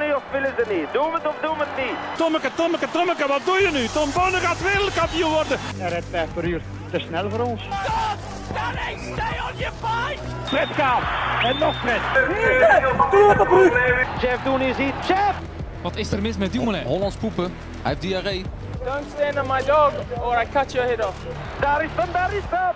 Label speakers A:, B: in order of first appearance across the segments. A: het niet. Doe het of doe het niet.
B: Tommeke, Tommeke, Tommeke, wat doe je nu? Tom Bonne gaat wereldkampioen worden.
C: Hij rijdt 5 per uur. Te snel voor ons.
D: Stop! Danny, stay on your fight!
C: Fred Kaap. En nog Fred.
A: Jeff Doen is hier. Jeff!
E: Wat is er mis met Dumoulin? Hollands poepen. Hij heeft diarree.
D: Don't stand on my dog or I cut your head off.
A: Daar is hem, daar is hem!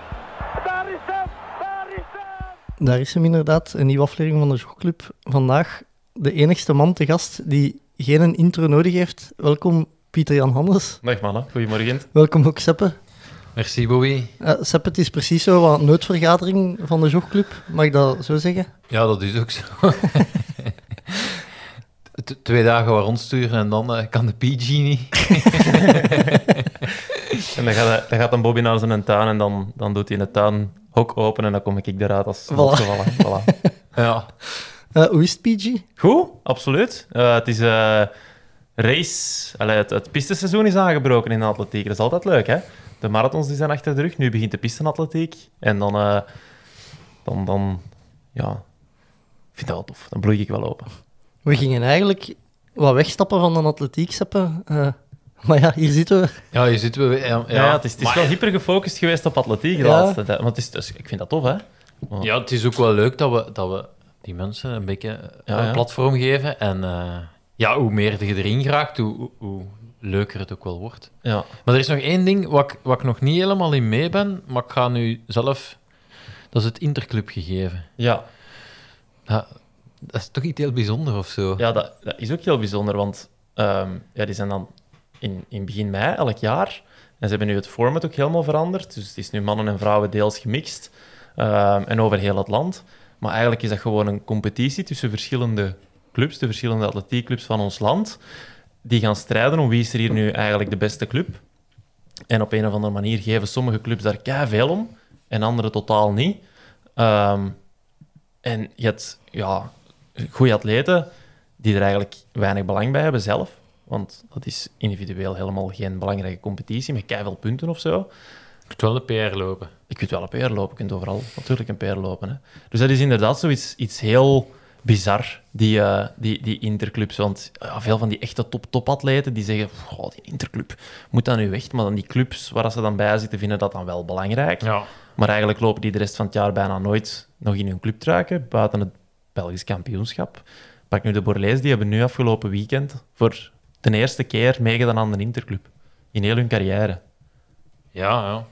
A: Daar is hem! Daar is hem!
F: Daar is hem inderdaad, een nieuwe aflevering van de Jogclub. Vandaag de enigste man te gast die geen intro nodig heeft. Welkom Pieter-Jan Handes.
G: Dag mannen, goedemorgen.
F: Welkom ook Seppe.
G: Merci Bowie.
F: Eh, Seppe, het is precies zo wat noodvergadering van de Jogclub, mag ik dat zo zeggen?
G: Ja, dat is ook zo. T- Twee dagen waar rondsturen en dan eh, kan de P-Genie. en dan gaat, dan gaat een Bobby naar zijn tuin en dan, dan doet hij in de tuin hok open en dan kom ik eruit als
F: Voilà.
G: opgevallen. Voilà. ja.
F: Eh, hoe is het, PG?
G: Goed, absoluut. Eh, het is eh, race. Allee, het, het pisteseizoen is aangebroken in de atletiek. Dat is altijd leuk, hè? De marathons die zijn achter de rug. Nu begint de pistenatletiek. En dan, eh, dan, dan, ja, ik vind dat wel tof. Dan bloei ik wel open.
F: We gingen eigenlijk wat wegstappen van de atletiek, Seppe. Eh, maar ja, hier zitten we.
H: Ja, hier zitten we. weer. Ja,
G: Ja, het is, het is wel hyper gefocust geweest op atletiek de
F: Ja.
G: laatste tijd. Want het is, dus, ik vind dat tof, hè? hyper-
H: ja, het is ook wel leuk dat we, dat we die mensen een beetje eh,
G: Ja, ja.
H: een platform geven. En eh, ja, hoe meer je erin raakt, hoe, hoe, hoe leuker het ook wel wordt.
G: Ja.
H: Maar er is nog één ding wat, ik- wat ik nog niet helemaal in mee ben, maar ik ga nu zelf... Dat is het interclub gegeven.
G: Ja,
H: Ja, dat is toch iets heel bijzonders of zo?
G: Ja, dat, dat is ook heel bijzonder, want ehm, ja, die zijn dan in, in begin mei elk jaar. En ze hebben nu het format ook helemaal veranderd. Dus het is nu mannen en vrouwen deels gemixt ehm, en over heel het land. Maar eigenlijk is dat gewoon een competitie tussen verschillende clubs, de verschillende atletiekclubs van ons land. Die gaan strijden om wie is er hier nu eigenlijk de beste club. En op een of andere manier geven sommige clubs daar kei veel om en andere totaal niet. Ehm, en je hebt ja, goede atleten die er eigenlijk weinig belang bij hebben zelf. Want dat is individueel helemaal geen belangrijke competitie met keiveel punten of zo.
H: Je kunt wel een PR lopen.
G: Je kunt wel een peer lopen, je kunt overal natuurlijk een peer lopen. Hè. Dus dat is inderdaad zoiets iets heel bizar, die, eh, die, die interclubs. Want ja, veel van die echte top-topatleten die zeggen, "Goh, die interclub moet dan nu echt. Maar dan die clubs waar ze dan bij zitten, vinden dat dan wel belangrijk.
H: Ja.
G: Maar eigenlijk lopen die de rest van het jaar bijna nooit nog in hun club truiken, buiten het Belgisch kampioenschap. Pak nu de Borlees, die hebben nu afgelopen weekend voor de eerste keer meegedaan aan de Interclub. In heel hun carrière.
H: Ja, ja.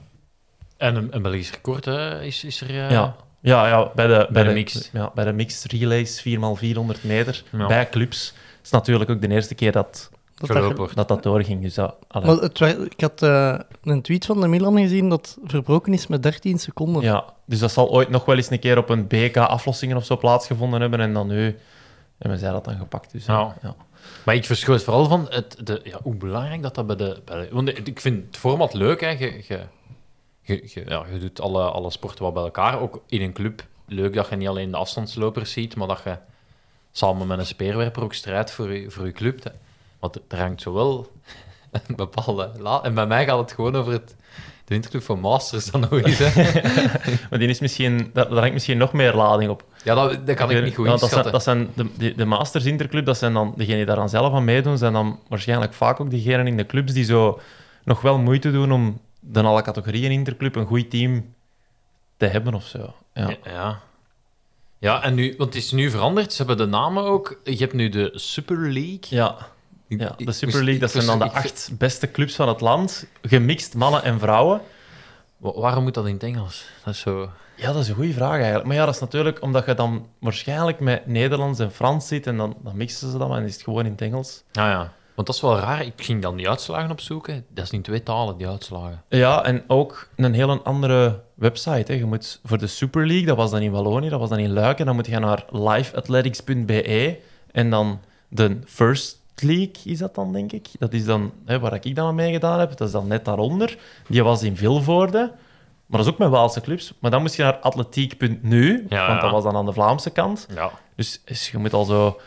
H: En een, een Belgisch record hè, is, is er... eh,
G: Ja, ja, ja bij, de, bij,
H: de mixed.
G: Ja, bij de mixed relays, 4x400 meter,
H: Ja.
G: bij clubs. Dat is natuurlijk ook de eerste keer dat
F: Dat
H: Gelopen
F: daar-
H: wordt.
G: dat, dat doorging. Dus dat, allee.
F: Maar het wa- ik had eh, een tweet van de Milan gezien dat verbroken is met 13 seconden.
G: ja, dus dat zal ooit nog wel eens een keer op een BK-aflossingen of zo plaatsgevonden hebben. En dan nu hebben zij dat dan gepakt. Dus,
H: Ja.
G: ja.
H: Maar ik verschoot vooral van het, de, ja, hoe belangrijk dat dat bij de, bij de- Want ik vind het format leuk, hè. Je, je, je, je- ja, je doet alle, alle sporten wat bij elkaar. Ook in een club. Leuk dat je niet alleen de afstandslopers ziet, maar dat je samen met een speerwerper ook strijdt voor je, voor je club. hè. Want er hangt zowel een bepaalde... La, en bij mij gaat het gewoon over het, de winterclub van Masters dan nog eens, hè.
G: Maar die is misschien, daar, daar hangt misschien nog meer lading op.
H: Ja, dat, dat kan ik niet goed
G: Want dat
H: inschatten.
G: zijn, dat zijn de, de, de Masters Interclub, dat zijn dan degenen die daar dan zelf aan meedoen, zijn dan waarschijnlijk vaak ook degenen in de clubs die zo nog wel moeite doen om dan alle categorieën Interclub een goed team te hebben of zo. Ja.
H: Ja. ja. Ja, en nu, want het is nu veranderd. Ze hebben de namen ook. Je hebt nu de Super League.
G: Ja,
H: Ik-
G: ja,
H: ik
G: de
H: moest-
G: Super League,
H: ik
G: dat zijn
H: moest-
G: dan de
H: ik vind-
G: acht beste clubs van het land, gemixt mannen en vrouwen.
H: Wa- waarom moet dat in het Engels? Dat is zo...
G: Ja, dat is een goede vraag eigenlijk. Maar ja, dat is natuurlijk omdat je dan waarschijnlijk met Nederlands en Frans zit en dan, dan mixen ze dat maar en is het gewoon in het Engels.
H: Nou ja. Want dat is wel raar. Ik ging dan die uitslagen opzoeken. Dat is in twee talen, die uitslagen.
G: Ja, en ook een heel andere website. Hè. Je moet voor de Super League, dat was dan in Wallonië, dat was dan in Luik, en dan moet je naar liveathletics.be en dan de First League is dat dan, denk ik. Dat is dan hè, waar ik dan aan meegedaan heb. Dat is dan net daaronder. Die was in Vilvoorde, maar dat is ook met Waalse clubs. Maar dan moest je naar atletiek.nu,
H: Ja,
G: want dat
H: ja.
G: was dan aan de Vlaamse kant.
H: Ja.
G: Dus, dus je moet al zo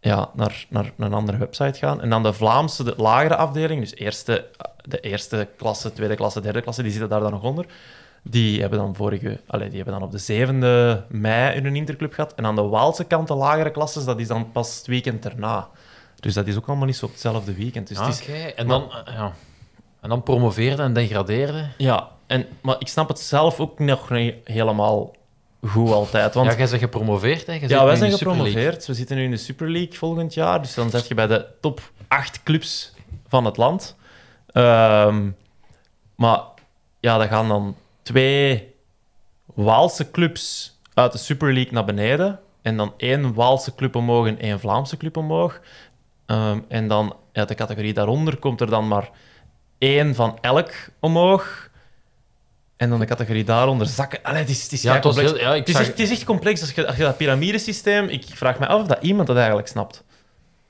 G: ja, naar, naar, naar een andere website gaan. En dan de Vlaamse, de lagere afdeling, dus eerste, de eerste klasse, tweede klasse, derde klasse, die zitten daar dan nog onder. Die hebben dan, vorige, allee, die hebben dan op de 7e mei hun interclub gehad. En aan de Waalse kant, de lagere klasses, dat is dan pas het weekend erna. Dus dat is ook allemaal niet zo op hetzelfde weekend. Dus
H: Ah,
G: het is,
H: Oké, en, dan, eh, ja. en dan promoveerde en degradeerde.
G: ja, en, maar ik snap het zelf ook nog niet helemaal goed altijd. Want
H: ja, jij bent gepromoveerd, hè? Jij zit
G: Ja, wij
H: nu in
G: zijn
H: de Super League.
G: gepromoveerd. We zitten nu in de Super League volgend jaar. Dus dan zet je bij de top 8 clubs van het land. Ehm, maar ja, daar gaan dan twee Waalse clubs uit de Super League naar beneden. En dan één Waalse club omhoog en één Vlaamse club omhoog. Ehm, en dan uit de categorie daaronder komt er dan maar één van elk omhoog. En dan de categorie daaronder zakken. Allee, het is, het is
H: Ja, het was
G: complex.
H: heel- ja, ik
G: het, is
H: zag-
G: echt, het is echt complex als je, als je dat piramidesysteem. Ik vraag me af of dat iemand dat eigenlijk snapt.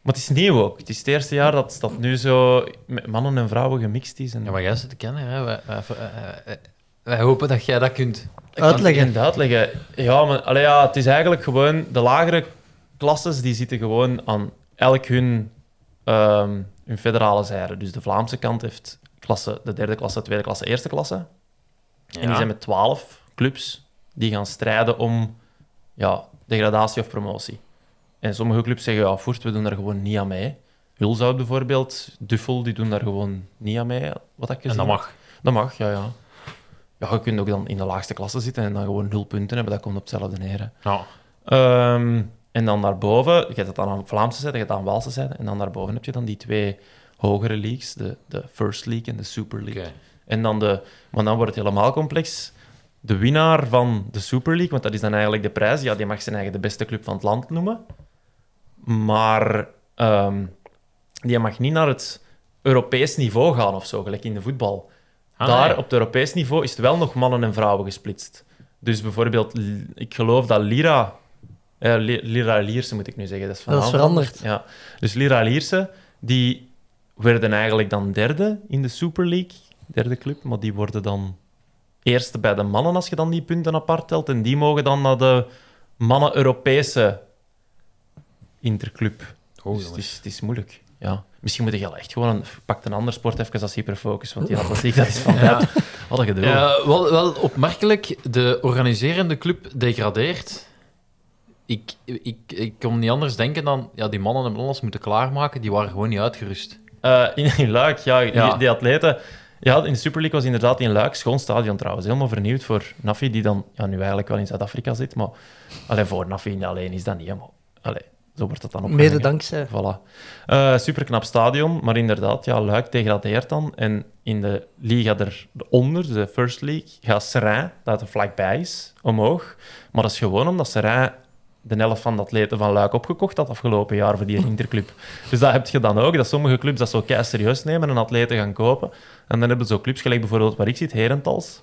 G: Maar het is nieuw ook. Het is het eerste jaar dat dat nu zo met mannen en vrouwen gemixt is. En
H: Ja, maar jij zit te kennen, hè? Wij, wij, eh, eh, wij hopen dat jij dat kunt.
G: Ik kan het
F: Uitleggen.
G: niet uitleggen. Ja, maar allee, ja, het is eigenlijk gewoon... De lagere klasses die zitten gewoon aan elk hun, ehm, hun federale zijde. Dus de Vlaamse kant heeft klasse, de derde klasse, tweede klasse, eerste klasse. En die zijn met twaalf clubs die gaan strijden om ja, degradatie of promotie. En sommige clubs zeggen, ja, voort, we doen daar gewoon niet aan mee. Hulzout bijvoorbeeld, Duffel, die doen daar gewoon niet aan mee, wat ik
H: En
G: gezien
H: dat
G: heb.
H: mag.
G: Dat mag, ja, ja. Ja, je kunt ook dan in de laagste klasse zitten en dan gewoon nul punten hebben. Dat komt op hetzelfde neer. hè.
H: Ja.
G: Ehm, en dan daarboven, je hebt dat dan aan Vlaamse zijde, je hebt dat aan Waalse zijde. En dan daarboven heb je dan die twee hogere leagues, de, de First League en de Super League.
H: Oké.
G: En dan de, maar dan wordt het helemaal complex. De winnaar van de Super League, want dat is dan eigenlijk de prijs, ja, die mag zijn eigen de beste club van het land noemen. Maar ehm, die mag niet naar het Europees niveau gaan of zo, gelijk in de voetbal.
H: Ah,
G: Daar
H: nee.
G: op het Europees niveau is het wel nog mannen en vrouwen gesplitst. Dus bijvoorbeeld, L- ik geloof dat Lira. eh, Li- Lira Lierse moet ik nu zeggen. Dat is,
F: Dat is
G: vanavond.
F: veranderd.
G: Ja. Dus Lira Lierse, die werden eigenlijk dan derde in de Super League. Derde club, maar die worden dan eerste bij de mannen als je dan die punten apart telt. En die mogen dan naar de mannen-Europese interclub.
H: Oh,
G: Dus het,
H: jongens.
G: is, het is moeilijk. Ja. Misschien moet je echt gewoon een, pak een ander sport even als hyperfocus, want die atletiek dat is van
H: Ja.
G: Wat een gedoe.
H: Eh, wel, wel opmerkelijk, de organiserende club degradeert. Ik, ik, ik kon niet anders denken dan, ja, die mannen hebben alles moeten klaarmaken, die waren gewoon niet uitgerust.
G: Eh, in, in Luik, ja, die-
H: Ja.
G: Die, atleten. Ja, in de Super League was inderdaad in Luik, schoon stadion trouwens. Helemaal vernieuwd voor Nafi, die dan ja, nu eigenlijk wel in Zuid-Afrika zit. Maar alleen voor Nafi alleen is dat niet. hè, Maar, allee, zo wordt dat dan opgehangen.
F: Mede dankzij.
G: Voilà. Eh, superknap stadion, maar inderdaad, ja, Luik degradeert dan. En in de liga eronder, de First League, gaat Serrain, dat er vlakbij is, omhoog. Maar dat is gewoon omdat Serrain de helft van de atleten van Luik opgekocht had afgelopen jaar voor die interclub. Dus dat heb je dan ook, dat sommige clubs dat zo kei serieus nemen en atleten gaan kopen. En dan hebben ze zo clubs, gelijk bijvoorbeeld waar ik zit, Herentals,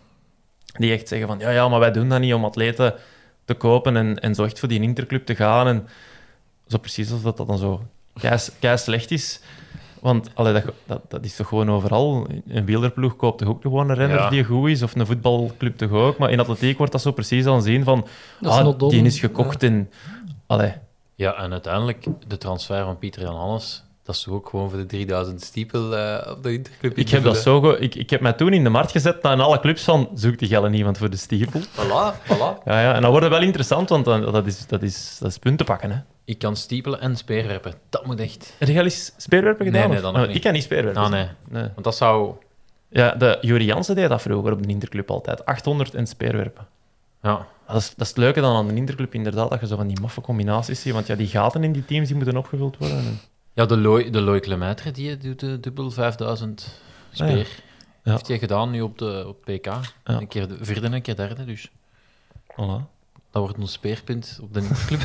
G: die echt zeggen van, ja, ja, maar wij doen dat niet om atleten te kopen en, en zo echt voor die interclub te gaan. En zo precies alsof dat, dat dan zo keis, keis slecht is. Want allee, dat, dat, dat is toch gewoon overal. Een wielerploeg koopt toch ook gewoon een renner
H: Ja.
G: die goed is, of een voetbalclub toch ook. Maar in atletiek wordt dat zo precies aan zien van,
F: Dat is
G: ah,
F: not done.
G: die is gekocht en... Allee,
H: Ja, en uiteindelijk, de transfer van Pieter Jan Hannes, dat is toch ook gewoon voor de 3000 stiepel eh, op de interclub.
G: ik heb dat zo... ge- Ik, ik heb mij toen in de markt gezet naar alle clubs van, zoek die gellen iemand voor de stiefel.
H: Voilà, voilà.
G: Ja, ja, en dat wordt wel interessant, want dan, dat, is, dat, is, dat is punten pakken, hè.
H: Ik kan stiepelen en speerwerpen. Dat moet echt.
G: Heb jij al eens speerwerpen
H: Nee,
G: gedaan?
H: nee,
G: of-
H: dat nog
G: Oh,
H: niet.
G: Ik kan niet speerwerpen.
H: Ah, nee.
G: Nee.
H: Want dat zou...
G: Ja, de Juri Jansen deed dat vroeger op de Interclub altijd. 800 en speerwerpen.
H: Ja,
G: Dat is, dat is het leuke dan aan de Interclub inderdaad, dat je zo van die maffe combinaties ziet. Want ja, die gaten in die teams die moeten opgevuld worden. En-
H: ja de Looi de Looi Clemaitre, die doet de dubbel 5000 speer.
G: Ah, ja. Ja.
H: Heeft hij gedaan nu op, de, op PK. Een keer de, vierde en een keer derde, dus...
G: Voilà.
H: Dat wordt ons speerpunt op de interclub.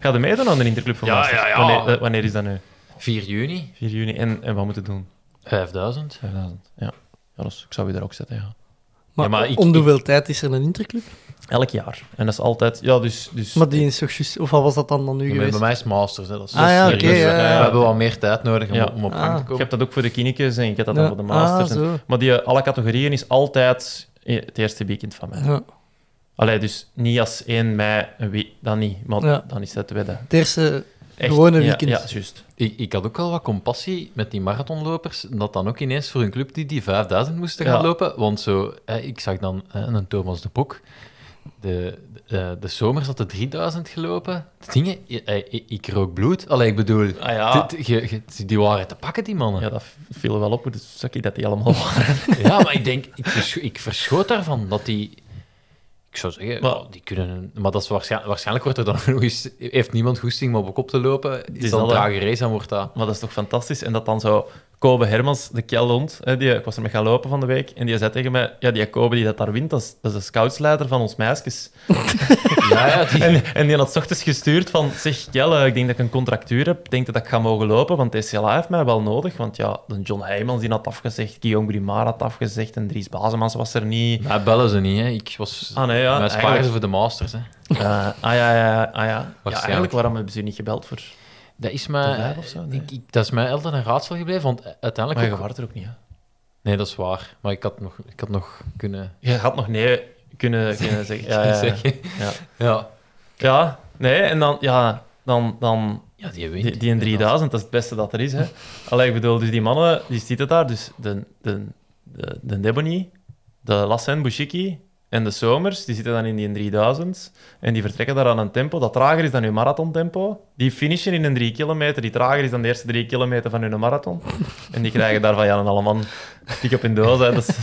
G: Ga je meedoen aan de Interclub van
H: Ja,
G: Masters?
H: ja, ja.
G: Wanneer, eh, wanneer is dat nu?
H: 4 juni,
G: 4 juni. En, en wat moeten we doen?
H: 5000.
G: 5000. Ja. ja dus ik zou je daar ook zetten, ja.
F: Maar,
H: Ja, maar ik-
F: om de hoeveel tijd is er een interclub?
G: Elk jaar. En dat is altijd... Ja, dus... dus
F: Maar die is toch juist... Of wat was dat dan, dan nu
H: Ja, maar
F: geweest?
H: bij mij is Masters, hè. Dat is
F: Ah, ja,
H: serieus.
F: oké, ja, ja,
H: We
F: ja.
H: hebben wel meer tijd nodig om,
G: Ja.
H: om op
F: Ah.
H: gang te
G: Ik
H: komen.
G: heb dat ook voor de kinekes en ik heb dat
F: Ja.
G: dan voor de masters.
F: Ah,
G: en-
F: zo.
G: maar die, eh, alle categorieën is altijd eh, het eerste weekend van mei.
F: Ja.
G: Allee, dus niet als 1 mei, een week, dan niet. Maar
F: Ja.
G: dan is dat wedden.
F: Het eerste...
G: Echt,
F: Gewoon een
G: ja,
F: weekend.
G: Ja, juist.
H: Ik, ik had ook al wat compassie met die marathonlopers. Dat dan ook ineens voor een club die die 5000 moesten gaan
G: Ja.
H: lopen. Want zo, hè, ik zag dan hè, een Thomas de Bok. de, de, eh, de zomers had de 3000 gelopen. De dingen, i- i- i- ik rook bloed. Allee, ik bedoel,
G: Ah ja.
H: dit- je- je- die waren te pakken, die mannen.
G: Ja, dat viel wel op hoe de sukkie dat die allemaal waren.
H: Ja, maar ik denk, ik, verscho- ik verschoot daarvan dat die. Ik zou zeggen,
G: Maar-
H: oh, die kunnen. een- Maar dat is waarschijnlijk, waarschijnlijk wordt er dan nog eens- Heeft niemand goesting om op kop te lopen? Is
G: is
H: dat een
G: dat, hè?
H: trage race, dan wordt dat.
G: Maar dat is toch fantastisch? En dat dan zo Kobe Hermans, de Kellond, hè, die, ik was ermee gaan lopen van de week, en die zei tegen mij, ja, die Kobe die dat daar wint, dat is, dat is de scoutsleider van ons meisjes.
H: Ja, ja, die,
G: En, en die had 's ochtends gestuurd van, zeg Kelle, ik denk dat ik een contractuur heb, ik denk dat ik ga mogen lopen, want TCLA heeft mij wel nodig. Want ja, de John Heijmans die had afgezegd, Guillaume Grimard had afgezegd, en Dries Bazemans was er niet.
H: Maar bellen ze niet, hè? Ik was.
G: Ah, nee, ja,
H: Mijn sparen ze
G: eigenlijk.
H: voor de Masters, hè?
G: Eh, ah ja, ja, ah, ja. ja.
H: Waarschijnlijk.
G: Eigenlijk, waarom hebben ze u niet gebeld voor...
H: Dat is
G: De
H: mij.
G: vijf of zo, nee.
H: ik, ik- dat is mij altijd een raadsel gebleven, want
G: Maar
H: uiteindelijk.
G: je
H: ook-
G: waart er ook niet, hè?
H: nee, dat is waar. Maar ik had nog, ik had nog kunnen
G: Je had nog nee kunnen, kunnen zeggen. Ja, ja, ja.
H: zeggen.
G: Ja.
H: Ja.
G: Ja, nee, en dan, ja, dan, dan
H: ja, die wint.
G: die, die in 3000, dat is het beste dat er is. Hè. Allee, ik bedoel, dus die mannen, die zitten daar, dus de, de, de, de Debony, de Lassen Bouchiki en de Somers, die zitten dan in die in 3000 en die vertrekken daar aan een tempo dat trager is dan hun marathontempo. Die finishen in een 3 kilometer, die trager is dan de eerste 3 kilometer van hun marathon. En die krijgen daar van Jan en Alleman tik op hun doos. Hè. Dat is-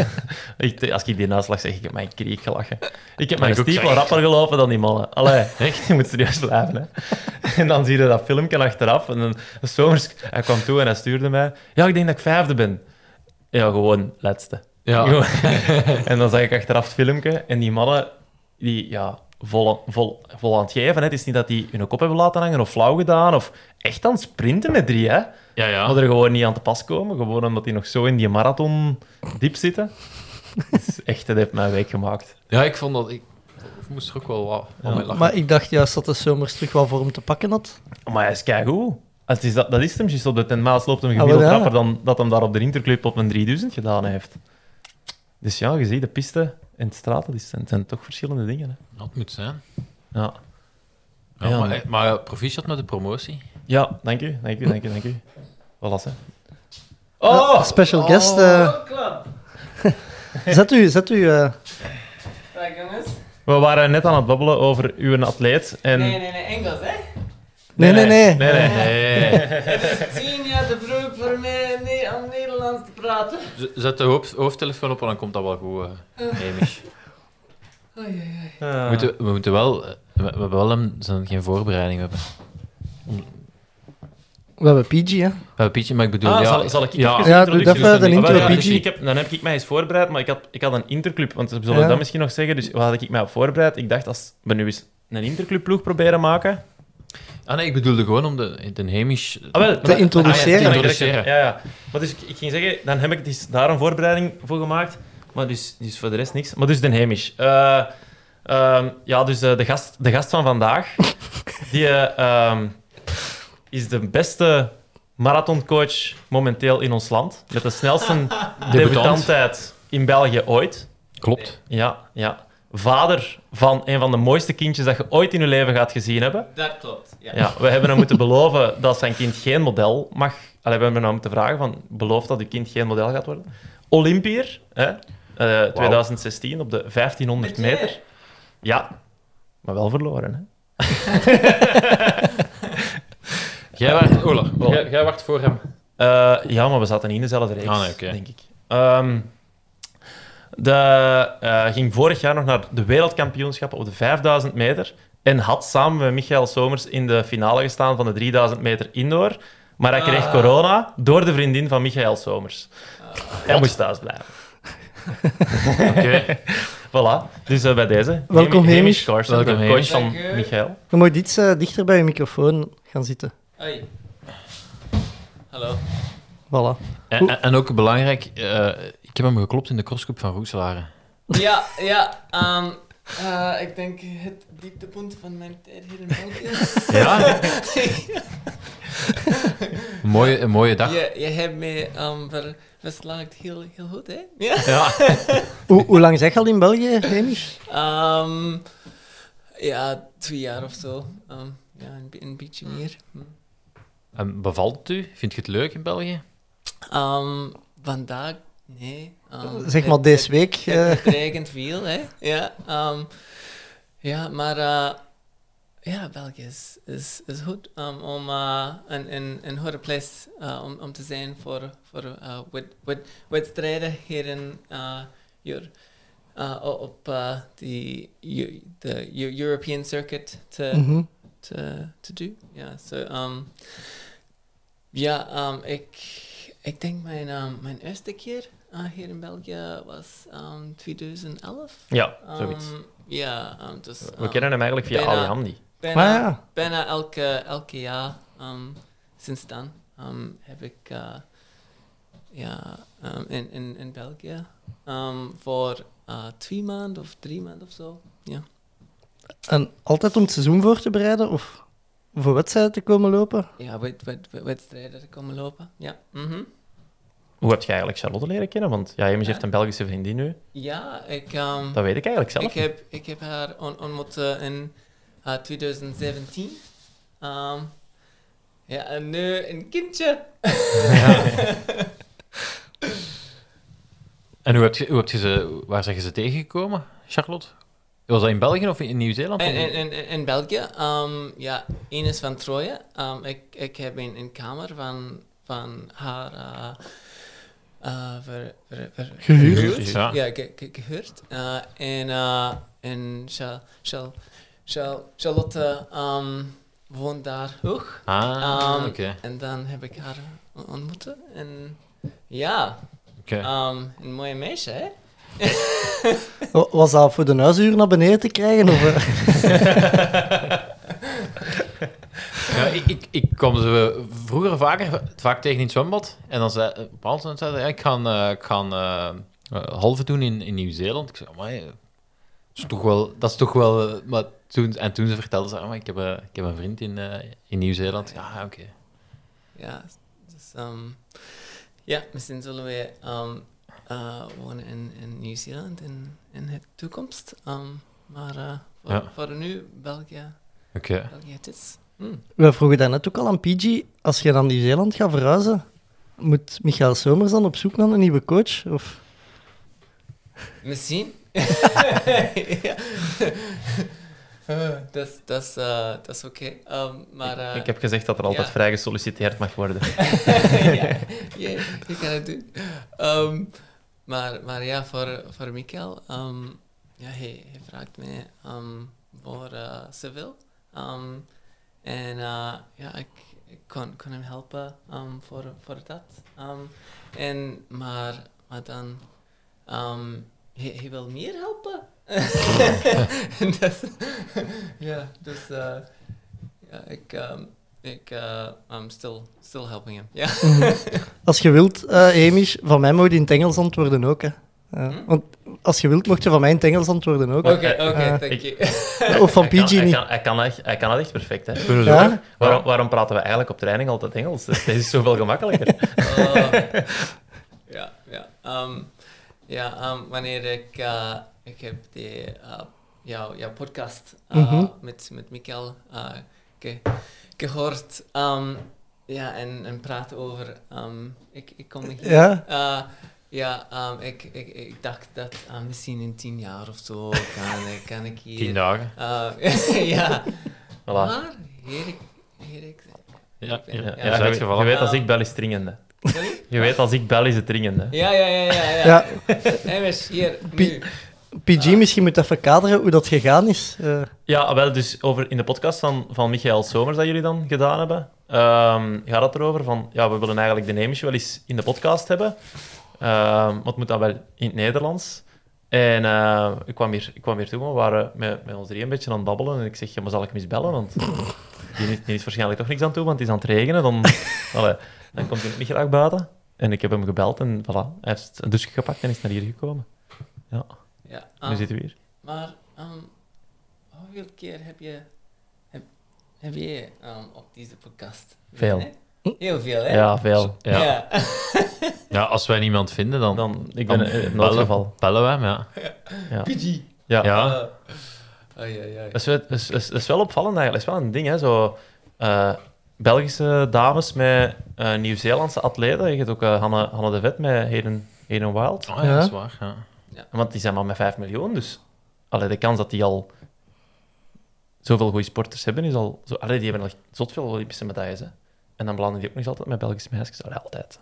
G: ik, als ik die naslag zeg, ik heb mijn kriek gelachen. Ik heb mijn
H: ik ook,
G: stiefel
H: ja.
G: rapper gelopen dan die mannen. Allee,
H: Echt?
G: je moet serieus blijven. Hè. En dan zie je dat filmpje achteraf. En dan, Somers, hij kwam toe en hij stuurde mij... Ja, ik denk dat ik vijfde ben. Ja, gewoon laatste.
H: Ja.
G: Gewoon. en dan zag ik achteraf het filmpje. En die mannen, die ja, vol, vol, vol aan het geven. Hè. Het is niet dat die hun kop hebben laten hangen of flauw gedaan. Of echt aan het sprinten met drie, hè.
H: ja, ja.
G: Maar er gewoon niet aan te pas komen. Gewoon omdat die nog zo in die marathon diep zitten. Dat is echt, dat heeft mijn week gemaakt.
H: Ja, ik vond dat. Ik, ik moest er ook wel wat wat mee lachen.
F: Maar ik dacht juist dat de zomers terug wel vorm te pakken had.
G: Maar hij is keigoed. Het is dat, dat is hem, juist op de Ten Maas loopt hem gemiddeld
F: Ah, wel, ja.
G: rapper dan dat hem daar op de Interclub op een 3000 gedaan heeft. Dus ja, je ziet, de piste en de straten, dat zijn, zijn toch verschillende dingen. Hè.
H: Dat moet zijn.
G: Ja.
H: Ja,
G: Ja,
H: maar,
G: maar-
H: maar eh, proficiat met de promotie.
G: ja, dank u, dank u, dank u, dank u. Voilà, hè. Oh!
F: Ah, special guest. eh. zet u, zet u eh,
D: Dag jongens.
G: We waren net aan het babbelen over uw atleet. En...
D: Nee, nee, nee, Engels hè?
F: Nee, nee, nee.
G: nee, nee.
D: Tien jaar te vroeg voor mij ne- om Nederlands te praten.
H: Z- Zet de hoofd- hoofdtelefoon op en dan komt dat wel goed, eh Hamish.
G: Ah.
H: We moeten, we moeten wel... eh, We, we hebben wel een, zijn geen voorbereiding hebben.
F: We hebben PG, hè.
H: We hebben Pietje, maar ik bedoel...
G: Ah,
H: ja,
G: zal, zal ik
H: ja,
G: even
F: Ja,
G: introduceren?
F: doe even de
G: Ah, wel,
F: intro,
G: ja, dus
F: PG.
G: ik heb, Dan heb ik mij eens voorbereid, maar ik had, ik had een interclub, want we zullen
F: Ja.
G: dat misschien nog zeggen. Dus waar had ik mij op voorbereid? Ik dacht, als we nu eens een interclubploeg proberen maken...
H: Ah nee, ik bedoelde gewoon om de, de Hamish...
G: Ah, wel,
F: Te introduceren.
G: ja,
H: Te
G: ja, direct-
H: introduceren.
G: Ja, ja. Maar dus ik, ik ging zeggen, dan heb ik dus daar een voorbereiding voor gemaakt. Maar dus, dus voor de rest niks. Maar dus de Hamish. Eh, ehm, ja, dus eh, de, gast, de gast van vandaag, die eh, ehm, is de beste marathoncoach momenteel in ons land. Met de snelste debutantijd in België ooit.
H: Klopt.
G: Ja, ja. Vader van een van de mooiste kindjes dat je ooit in je leven gaat gezien hebben.
D: Dat klopt, ja.
G: Ja, we hebben hem moeten beloven dat zijn kind geen model mag. Allee, we hebben hem moeten vragen van, beloof dat uw kind geen model gaat worden. Olympier, hè? eh, 2016 op de 1500
D: Met je?
G: meter. Ja, maar wel verloren, hè?
H: Jij waart... Ola, jij, jij waart voor hem.
G: Eh, ja, maar we zaten niet in dezelfde reeks,
H: Ah, nee, oké.
G: denk ik. Ehm, de, eh, ging vorig jaar nog naar de wereldkampioenschappen op de 5000 meter. En had samen met Michael Somers in de finale gestaan van de 3000 meter indoor. Maar hij
H: Ah.
G: kreeg corona door de vriendin van Michael Somers. Hij moest thuis blijven.
H: Oké.
G: Voilà. Dus eh, bij deze.
F: Welkom,
G: Hemi-
F: Hamish.
G: Carsten,
H: Welkom,
G: de
H: Hamish.
G: coach van
D: Dank u.
G: Michael.
F: Je moet iets eh, dichter bij je microfoon gaan zitten.
D: Hoi. Hallo.
F: Voilà.
H: En, en- en ook belangrijk, eh, ik heb hem geklopt in de crossgroep van Roeselare.
D: Ja, ja, ehm, eh, ik denk het dieptepunt van mijn tijd hier in België.
H: Ja? een, mooie, een mooie dag.
D: Je, je hebt me um, ver, verslagen heel, heel goed, hè? Ja.
H: Ja.
F: Hoe, hoe lang zeg je al in België, Hamish?
D: Ehm, ja, twee jaar of zo. Ehm, ja, een, be- een beetje meer. Hm.
H: En bevalt het u? Vind je het leuk in België?
D: Ehm, vandaag, nee. ehm,
F: Zeg
D: het-
F: maar deze week.
D: Het,
F: eh,
D: het regent veel, hè? Ja. ehm, Ja, maar eh, ja, België is, is, is goed um, om eh, een, een, een goede place eh, om, om te zijn voor, voor eh, wed, wed, wedstrijden hier in eh, Eur- eh, o- op eh, die Eu- de Eu- European circuit te,
F: Mhm.
D: te, te doen. Ja, zo. ehm, ja, ehm, ik, ik denk mijn, ehm, mijn eerste keer eh, hier in België was ehm 2011.
G: Ja, zoiets.
D: Ehm, ja, ehm, dus,
G: We
D: ehm,
G: kennen Ah, hem eigenlijk via
D: bijna-
G: Ali Hamdi.
D: um, Bijna,
F: Maar ja,
D: bijna elke, elke jaar ehm, sinds dan ehm, heb ik eh, ja, ehm, in, in, in België ehm, voor eh, twee maanden of drie maanden of zo. Ja.
F: en altijd om het seizoen voor te bereiden of voor wedstrijden te komen lopen?
D: Ja, wed, wed, wed- wedstrijden te komen lopen. Ja, mhm.
G: Hoe heb jij eigenlijk Charlotte leren kennen? Want ja, James heeft een Belgische vriendin nu.
D: ja ik, ehm,
G: Dat weet ik eigenlijk zelf.
D: ik,
G: niet.
D: heb, ik heb haar on- ontmoet eh, in eh, 2017. Ehm, ja, en nu een kindje.
H: En hoe heb je, hoe heb je ze, waar zijn je ze tegengekomen, Charlotte? Was dat in België of in Nieuw-Zeeland?
D: En, en, en, en- en België, ehm, ja, Ines van Troje. Ehm, ik, ik heb een, een kamer van, van haar eh, eh, ver- ver- ver-
F: Gehuurd?
H: Gehuurd, ja.
D: Ja, ge- ge- gehuurd. Eh, en eh, en Cha- Chal- Chal- Charlotte ehm, woont daar hoog.
H: Ah,
D: Ehm,
H: oké.
D: En dan heb ik haar on- ontmoet. En ja,
H: oké.
D: ehm, een mooie meisje, hè?
F: Wa- Was dat voor de huisuur naar beneden te krijgen? Of, eh?
H: Ja, ik, ik, ik kwam ze vroeger vaker, vaak tegen in het zwembad. En dan zei op een bepaald moment zei ze, ja, ik ga, een, eh, ik ga een, eh, eh, halve doen in, in Nieuw-Zeeland. Ik zei, amai, eh, is toch wel, dat is toch wel... eh, Maar toen, en toen ze vertelde ze, amai, ik, heb, eh, ik heb een vriend in, eh, in Nieuw-Zeeland. Ja, oké.
D: Ja, dus ehm, ja, misschien zullen we ehm, eh, wonen in, in Nieuw-Zeeland in, in de toekomst. Ehm, maar eh, voor,
H: Ja.
D: voor nu, België,
H: Oké.
D: België het is. Hmm.
F: We vroegen daarnet ook al aan PG, als je naar Nieuw-Zeeland gaat verhuizen, moet Michael Somers dan op zoek naar een nieuwe coach? Of...
D: Misschien. ja. Eh, Dat is- dat is, eh, dat is oké. Ehm, maar eh,
G: Ik heb gezegd dat er altijd
D: ja.
G: vrij gesolliciteerd mag worden.
D: ja, ja, je kan het doen. Ehm, maar, maar ja, voor, voor Mikkel, ehm, ja, hij, hij vraagt mij ehm, voor eh Seville. Ehm, en eh, ja, ik, ik kon, kon hem helpen ehm, voor, voor dat. Ehm, en, maar, maar dan, ehm, hij, hij wil meer helpen. En dat is- ja, dus eh, ja, ik, ehm, ik, eh I'm still, still helping him. Ja.
F: Als je wilt, eh Amish, van mij moet je in het Engels antwoorden ook. Hè. Ja,
D: Hm?
F: Want als je wilt, mocht je van mij in het Engels antwoorden ook.
D: Oké, oké,
F: eh,
D: thank
G: ik-
D: you.
F: Of van
G: Hij kan-
F: PG
G: hij
F: niet.
G: kan- Hij kan echt- hij kan dat echt perfect, hè.
F: Ja?
G: Waarom, waarom praten we eigenlijk op training altijd Engels? Dit is zoveel gemakkelijker.
D: Oh. ja, ja. Ehm, ja, ehm, wanneer ik, eh, ik heb die, eh, jouw, jouw podcast eh,
F: Mhm.
D: met, met Mikkel eh, ge- gehoord. ehm, ja, en, en praat over. ehm, ik, ik kom hier.
F: Ja.
D: Eh, ja, ehm, ik, ik, ik dacht dat eh, misschien in tien jaar of zo kan, ik- kan ik hier.
H: Tien dagen.
D: eh, ja.
G: Voilà.
D: Maar hier ik, hier ik
H: Ja, ja,
G: Ja,
H: ja,
G: ja, je, je weet als
D: Ja.
G: ik bel is het dringende.
D: Sorry?
G: Je weet als ik bel is het dringende.
D: Ja, ja, ja, ja. ja.
F: Ja,
D: Emmers, hier,
F: Pi-
D: nu.
F: PG, misschien moet even kaderen hoe dat gegaan is. Eh,
G: Ja, wel, dus over in de podcast van, van Michael Somers dat jullie dan gedaan hebben, ehm, gaat het erover van, ja, we willen eigenlijk de Nemisch wel eens in de podcast hebben. Ehm, maar het moet dan wel in het Nederlands. En eh, ik, kwam hier, ik kwam hier toe, maar we waren met, met ons drie een beetje aan het babbelen. En ik zeg, ja, maar zal ik hem eens bellen? Want die is, die is waarschijnlijk toch niks aan toe, want het is aan het regenen. Dan, allee, dan komt hij niet graag buiten. En ik heb hem gebeld en voilà, hij heeft een douche gepakt en is naar hier gekomen.
D: Ja,
G: Nu
H: Ah.
D: ehm,
G: zitten we hier.
D: maar ehm, hoeveel keer heb je, heb, heb je ehm, op deze podcast?
G: Veel.
D: Nee? Heel veel, hè?
G: Ja, veel.
H: Ja.
D: Ja.
H: Ja, als wij niemand vinden, dan, dan
G: Dan, ik ben
H: Dan
G: eh, in dat
H: bellen.
G: geval.
H: bellen we hem, ja.
D: PG.
G: Ja.
H: Ja.
D: Eh, Ai, ai, ai.
G: Dat is, wel- dat is, dat is, dat is wel opvallend eigenlijk. Dat is wel een ding, hè. Zo, eh, Belgische dames met eh, Nieuw-Zeelandse atleten. Je hebt ook eh, Hanne, Hanne de Vet met Heden, Heden Wild.
H: Ah, ja, dat
F: Ja.
H: is waar, ja.
G: Want die zijn maar met 5 miljoen, dus... Allee, de kans dat die al zoveel goede sporters hebben, is al... Zo, allee, die hebben al zot veel Olympische medailles. Hè. En dan belanden die ook nog eens altijd met Belgische meisjes. Allee, altijd.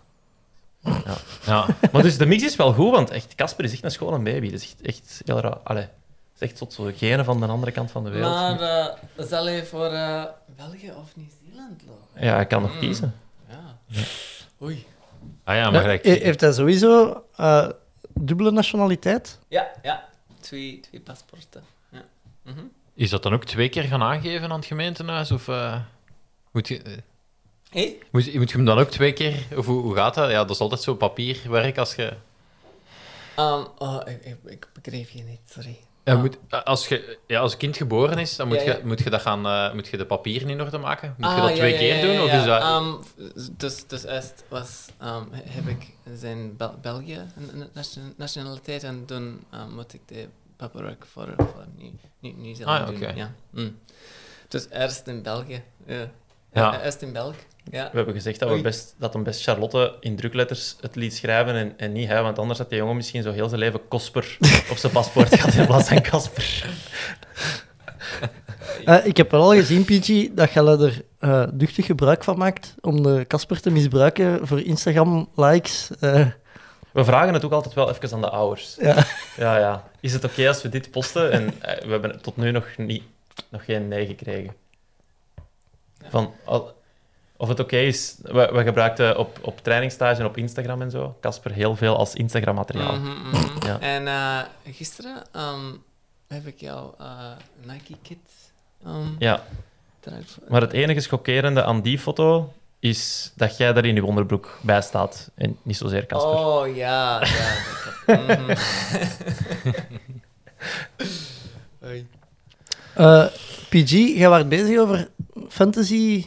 G: Ja.
H: Ja.
G: Maar dus de mix is wel goed, want echt, Casper is echt een schone baby. Dat is echt, echt heel raar. Allee, dat is echt zot zo. Genen van de andere kant van de wereld.
D: Maar eh, zal hij voor eh, België of Nieuw-Zeeland lopen?
G: Ja, ik kan nog kiezen.
D: Ja. Oei.
H: Ah ja, maar
F: Ja,
H: gelijk.
F: he- Heeft hij sowieso eh, dubbele nationaliteit?
D: Ja, ja. Twee, twee paspoorten. Ja. Mhm.
H: Is dat dan ook twee keer gaan aangeven aan het gemeentehuis? Of, eh, moet je, eh,
D: Hé?
H: moet, je- moet je hem dan ook twee keer... Of hoe, hoe gaat dat? Ja, dat is altijd zo papierwerk als je...
D: Ehm, oh, ik, ik, ik begreep je niet, sorry.
H: Ja, moet, eh, als, je ja, als een kind geboren is, dan moet,
D: Ja, ja.
H: Je, moet, je, dat gaan, eh, moet je de papieren in orde maken? Moet je
D: Ah,
H: dat
D: ja,
H: twee
D: ja,
H: keer
D: ja,
H: doen?
D: ja,
H: Of
D: ja.
H: is dat...
D: Ehm, f- dus, dus eerst was, ehm, he- heb ik zijn Bel- België een- een nation- nationaliteit en toen ehm, moet ik de paperwork voor, voor Nieuw- Nieuw- Nieuw-Zeeland
H: Ah, oké.
D: doen. Ja. Mm. Dus eerst in België. Ja.
H: Ja.
D: Eh, Eerst in België. Ja.
G: We hebben gezegd dat, we
D: Oei.
G: best, dat hem best Charlotte in drukletters het liet schrijven en, en niet hij, want anders had die jongen misschien zo heel zijn leven Kosper op zijn paspoort gehad in plaats van Kasper.
F: Eh, ik heb wel al gezien, PG, dat jij er eh, duchtig gebruik van maakt om de Casper te misbruiken voor Instagram-likes. eh.
G: We vragen het ook altijd wel even aan de ouders.
F: Ja.
G: Ja, ja. Is het oké als we dit posten? En eh, we hebben tot nu nog, niet, nog geen nee gekregen. Van, al- of het oké is, we, we gebruikten op, op trainingstage en op Instagram en zo, Casper heel veel als Instagram-materiaal.
D: Mhm, mhm.
G: Ja.
D: En eh, gisteren ehm, heb ik jou eh, Nike Kit ehm
G: Ja,
D: draagt.
G: Maar het enige schokkerende aan die foto is dat jij daar in je onderbroek bij staat. En niet zozeer Casper.
D: Oh ja, ja. dat klopt. Mhm. Hoi.
F: Eh, PG, jij was bezig over fantasy.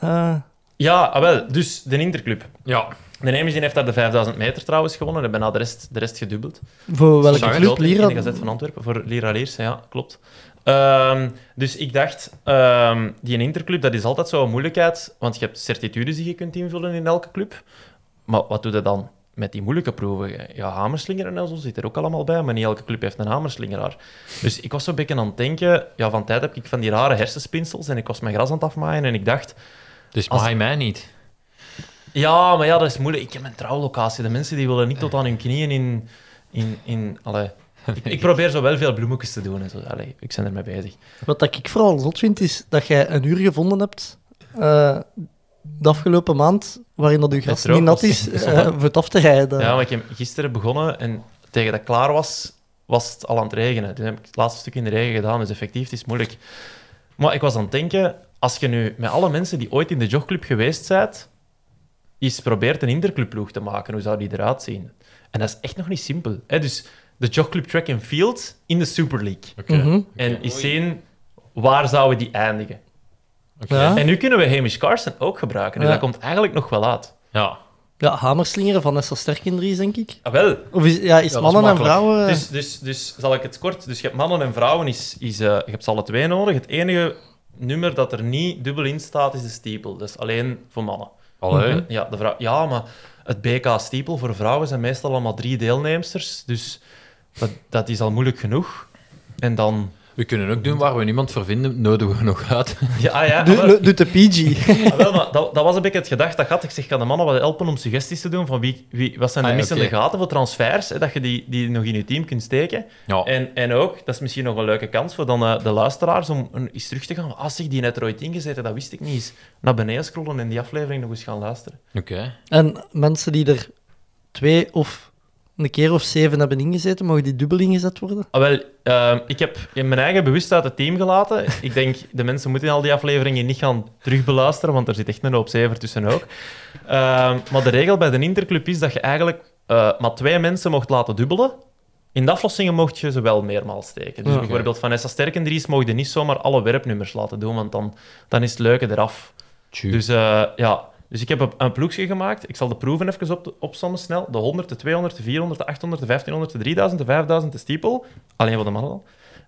F: eh,
G: Ja, ah, wel. Dus de Interclub.
H: Ja,
G: De Nemes die heeft daar de 5000 meter trouwens gewonnen. En bijna de rest, de rest gedubbeld.
F: voor welke
G: Zag je
F: club?
G: dat In de
F: Lira?
G: Gazet van Antwerpen voor Lira Leers, ja, klopt. Ehm, dus ik dacht, ehm, die interclub, dat is altijd zo'n moeilijkheid, want je hebt certitudes die je kunt invullen in elke club. Maar wat doe je dan met die moeilijke proeven? Ja, hamerslingeren en zo zit er ook allemaal bij, maar niet elke club heeft een hamerslingeraar. Dus ik was zo'n beetje aan het denken, ja, van tijd heb ik van die rare hersenspinsels en ik was mijn gras aan het afmaaien en ik dacht,
H: dus
G: Als-
H: maai mij niet.
G: ja, maar ja, dat is moeilijk. Ik heb een trouwlocatie. De mensen die willen niet tot aan hun knieën in... in, in allee. Ik, ik probeer zo wel veel bloemetjes te doen. En zo. Allee, ik ben ermee bezig.
F: Wat dat ik vooral zot vind, is dat jij een uur gevonden hebt eh, de afgelopen maand waarin dat je gras
G: droog
F: niet nat
G: was.
F: is eh, voor het af te rijden.
G: Ja, maar ik heb gisteren begonnen en tegen dat ik klaar was, was het al aan het regenen. Toen heb ik het laatste stuk in de regen gedaan. Dus effectief, het is moeilijk. Maar ik was aan het denken, als je nu met alle mensen die ooit in de jogclub geweest bent, eens probeert een interclubploeg te maken, hoe zou die eruit zien? En dat is echt nog niet simpel. Hè? Dus de jogclub track and field in de Super League.
F: Mhm.
G: En eens zien waar zouden die eindigen.
H: Oké.
F: Ja.
G: En nu kunnen we Hamish Carson ook gebruiken. Dus
F: Ah. Ja.
G: dat komt eigenlijk nog wel uit.
H: Ja.
F: Ja, hamerslingeren van Nessa Sterkindries, denk ik.
G: Ah, wel.
F: Of is, ja, is
H: dat is
F: mannen en
H: makkelijk.
F: vrouwen...
G: Dus, dus, dus zal ik het kort. Dus je hebt mannen en vrouwen. Is, is, eh, je hebt ze alle twee nodig. Het enige nummer dat er niet dubbel in staat is de stiepel. Dat is alleen voor mannen.
H: Allee.
G: Ja, de vrou- ja maar het BK stiepel voor vrouwen zijn meestal allemaal drie deelnemsters. Dus dat, dat is al moeilijk genoeg. En dan.
H: We kunnen ook doen waar we niemand voor vinden, nodigen we nog uit.
G: Ja, ah ja,
F: eh, Doe-
G: maar-
F: doe- Doet de PG.
G: Ah, wel, maar dat, dat was een beetje het gedacht dat gat. Ik zeg, kan de mannen wat helpen om suggesties te doen van wie, wie, wat zijn de
H: Ah, ja,
G: missende
H: oké.
G: gaten voor transfers, hè, dat je die, die nog in je team kunt steken.
H: Ja.
G: En, en ook, dat is misschien nog een leuke kans voor dan, eh, de luisteraars om een, eens terug te gaan. Ah, zeg, die net er ooit ingezeten, dat wist ik niet. Eens naar beneden scrollen en die aflevering nog eens gaan luisteren.
H: Oké.
F: En mensen die er twee of een keer of zeven hebben ingezeten, mogen die dubbel ingezet worden?
G: Ah, wel, ehm, ik heb in mijn eigen bewust uit het team gelaten. Ik denk, de mensen moeten al die afleveringen niet gaan terugbeluisteren, want er zit echt een hoop zever tussen ook. Ehm, maar de regel bij de Interclub is dat je eigenlijk eh, maar twee mensen mocht laten dubbelen. In de aflossingen mocht je ze wel meermaals steken. Dus
F: Ja.
G: bijvoorbeeld Vanessa Sterkendries mocht je niet zomaar alle werpnummers laten doen, want dan, dan is het leuke eraf.
H: Tjoe.
G: Dus eh, ja, dus ik heb een- een ploegje gemaakt. Ik zal de proeven even op, opzommen snel. De 100, de 200, de 400, de 800, de 1500, de 3000, de 5000, de stiepel. Alleen voor de mannen al.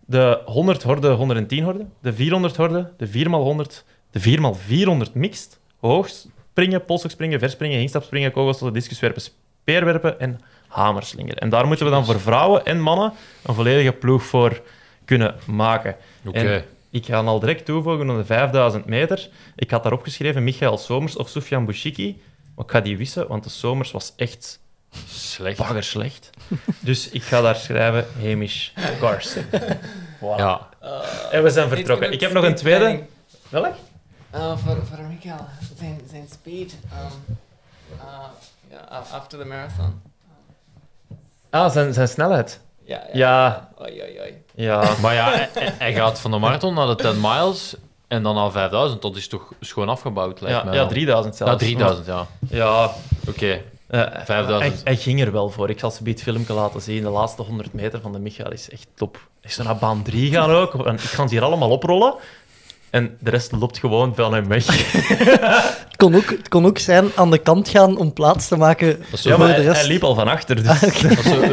G: De 100 horde, 110 horde. De 400 horde, de 4x100, de 4x400 mixed. Hoogspringen, polshoekspringen, verspringen, hingstapspringen, kogelstoten, discuswerpen, speerwerpen en hamerslinger. En daar moeten we dan voor vrouwen en mannen een volledige ploeg voor kunnen maken.
H: Oké.
G: En Ik ga hem al direct toevoegen aan de 5000 meter. Ik had daar opgeschreven Michael Somers of Soufiane Bouchiki. Maar ik ga die wissen, want de Somers was echt
H: Slecht.
G: bagger slecht. Dus ik ga daar schrijven Hamish Carson. Voilà.
H: Ja.
G: En we zijn vertrokken. Ik heb nog een tweede. Welk?
D: Uh, voor, voor Michael, zijn, zijn speed. Um, uh, ja, a- after the marathon.
G: Ah, zijn, zijn snelheid.
D: Ja, ja.
G: Ja,
D: Oei, oei, oei.
G: ja.
H: Maar ja, hij- hij, hij gaat van de marathon naar de 10 miles en dan naar 5000. Dat is toch schoon afgebouwd, lijkt
G: Ja,
H: mij.
G: ja,
H: wel.
G: 3000 zelfs.
H: Ja, 3000, ja.
G: Ja,
H: Oké.
G: eh,
H: 5000.
G: Hij, hij ging er wel voor. Ik zal ze bij het filmpje laten zien. De laatste 100 meter van de Michael is echt top. Ik zou naar baan 3 gaan ook. En ik ga ze hier allemaal oprollen. En de rest loopt gewoon van hem weg.
F: Het kon, ook, het kon ook zijn aan de kant gaan om plaats te maken
H: Dat is zo,
G: Ja, maar
F: de
G: hij,
F: rest-
G: hij liep al van achter. Dus.
H: dat is zo-
F: U
H: Zo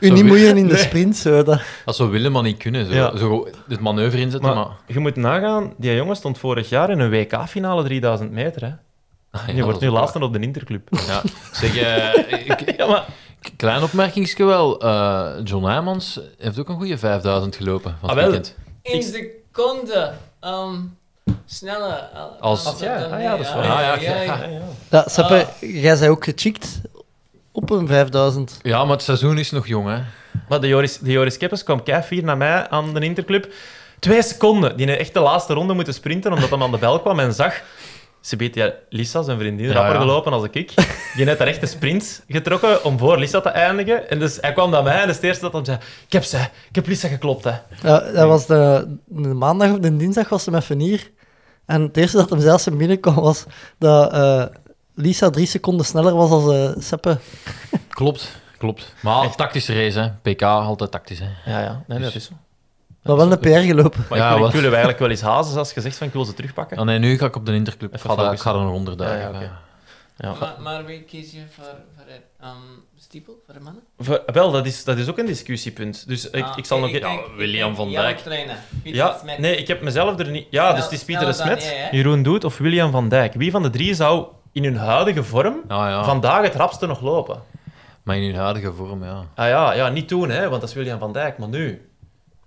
F: niet
H: weer-
F: moeien in de sprint. Zo, dat,
H: dat zou Willem maar niet kunnen. Zo,
G: Ja.
H: zo het manoeuvre inzetten,
G: Maar,
H: maar...
G: je moet nagaan, die jongen stond vorig jaar in een WK-finale 3000 meter. Hè.
H: Ja,
G: Die
H: dat
G: wordt
H: is
G: nu
H: ook
G: laatste op de Interclub.
H: waar. Ja. Zeg, eh, ik-
G: Ja, maar
H: k- klein opmerkingsje wel. eh, John Heijmans heeft ook een goede 5000 gelopen van het
G: Ah, wel.
H: weekend.
D: Eén seconde. Um, sneller. eh,
H: Als-
D: dan-
H: Als
G: jij.
D: dan-
G: Ah, ja, dat is waar.
H: Ah, ja,
D: ja, ja.
H: ja.
F: ja, Seppe, jij zei ook gechickt op een 5000.
H: Ja, maar het seizoen is nog jong, hè.
G: Maar de Joris, de Joris Keppers kwam keifier naar mij aan de Interclub. Twee seconden. Die heeft echt de laatste ronde moeten sprinten, omdat hem aan de bel kwam en zag... Ze beet ja, Lisa, zijn vriendin,
H: Ja,
G: rapper
H: ja.
G: gelopen als ik. Die heeft daar echt een sprint getrokken om voor Lisa te eindigen. En dus hij kwam naar mij en dat is het eerste dat hij zei... Ik heb ze, ik heb Lisa geklopt, hè.
F: Ja, dat was de, de maandag of de dinsdag was ze met Venier. En het eerste dat hem zelfs in binnenkwam was dat eh, Lisa drie seconden sneller was dan eh, Seppe.
H: Klopt, klopt. Maar
G: Echt.
H: tactische race, hè. PK, altijd tactisch, hè.
G: Ja, ja. Nee, dat is zo.
F: Maar wel een PR gelopen.
G: Dus- Maar
H: Ja,
G: ik, wil, ik
H: wat-
G: wil hem eigenlijk wel eens hazen, als je zegt van ik wil ze terugpakken.
H: Ah, nee, nu ga ik op de Interclub. Ik
G: Even
H: ga, daar- ik
G: focussen.
H: ga er nog onder duiken.
G: Ja, ja, oké. Ja.
D: Maar, maar wie kies je voor, voor het um, stiepel, voor de mannen?
G: Ver- Wel, dat is, dat is ook een discussiepunt. Dus ik,
D: Ah,
G: ik zal
D: oké,
G: nog...
D: denk-
H: Ja, William
D: denk
H: van
D: Jan
H: Dijk.
D: Trainer, Pieter
G: Ja,
D: Smet.
G: nee, ik heb mezelf er niet... Ja,
D: Snel-
G: dus het is Pieter de
D: sneller dan
G: Smet,
D: jij, hè?
G: Jeroen Doet of William van Dijk. Wie van de drie zou in hun huidige vorm
H: Ja, ja.
G: vandaag het rapste nog lopen?
H: Maar in hun huidige vorm, ja.
G: Ah ja, ja, niet toen, hè, want dat is William van Dijk, maar nu.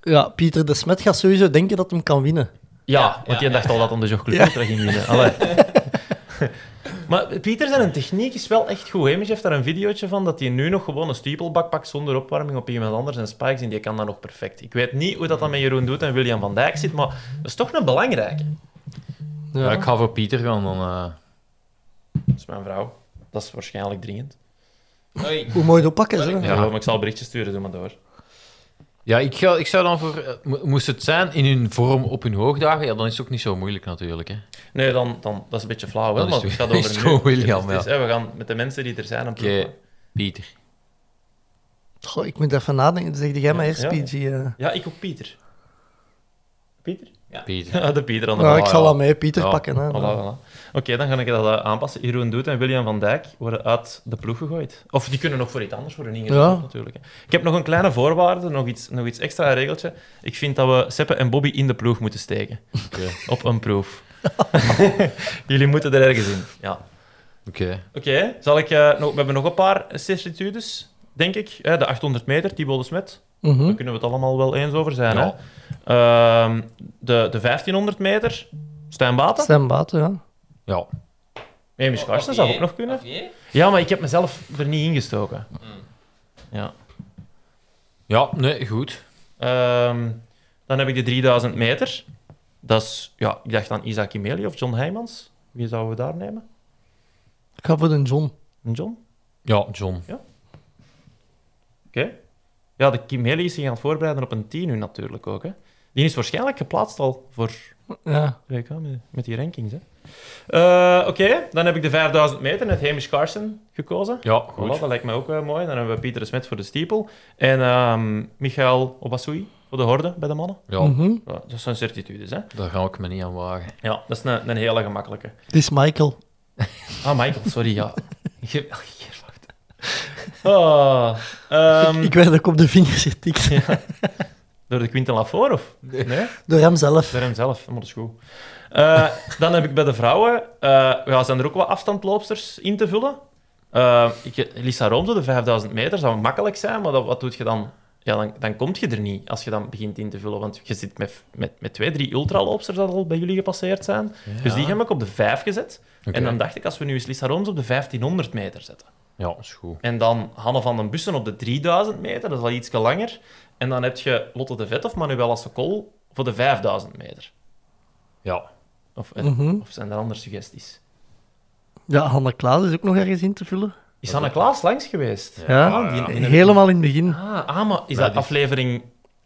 F: Ja, Pieter de Smet gaat sowieso denken dat hem kan winnen.
G: Ja,
D: Ja,
G: want
D: ja,
G: die
D: ja,
G: dacht al dat om de jogclub Ultra ging winnen. Allee. maar Pieter zijn techniek is wel echt goed. Hemisch heeft daar een videootje van dat hij nu nog gewoon een stiepelbak pakt zonder opwarming op iemand anders en spikes en die kan dat nog perfect. Ik weet niet hoe dat dan met Jeroen Doet en William van Dijk zit, maar dat is toch een belangrijke.
H: Ja, ik ga voor Pieter gaan, dan... eh,
G: Dat is mijn vrouw. Dat is waarschijnlijk dringend.
D: Oei.
F: Hoe mooi dat pakken ze. hè?
G: Ja, maar ik zal berichtjes sturen, doe maar door.
H: Ja, ik, ga, ik zou dan voor... eh, mo- Moest het zijn in hun vorm op hun hoogdagen, ja, dan is het ook niet zo moeilijk natuurlijk, hè.
G: Nee, dan, dan, dat is een beetje flauw, wel,
H: Dan is
G: maar
H: het-
G: het gaat
H: is
G: over
H: het
G: nu.
H: gewoon William,
G: Het is- het is- hè, We gaan met de mensen die er zijn een
H: Oké,
G: proef maken.
H: Pieter.
F: Goh, ik moet even nadenken. Zeg jij maar eerst,
G: Ja, ja.
F: PG. eh.
G: Ja, ik ook Pieter. Pieter?
H: Pieter.
G: Ja, de Pieter aan de
F: Nou,
G: bal.
F: ik
H: ja.
F: zal wel mee Pieter
H: Ja,
F: pakken. Hè.
G: Voilà, voilà. Oké, dan ga ik dat eh, aanpassen. Jeroen Doet en William van Dijk worden uit de ploeg gegooid. Of die kunnen nog voor iets anders worden ingezet,
F: Ja.
G: natuurlijk. hè. Ik heb nog een kleine voorwaarde, nog iets, nog iets extra een regeltje. Ik vind dat we Seppe en Bobby in de ploeg moeten steken.
H: Oké.
G: Op een proef. Jullie moeten er ergens in. Ja.
H: Oké.
G: Oké, zal ik... eh, nog, we hebben nog een paar certitudes, denk ik. Eh, de 800 meter, Thibaut de Smet.
F: Mhm.
G: Daar kunnen we het allemaal wel eens over zijn.
H: Ja.
G: Hè? Ehm, de, de 1500 meter, Stijn Baten.
F: Stijn Baten, ja.
H: Ja.
G: Emis Karsten
D: Of
G: zou
D: jij,
G: ook nog kunnen. Hm.
D: of jij?
G: Oh, Ja, maar ik heb mezelf er niet ingestoken.
H: Ja, nee, goed.
G: Ehm, dan heb ik de 3000 meter. Dat is, ja, ik dacht aan Isaac Imeli of John Heijmans. Wie zouden we daar nemen?
F: Ik ga voor de John.
G: Een John?
H: Ja, John.
G: Oké. Ja, de Kimeli is zich aan het voorbereiden op een 10 uur natuurlijk ook. Hè. Die is waarschijnlijk geplaatst al voor
F: Ja.
G: WK met, met die rankings. Hè. Eh, Oké, dan heb ik de 5000 meter met Hamish Carson gekozen.
H: Ja,
G: Voilà,
H: goed.
G: dat lijkt mij ook wel mooi. Dan hebben we Pieter de Smet voor de stiepel. En ehm Michael Obasui voor de horde bij de mannen.
H: Ja,
F: Mhm.
G: Ja, dat zijn certitudes, hè?
H: daar ga ik me niet aan wagen.
G: Ja, dat is een, een hele gemakkelijke.
F: Het is Michael.
G: Ah, Michael, sorry, ja. Je, ah, hier, wacht. Ah, ehm,
F: Ik werd ook op de vingers getikt.
G: Door de Quinten Lafoor, of? Nee?
F: Door hem zelf.
G: Door hemzelf, maar dat is goed. Eh, dan heb ik bij de vrouwen... eh ja, zijn er ook wat afstandloopsters in te vullen? Eh, ik, Lisa Roomse, de 5000 meter, zou makkelijk zijn, maar dat, wat doet je dan? ja, dan, dan kom je er niet als je dan begint in te vullen. Want je zit met, met, met twee, drie ultralopsters dat al bij jullie gepasseerd zijn. Dus die heb ik op de vijf gezet.
H: Oké.
G: En dan dacht ik, als we nu eens Lisa Roms op de 1500 meter zetten.
H: Ja, is goed.
G: En dan Hanne van den Bussen op de 3000 meter, dat is al iets langer. En dan heb je Lotte de Vet of Manuela Sokol voor de 5000 meter.
H: Ja.
G: Of, eh,
F: Mhm.
G: of zijn er andere suggesties?
F: Ja, Hanna Klaas is ook nog ergens in te vullen.
G: Is Hanne Klaas langs geweest?
F: Ja,
G: Ah, die- die-
F: helemaal in het begin.
G: Ah, ah, maar is
H: Maar
G: dat
H: die-
G: aflevering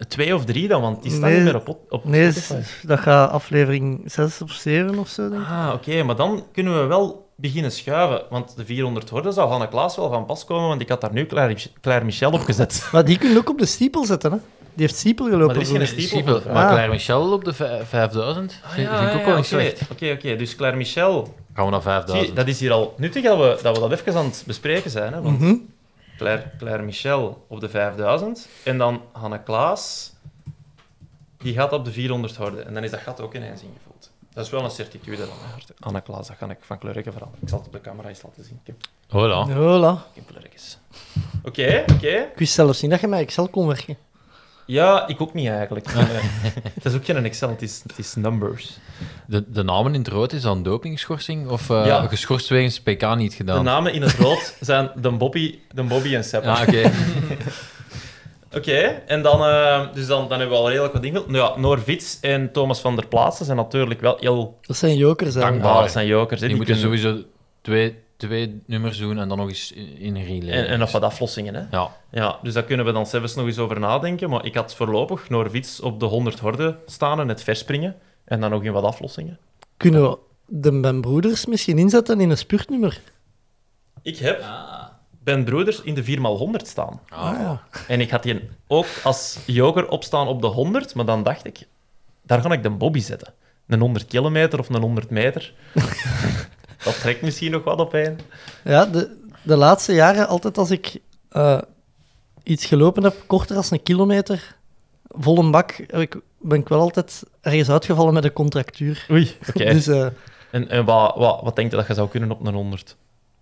G: 2 of 3 dan? Want die staat
F: Nee.
G: niet meer op, op- op
F: Nee,
G: Spotify.
F: s- dat gaat aflevering 6 of 7 of zo, denk ik.
G: Ah, oké, maar dan kunnen we wel beginnen schuiven. Want de 400 horden zou Hanne Klaas wel van pas komen, want ik had daar nu Claire, Claire Michel op gezet.
F: Maar die kun je ook op de stiepel zetten, hè. Die heeft stiepel gelopen.
G: Maar er is geen
F: vroeger.
G: stiepel.
H: Stiepel. Maar
F: Ah.
H: Claire Michel op de vij- 5000. vind vind ik ook wel niet
G: Ah, oké.
H: slecht.
G: Oké, oké, dus Claire Michel.
H: Gaan we naar
G: Zie,
H: 5000.
G: dat is hier al nuttig dat we, dat we dat even aan het bespreken zijn. Hè? Want
F: Mhm.
G: Claire, Claire Michel op de 5000 en dan Hanne Klaas, die gaat op de 400 horden. En dan is dat gat ook ineens ingevuld. Dat is wel een certitude dan. hè. Hanne Klaas, dat ga ik van kleurken veranderen. Ik zal het op de camera eens laten zien. Ik heb
H: Voilà.
F: Oh, Voilà.
G: geen kleurkens. Oké, oké.
F: Ik wist zelfs niet dat je met Excel kon werken.
G: Ja, ik ook niet eigenlijk. Nee. het is ook geen Excel, het is, het is numbers.
H: De, de namen in het rood is dan dopingschorsing of eh,
G: Ja.
H: geschorst wegens PK niet
G: De
H: gedaan?
G: namen in het rood zijn de Bobby, de Bobby en Seppa.
H: Ja, Ah, oké.
G: Oké, en dan, eh, dus dan, dan hebben we al redelijk wat ingevuld. Nou ja, Noor Vits en Thomas van der Plaatsen zijn natuurlijk wel heel
F: Dat zijn jokers, hè.
H: Dank-
G: dankbaar. Dat zijn jokers. hè.
H: Die
G: Die
H: moeten
G: kunnen-
H: sowieso twee, twee nummers doen en dan nog eens in, in relay.
G: En, en nog wat aflossingen. Hè?
H: Ja,
G: Ja, dus daar kunnen we dan zelfs nog eens over nadenken. Maar ik had voorlopig Noorvits op de 100 horden staan en het verspringen. En dan nog in wat aflossingen.
F: Kunnen we de Ben Broeders misschien inzetten in een spurtnummer?
G: Ik heb
D: Ah.
G: Ben Broeders in de 4x100 staan.
F: Ah, ja.
G: En ik had die ook als joker opstaan op de 100. Maar dan dacht ik, daar ga ik de Bobby zetten. Een 100 kilometer of een 100 meter. dat trekt misschien nog wat op een.
F: Ja, de, de laatste jaren, altijd als ik eh, iets gelopen heb, korter dan een kilometer, vol een bak, heb ik, ben ik wel altijd ergens uitgevallen met een contractuur.
G: Oei, oké.
F: Dus eh,
G: En, en wat, wat, wat denk je dat je zou kunnen op een 100?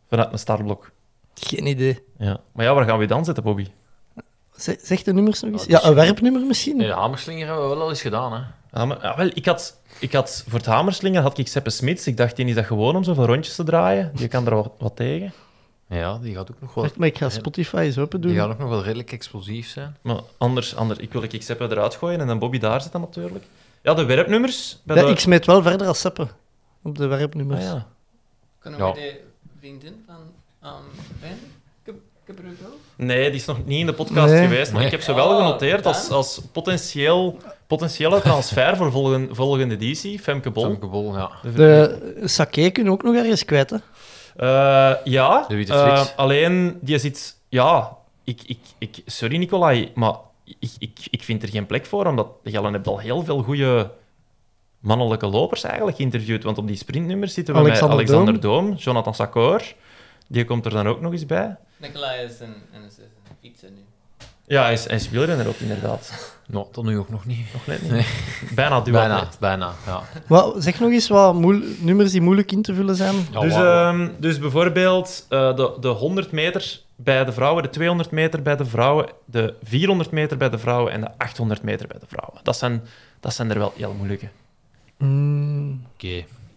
G: Vanuit een startblok.
F: geen idee.
G: Ja. Maar ja, waar gaan we dan zitten, Bobby?
F: Zeg, zeg de nummers nog
G: Ah,
F: eens.
H: Oh, dat
F: Ja,
H: is-
F: een werpnummer misschien?
H: Nee, de hamerslinger hebben we wel al eens gedaan, hè.
G: Hamer, ja, Ah, wel, ik had, ik had voor het Hamerslinger had ik Seppe Smits. Ik dacht, die is dat gewoon om zoveel rondjes te draaien. Je kan er wat, wat tegen.
H: Ja, die gaat ook nog wel,
F: Wacht, maar ik ga Spotify eens open doen.
H: die gaat ook nog wel redelijk explosief zijn.
G: Maar anders, anders ik wil ik Seppe eruit gooien en dan Bobby daar zitten natuurlijk. Ja, de werpnummers. Bij
F: Ja,
G: de...
F: ik smeet wel verder als Seppen op de werpnummers.
G: Ah, ja.
D: Kunnen
H: Ja.
D: we de vriendin van um, Ben Ke- Kebrugel?
G: Nee, die is nog niet in de podcast
F: Nee.
G: geweest. Maar
H: Nee.
G: ik heb ze wel
D: Ah,
G: genoteerd als,
D: dan.
G: als potentieel, potentiële transfer voor volgen, volgende editie. Femke Bol.
H: Tomke Bol, ja.
F: De Saké kunnen we ook nog ergens kwijt, hè?
G: Eh, ja,
H: De witte
G: Eh,
H: flits.
G: alleen die zit. Ja, ik, ik, ik, sorry Nicolai, maar ik, ik, ik vind er geen plek voor. Omdat Jellen hebt al heel veel goede mannelijke lopers eigenlijk geïnterviewd. Want op die sprintnummers zitten we
F: Alexander
G: met Alexander Doom, Jonathan Sakor. Die komt er dan ook nog eens bij.
D: Nicolai is een, en is, is een fietser nu.
G: Ja, hij is, hij is wielrenner ook inderdaad.
H: Nou, tot nu ook nog niet.
G: Nog net niet. Bijna duo.
H: Bijna, bijna, ja.
F: Wat, zeg nog eens wat moeil- nummers die moeilijk in te vullen zijn.
H: Ja,
G: dus,
F: eh,
H: wauw.
G: ehm, dus bijvoorbeeld eh, de, de 100 meter bij de vrouwen, de 200 meter bij de vrouwen, de 400 meter bij de vrouwen en de 800 meter bij de vrouwen. Dat zijn, dat zijn er wel heel moeilijke.
F: Mm,
H: Oké.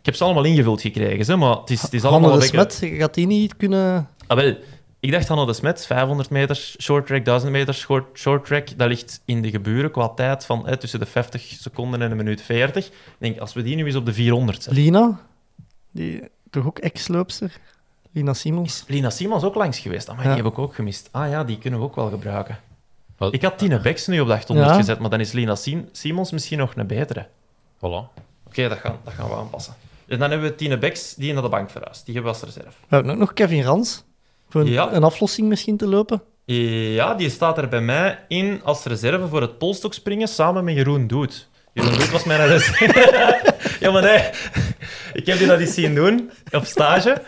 G: Ik heb ze allemaal ingevuld gekregen, hè, maar het is, het is allemaal
F: Hanne de
G: een beetje-
F: Smet, gaat die niet kunnen...
G: Ah, wel, ik dacht Hanne de Smet, 500 meter, short track, 1000 meter, short, short track. Dat ligt in de geburen qua tijd van hè, tussen de 50 seconden en een minuut 40. Ik denk, als we die nu eens op de 400 zetten.
F: Lina, die toch ook ex-loopster? Lina Simons.
G: Is Lina Simons ook langs geweest? Amai,
F: Ja.
G: Die heb ik ook gemist. Ah ja, die kunnen we ook wel gebruiken.
H: Wel-
G: Ik had Tine Beks nu op de 800
F: Ja.
G: gezet, maar dan is Lina Sim- Simons misschien nog een betere. Oké,
H: Voilà.
G: dat, gaan, dat gaan we aanpassen. En dan hebben we Tine Beks, die naar de bank verhuist. Die hebben we als reserve.
F: We hebben ook nog Kevin Rans. Voor een,
G: Ja.
F: een aflossing misschien te lopen.
G: Ja, die staat er bij mij in als reserve voor het polstokspringen samen met Jeroen Doet. Jeroen Doet was mijn reserve. ja, maar nee. Ik heb die dat eens zien doen, op stage,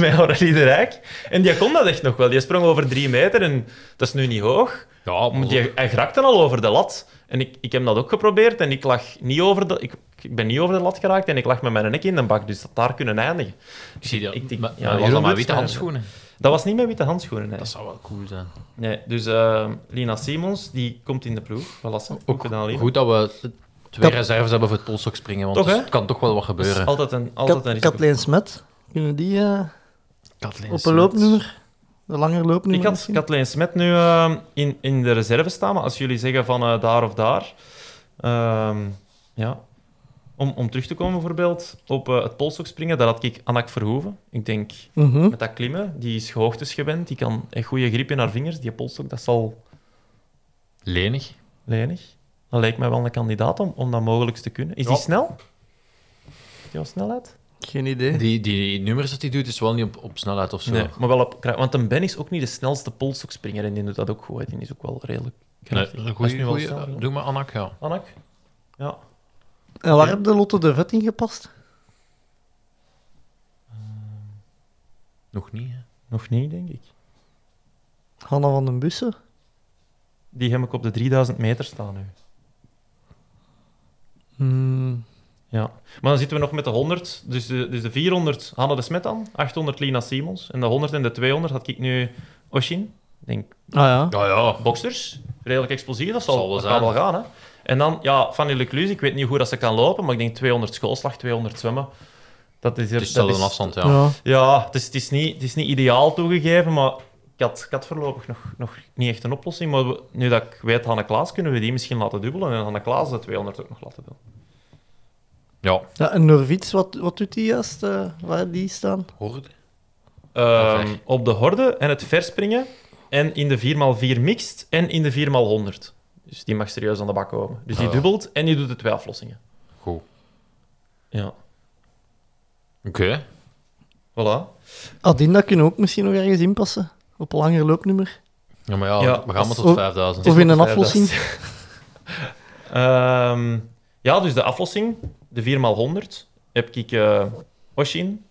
G: met Aurélie de Rijk. En die kon dat echt nog wel. Die sprong over drie meter en dat is nu niet hoog.
H: Ja,
G: Maar die, hij geraakte al over de lat. En ik, ik heb dat ook geprobeerd en ik, lag niet over de, ik, ik ben niet over de lat geraakt en ik lag met mijn nek in de bak. Dus dat daar kunnen eindigen.
H: ik zie dat.
G: ik
H: Ik
G: denk-
H: denk, maar,
G: ja,
H: maar was
G: Jeroen
H: dat maar
G: doet
H: witte
G: het maar.
H: handschoenen?
G: Dat was niet met witte handschoenen. hè.
H: Dat zou wel cool zijn.
G: Nee, dus eh, Lina Simons, die komt in de ploeg. Voilà, Sam. Goed gedaan, Lina.
H: Goed dat we twee reserves hebben voor het polstok springen, want
G: Toch, hè?
H: het kan toch wel wat
G: Dat is
H: gebeuren.
G: altijd een, altijd een
F: Kat,
G: risico.
F: Kathleen Smet, kunnen die eh,
H: Kathleen
F: op een
H: Smit.
F: loopnummer? De langer loopnummer
G: Ik had
F: misschien?
G: Kathleen Smet nu eh, in, in de reserve staan, maar als jullie zeggen van eh, daar of daar, ehm, ja. Om, om terug te komen bijvoorbeeld op eh, het polsokspringen, daar had ik Anak Verhoeven. Ik denk
F: Mhm.
G: met dat klimmen, die is hoogtes gewend, die kan een goede grip in haar vingers. Die polstok, dat is al
H: Lenig.
G: lenig. Dat lijkt mij wel een kandidaat om, om dat mogelijk te kunnen. Is die snel? Heeft die al snelheid?
F: Geen idee.
H: Die, die nummers dat hij doet, is wel niet op, op snelheid of zo.
G: Nee, maar wel op kracht. Want een Ben is ook niet de snelste polsokspringer en die doet dat ook goed. hè. Die is ook wel redelijk
H: Nee,
G: krachtig.
H: een
G: Hij is
H: goeie,
G: nu wel
H: goeie- eh,
G: snel, hè.
H: doe maar Anak, ja.
G: Anak? Ja.
F: En waar heb de Lotte de Vet in gepast?
H: Nog niet, hè.
G: Nog niet, denk ik.
F: Hanna van den Bussen?
G: Die heb ik op de 3000 meter staan nu.
F: Hmm,
G: Ja. Maar dan zitten we nog met de 100. Dus de, dus de 400 Hanne de Smet aan, 800 Lina Simons. En de 100 en de 200 had ik nu Oshin. Ik denk,
F: Ah ja.
H: Ja, ja.
G: boksters. Redelijk explosief, dat
H: Zal
G: zal
H: wel
G: dat kan wel
H: zijn.
G: gaan. Hè? En dan, ja, Fanny Lecluse, ik weet niet hoe dat ze kan lopen, maar ik denk 200 schoolslag, 200 zwemmen. Dat is, er,
H: Het is wel
G: dat
H: een afstand, ja.
F: ja.
G: Ja, het is, het, is niet, het is niet ideaal toegegeven, maar ik had, ik had voorlopig nog, nog niet echt een oplossing. Maar we- nu dat ik weet, Hanne Klaas, kunnen we die misschien laten dubbelen. En Hanne Klaas de 200 ook nog laten doen.
H: Ja,
F: Ja, en Norvits, wat, wat doet die juist? eh, waar heb die staan?
H: hoorde.
G: Ehm,
H: Perfect.
G: op de horde en het verspringen. En in de 4x4 mixed en in de 4x100. Dus die mag serieus aan de bak komen. Dus die
H: Ah, ja.
G: dubbelt en die doet de twee aflossingen.
H: Goed.
G: Ja,
H: Oké.
G: voilà.
F: Adinda kunnen we ook misschien nog ergens inpassen. Op een langer loopnummer.
H: Ja, maar ja,
G: Ja,
H: we gaan maar
F: of-
H: tot 5000.
F: Of in een
G: nog
F: aflossing.
G: Ehm, ja, dus de aflossing, de 4x100, heb ik eh Oshin,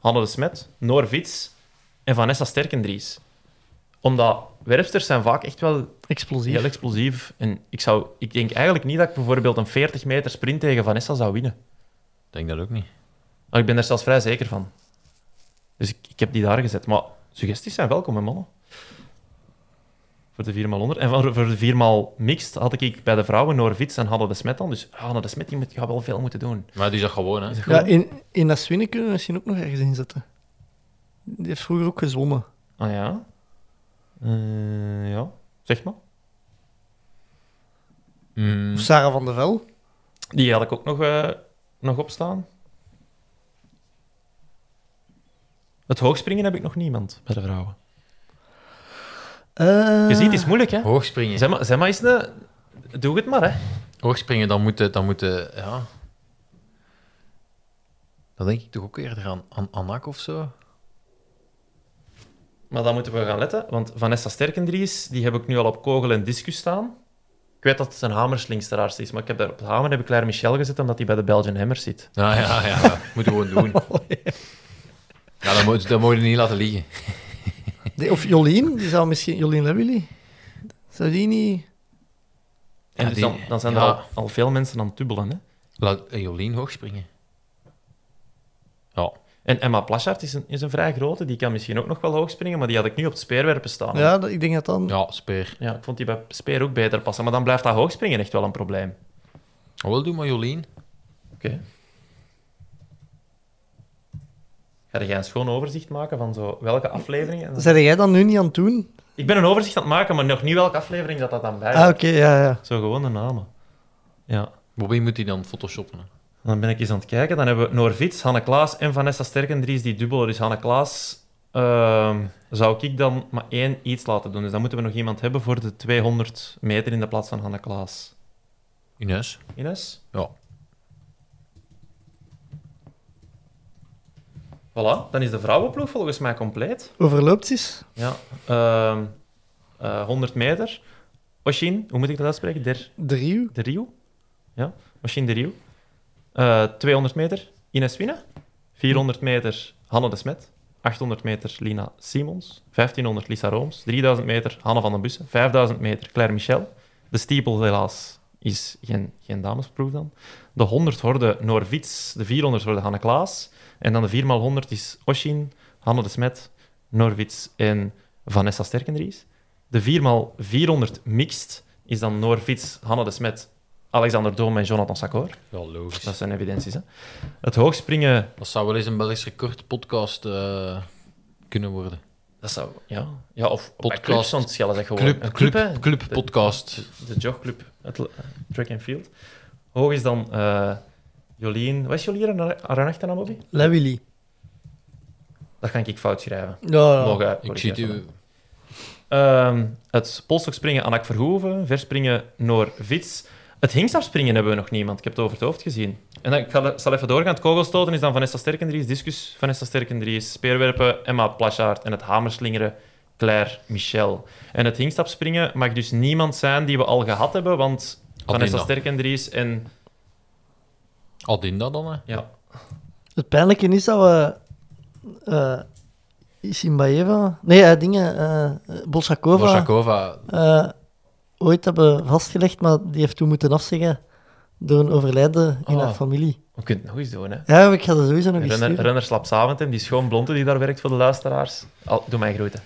G: Hanne de Smet, Noor Vits en Vanessa Sterkendries. Omdat werpsters zijn vaak echt wel
F: Explosief.
G: heel explosief. En ik, zou, ik denk eigenlijk niet dat ik bijvoorbeeld een 40 meter sprint tegen Vanessa zou winnen.
H: Ik denk dat ook niet.
G: Maar Ah, ik ben daar zelfs vrij zeker van. Dus ik, ik heb die daar gezet. Maar suggesties zijn welkom, hè, mannen. Voor de 4x100. En voor, voor de 4x mixed had ik bij de vrouwen Noorvits en Hanne de Smet dan. Dus Hanne de Smet die moet, gaat wel veel moeten doen.
H: Maar die is dat gewoon, hè.
F: Ja, in, in dat Swinne kunnen we misschien ook nog ergens inzetten. Die heeft vroeger ook gezwommen.
G: Ah ja. Eh, ja, zeg maar.
H: Mm,
F: Of Sarah van der Vel.
G: Die had ik ook nog, eh nog opstaan. Het hoogspringen heb ik nog niemand bij de vrouwen.
F: Eh,
G: Je ziet, het is moeilijk, hè?
H: hoogspringen.
G: Zeg maar, zeg maar eens een... Doe het maar, hè.
H: Hoogspringen, dan moeten... Dan moeten ja. Dan denk ik toch ook eerder aan, aan Anak of zo.
G: Maar dan moeten we gaan letten, want Vanessa Sterkendries, die heb ik nu al op kogel en discus staan. Ik weet dat het een hamerslingsteraarste is, maar ik heb daar op de hamer heb ik Claire Michel gezet, omdat hij bij de Belgian Hammers zit.
H: Ja, ja, ja. ja. Moet je gewoon doen. Ja, dat moet, dat moet je niet laten liggen.
F: die- of Jolien, die zou misschien... Jolien Lewilly. Zou die niet...
G: En
H: Ja,
G: dus
H: die-
G: dan, dan zijn
H: ja.
G: er al, al veel mensen aan het dubbelen. Hè?
H: Laat eh, Jolien hoogspringen. Ja.
G: En Emma Plachard is een, is een vrij grote, die kan misschien ook nog wel hoog springen, maar die had ik nu op het speerwerpen staan.
F: Ja, dat- ik denk dat dan...
H: Ja, speer.
G: Oh. Ja, ik vond die bij speer ook beter passen, maar dan blijft dat hoogspringen echt wel een probleem.
H: Oh, wel, doe maar Jolien.
G: Oké. Ga jij een schoon overzicht maken van zo, welke afleveringen? En dan-
F: Zijn jij dat nu niet aan het doen?
G: Ik ben een overzicht aan het maken, maar nog niet welke aflevering dat dat dan bij
F: Ah, oké, ja, ja.
G: Zo gewoon de namen. Ja.
H: Bobby moet die dan photoshoppen. hè.
G: En Dan ben ik eens aan het kijken. Dan hebben we Noorvits, Hanne Klaas en Vanessa Sterkendries die dubbelen. Dus Hanne Klaas ehm, zou ik dan maar één iets laten doen. Dus dan moeten we nog iemand hebben voor de 200 meter in de plaats van Hanne Klaas.
H: Ines?
G: Ines?
H: Ja.
G: Voilà, dan is de vrouwenploeg volgens mij compleet.
F: Overloopt ze eens?
G: Ja. Ehm, eh, 100 meter. Oshin, hoe moet ik dat uitspreken? Der,
F: De Rio?
G: de Rio? Ja, Oshin de Rio. Eh, 200 meter, Ines Wina. 400 meter, Hanne de Smet. 800 meter, Lina Simons. 1500, Lisa Rooms. 3000 meter, Hanne van den Bussen. 5000 meter, Claire Michel. De stiepel, helaas, is geen, geen damesproef dan. De 100 horde, Noorvits. De 400 horde, Hanne Klaas. En dan de 4x100 is Oshin, Hanne de Smet, Norwitz en Vanessa Sterkendries. De 4x400 mixed is dan Norwitz, Hanna de Smet, Alexander Doom en Jonathan Sakor.
H: Ja, logisch.
G: Dat zijn evidenties. Hè? Het hoogspringen,
H: Dat zou wel eens een Belgisch record podcast eh, kunnen worden.
G: dat zou... Ja, ja of
H: Podcast.
G: podcast ontschellen, zeg gewoon.
H: Club,
G: Een
H: club, club,
G: hè? De-
H: podcast.
G: de jogclub, het eh, track and field. Hoog is dan eh, Jolien... Wat is Jolien haar, haar achternaam, Bobby?
F: La Willy.
G: Dat ga ik fout schrijven.
F: Ja,
G: Mogen
H: Ik zie het
G: corrigeren.
H: u.
G: Ehm, het polsstokspringen Anak Verhoeven, verspringen Noor Vits. Het hingstapspringen hebben we nog niemand. Ik heb het over het hoofd gezien. En dan, ik ga, zal even doorgaan. Het kogelstoten is dan Vanessa Sterkendries, discus Vanessa Sterkendries, speerwerpen Emma Plasjaard en het hamerslingeren Claire Michel. En het hingstapspringen mag dus niemand zijn die we al gehad hebben, want Vanessa
H: Adinda.
G: Sterkendries en...
H: Adinda dan, hè?
G: Ja,
F: Het pijnlijke is dat we... eh Isimbaeva... Nee, eh, dingen... eh Bolshakova...
H: Borsakova.
F: eh, ooit hebben vastgelegd, maar die heeft toen moeten afzeggen door een overlijden in
G: Oh.
F: haar familie.
G: we kunnen het nog eens doen, hè.
F: Ja, maar ik ga dat sowieso nog eens
G: Renner,
F: sturen.
G: Renner Slap Saventem, die schoonblonde die daar werkt voor de luisteraars. Al, doe mij groeten.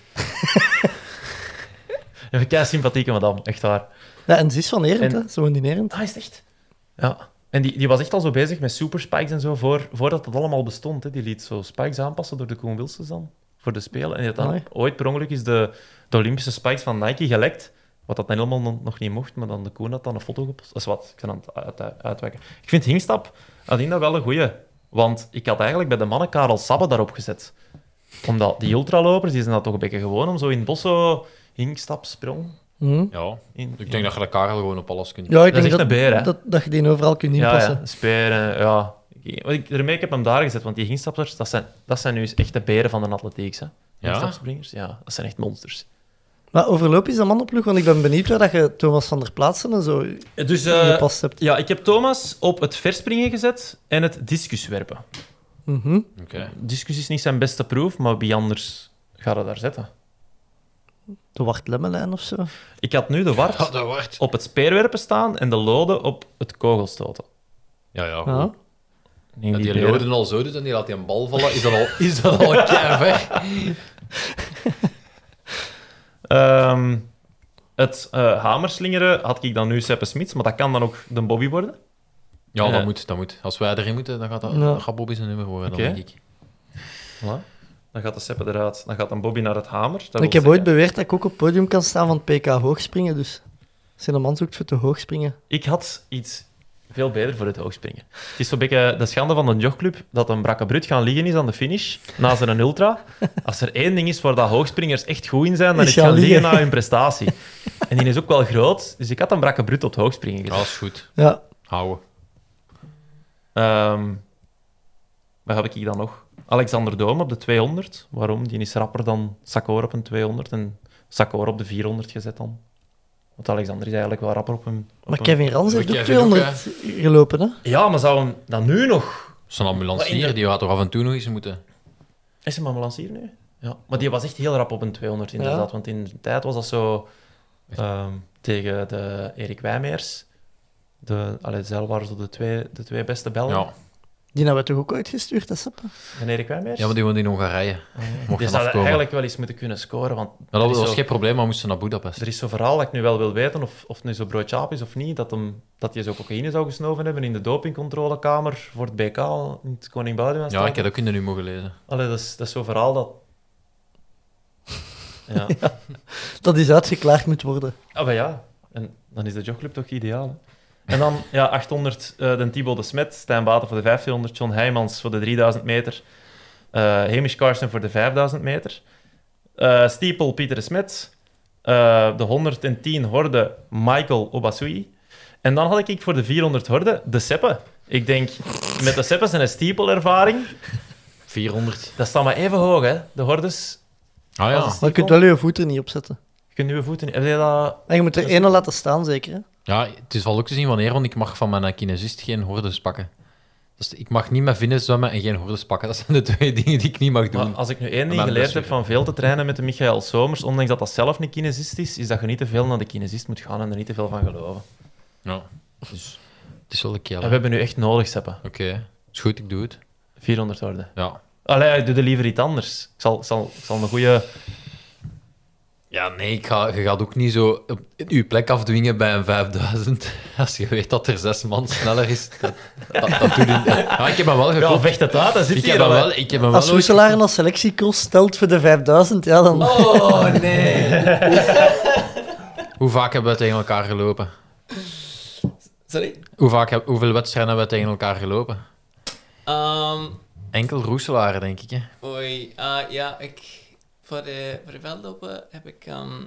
G: Even kei sympathieke madame, echt waar.
F: Ja, en ze is van Erend,
G: En-
F: hè. Ze woont in Erend.
G: Ah, is het echt? Ja. En die, die was echt al zo bezig met superspikes en zo, voor, voordat dat allemaal bestond. Hè. Die liet zo spikes aanpassen door de Koen Wilsons dan, voor de Spelen. En die had dan
F: Amai.
G: ooit per ongeluk is de, de Olympische spikes van Nike gelekt. Wat dat dan helemaal no- nog niet mocht, maar dan de Koen had dan een foto gepost. Dat is wat, ik ben aan het uit, uit- uitwijken. Ik vind Hingstap, Adinda, wel een goeie. Want ik had eigenlijk bij de mannen Karel Sabbe daarop gezet. Omdat die ultralopers, die zijn dat toch een beetje gewoon om zo in het bos zo... Hingstap, sprong.
F: Hm.
H: Ja.
G: In,
H: Ik denk dat je de karel gewoon op alles kunt.
F: Ja, ik
G: Dat is
F: denk
G: echt
F: dat,
G: een beer, hè.
F: dat, dat je die overal kunt inpassen.
G: Ja, ja. Speren, ja. Ik, wat ik, daarmee, ik heb hem daar gezet, want die gingstappers, dat zijn, dat zijn nu eens echt de beren van de atletiek. Hè?
H: Ja?
G: Gingstapspringers, ja, dat zijn echt monsters.
F: Maar overloop is dat mannenploeg, want ik ben benieuwd waar dat je Thomas van der Plaatsen en zo
G: Dus
F: ingepast hebt.
G: ja, ik heb Thomas op het verspringen gezet en het discuswerpen.
F: Mhm.
H: Oké.
G: Discus is niet zijn beste proef, maar wie anders gaat het daar zetten?
F: De Wart Lemmelijn of zo.
G: Oh, Ik had nu de wart
H: Ja, dat wordt.
G: op het speerwerpen staan en de lode op het kogelstoten.
H: Ja, ja. goed.
F: Ja.
G: Ik denk
H: Dat die
G: beren-
H: Loden al zo doet en die laat die een bal vallen, is dat al, is dat al ver.
G: Ehm, het eh, hamerslingeren had ik dan nu Seppe Smits, maar dat kan dan ook de Bobby worden.
H: Ja,
G: Ja.
H: dat moet, dat moet. Als wij erin moeten, dan gaat, dat,
F: Ja.
H: dan gaat Bobby zijn nummer worden,
G: Oké.
H: dan denk ik.
G: Voilà. Dan gaat de Seppe eruit. Dan gaat een Bobby naar het hamer.
F: Ik
G: Dat wil
F: heb ooit
G: zeggen-
F: beweerd dat ik ook op het podium kan staan van het PK hoogspringen, dus als je een man zoekt voor te hoogspringen.
G: Ik had iets veel beter voor het hoogspringen. Het is zo'n beetje de schande van de jogclub dat een brakke brut gaan liggen is aan de finish, na zijn ultra. Als er één ding is waar dat hoogspringers echt goed in zijn, dan
F: Is
G: is het
F: gaan
G: gaan liggen
F: liggen.
G: na hun prestatie. En die is ook wel groot, dus ik had een brakke brut op het hoogspringen
H: Ja,
G: gezet.
H: dat is goed.
F: Ja,
H: Houden.
G: Ehm wat heb ik hier dan nog? Alexander Doom op de 200. Waarom? Die is rapper dan Sakor op een 200 en Sakor op de 400 gezet dan. Want Alexander is eigenlijk wel rapper op een... op
F: maar
G: een-
F: Kevin Rans heeft
H: Maar
F: ook
H: Kevin ook,
F: 200 gelopen, hè?
G: Ja, maar zou hem dan nu nog...
H: Zo'n
G: Maar in
H: ambulancier,
G: de-
H: die gaat toch af en toe nog eens moeten...
G: Is hem ambulancier nu? Ja. Maar die was echt heel rap op een 200 inderdaad. Want in de tijd was dat zo ehm, tegen de Erik Wijmeers. De, allee, zij waren zo de twee, de twee beste Belgen.
H: Ja.
F: Die hebben we toch ook uitgestuurd, dat sappen?
G: En Erik Wijmeers?
H: ja, maar die woont in Hongarije. Mocht
G: die
H: dan
G: zou
H: afkomen.
G: eigenlijk wel eens moeten kunnen scoren, want...
H: Maar
G: er
H: dat
G: is
H: was
G: zo-
H: geen probleem, maar moesten naar Budapest.
G: Dus Er is zo'n verhaal dat ik nu wel wil weten of, of het nu zo'n broodje aap is of niet, dat hij dat die zo cocaïne zou gesnoven hebben in de dopingcontrolekamer voor het BK in het Koning Boudewijn.
H: Ja, ik heb dat ook in de nu mogen lezen.
G: Allee, dat is, dat is zo'n verhaal dat... Ja.
F: Dat is uitgeklaard moet worden.
G: Ah, maar ja. En dan is de jogclub toch ideaal, hè? En dan, ja, 800, eh den Thibaut de Smet, Stijn Baten voor de 1500, John Heijmans voor de 3000 meter, eh Hamish Carson voor de 5000 meter, eh Stiepel Pieter de Smet, eh, de 110 horde Michael Obasui. En dan had ik voor de 400 horde de Seppe. Ik denk, met de Seppe zijn een Stiepel-ervaring,
H: 400.
G: dat staat maar even hoog, hè, de hordes.
H: Ah
G: Als
H: ja.
G: het-
F: Maar je kunt wel je voet er niet op zetten.
G: Je kunt uw voeten... Heb je dat...
F: En je moet er ene laten staan, zeker, hè?
H: Ja, het is wel ook te zien wanneer, want ik mag van mijn kinesist geen hordes pakken. Dus ik mag niet met vinnen zwemmen en geen hordes pakken. Dat zijn de twee dingen die ik niet mag doen.
G: Maar als ik nu één ding
H: Maar
G: geleerd
H: best
G: heb
H: wel.
G: van veel te trainen met de Michael Somers, ondanks dat dat zelf een kinesist is, is dat je niet te veel naar de kinesist moet gaan en er niet te veel van geloven.
H: Ja. Dus het is wel een keer.
G: En we hebben nu echt nodig, Seppe.
H: Oké, is goed, ik doe het.
G: 400 orde.
H: Ja.
G: Allee, doe er liever iets anders. Ik zal, zal, zal een goede.
H: Ja, nee, ik ga, je gaat ook niet zo op uw plek afdwingen bij een 5000. Als je weet dat er zes man sneller is. Dat, dat, dat doe je niet. Ah, ik heb hem wel gekocht.
G: Ja, vecht het uit, dan zit
H: ik,
G: hij
H: heb
G: er
H: hem
G: wel.
H: wel, ik heb hem
F: Als
H: wel ooit-
F: Roeselaar als selectiekoers stelt voor de 5000, ja, dan...
D: Oh, nee.
H: Hoe vaak hebben we tegen elkaar gelopen?
D: Sorry?
H: Hoe vaak heb, hoeveel wedstrijden hebben we tegen elkaar gelopen?
D: Ehm,
H: Enkel Roeselaar, denk ik. Hè?
D: oei. Ah, ja, ik... Voor de, voor de veldlopen heb ik ehm,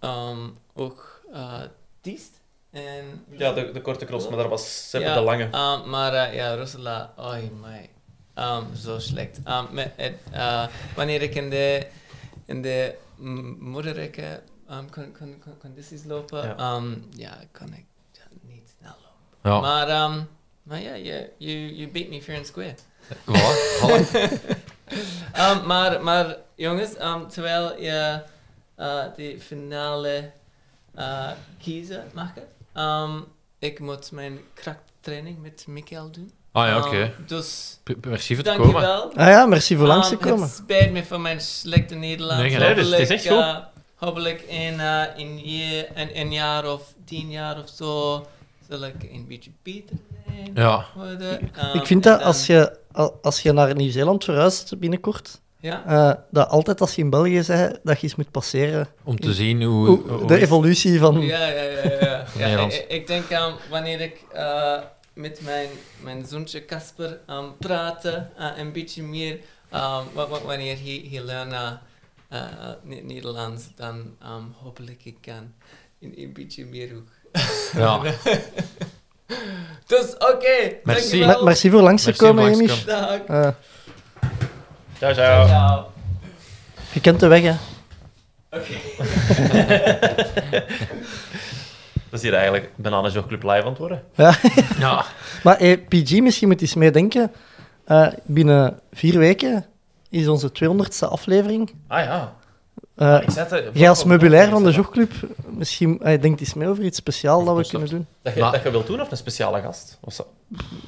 D: ehm, ook eh Diest. En...
G: Ja, de, de korte cross, maar daar was Sepp
D: Ja,
G: de lange.
D: ehm, maar eh, ja, Rosela, oei, mij. zo slecht. Ehm, met, het, eh, wanneer ik in de, in de m- moederrijke ehm, con- con- con- condities lopen,
G: Ja.
D: ja. ja, kan ik ja, niet snel lopen.
H: Ja,
D: Maar, ehm, maar ja, je, je, je beat me fair and square.
H: voilà, voilà.
D: Ehm, maar, maar jongens, ehm, terwijl je eh de finale eh, kiezen mag, ehm, ik moet mijn krachttraining met Mikkel doen.
H: Ah ja,
D: Ehm,
H: oké.
D: dus
H: P- Merci voor het komen.
D: dankjewel.
F: Ah ja, merci voor langs
D: Ehm,
F: te komen.
D: Het spijt me voor mijn slechte Nederlands.
H: Nee,
G: nee, dat is- het is
D: Hopelijk,
G: echt goed.
D: eh, hopelijk in, eh, in je- een, een jaar of tien jaar of zo zal ik een beetje beter zijn.
H: Ja,
D: worden. Ehm,
F: Ik vind
D: en
F: dat
D: dan-
F: als je, al- als je naar Nieuw-Zeeland verhuist binnenkort,
D: Ja,
F: eh, dat altijd als je in België bent, dat je eens moet passeren.
H: om te zien hoe...
F: Hoe-
H: hoe-
F: de evolutie van...
D: Ja, ja, ja. ja, ja. ja ik,
H: Nederlands.
D: ik- ik denk aan wanneer ik eh, met mijn, mijn zoontje Casper aan praatte, eh, een beetje meer ehm, wa- wa- wanneer hij, hij leert eh, eh, Ne- Nederlands, dan ehm, hopelijk ik kan een, een beetje meer ook.
H: Ja.
D: Dus oké, dankjewel.
F: Me- Ah. merci voor langs te
H: Merci om
F: komen,
H: langs te
F: Hamish.
D: Dag.
F: Eh,
G: Ciao, ciao.
D: Ciao.
F: je kent de weg, hè.
G: Dat is hier eigenlijk Banana Joe Club live aan het worden.
H: ja.
F: Maar eh, PG, misschien moet je eens meedenken. Eh, binnen vier weken is onze 200ste aflevering.
G: Ah ja.
F: Eh,
G: Ah, Ik Oh, zet er-
F: jij als meubilair van de Jogclub, misschien eh, denkt eens mee over iets speciaals dat we kunnen doen.
G: Dat je,
H: Maar-
G: dat je wilt doen of een speciale gast? Of zo?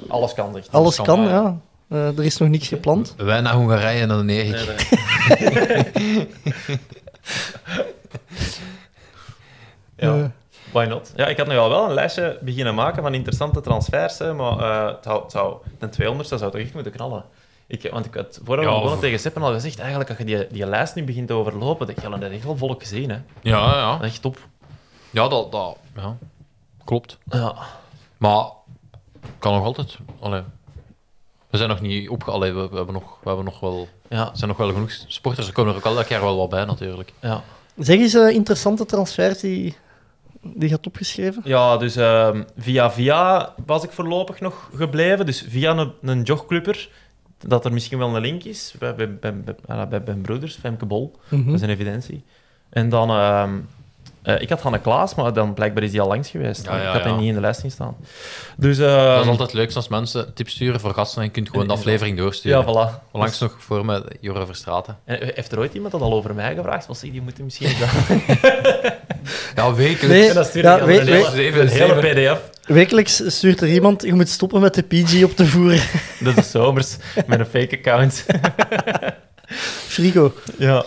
G: Alles kan, zegt hij.
F: Alles
H: kan,
F: kan,
H: ja.
F: ja. Eh, er is nog niks gepland.
H: Wij naar Hongarije en dan Erik.
G: Nee, dat- ja,
F: Eh,
G: why not? Ja, ik had nu al wel een lijstje beginnen maken van interessante transfers, hè, maar eh, het zou, het zou, ten 200 zou toch echt moeten knallen. Ik, want ik had voordat we
H: Ja,
G: begonnen
H: of-
G: tegen Seppen al gezegd, eigenlijk als je die, die lijst nu begint te overlopen, dat je dat echt wel volk gezien, hè.
H: Ja, ja.
G: Echt top.
H: Ja, dat, dat ja. klopt.
G: Ja.
H: Maar kan nog altijd. Allee. We zijn nog niet opge... Allee, we, we hebben nog, we hebben nog wel...
G: Ja,
H: Er zijn nog wel genoeg sporters. Er komen er ook elk jaar wel wat bij, natuurlijk.
G: ja.
F: Zeg eens eh, interessante transfers die, die je had opgeschreven.
G: ja dus ehm, via via was ik voorlopig nog gebleven. Dus via een, een jogclubber, dat er misschien wel een link is. Bij, bij, bij, bij, ah, bij- bij Broeders, Femke Bol.
F: Mhm.
G: Dat is een evidentie. En dan... ehm, eh, ik had Hanne Klaas, maar dan blijkbaar is die al langs geweest.
H: Ja, ja,
G: ik had die
H: ja.
G: niet in de lijst zien staan. Dus... ehm,
H: dat is altijd leuk als mensen tips sturen voor gasten en je kunt gewoon de aflevering
G: Ja,
H: doorsturen.
G: voilà.
H: Langs nog voor me Jorre Verstraten.
G: En eh, heeft er ooit iemand dat al over mij gevraagd? Want zie, die moeten misschien... Ja,
H: Ja, wekelijks.
F: Nee,
G: dat stuur
F: ja,
G: ik aan
F: weet-
G: een
F: weet-
G: hele-
H: Zeven,
G: een hele
H: zeven.
G: pdf.
F: Wekelijks stuurt er iemand, je moet stoppen met de PG op te voeren.
G: Dat is zomers met een fake account.
F: Frigo.
G: ja.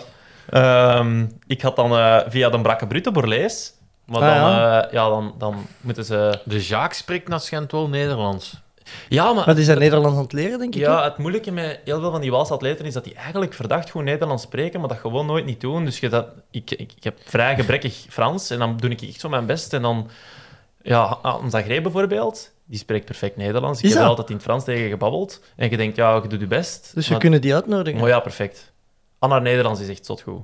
G: Ehm, ik had dan eh, via de Brakke Brute Borlees. Maar
F: Ah,
G: dan,
F: ja.
G: ja. ja, dan, dan moeten ze.
H: De Jacques spreekt naar schijnt wel Nederlands.
G: Ja,
F: Maar
G: maar.
F: die zijn Nederlands aan het leren, denk ik. hè?
G: Ja, het moeilijke met heel veel van die Waalse atleten is dat die eigenlijk verdacht goed Nederlands spreken, maar dat gewoon nooit niet doen. Dus je dat, ik, ik, ik heb vrij gebrekkig Frans en dan doe ik echt zo mijn best. En dan, ja, Hans Agré bijvoorbeeld, die spreekt perfect Nederlands. Ik
F: Is
G: heb
F: dat?
G: er altijd in het Frans tegen gebabbeld. En je denkt, ja, je doet je best.
F: Dus we
G: maar,
F: kunnen die uitnodigen.
G: maar ja, perfect. Anna Nederlands is echt zot goed.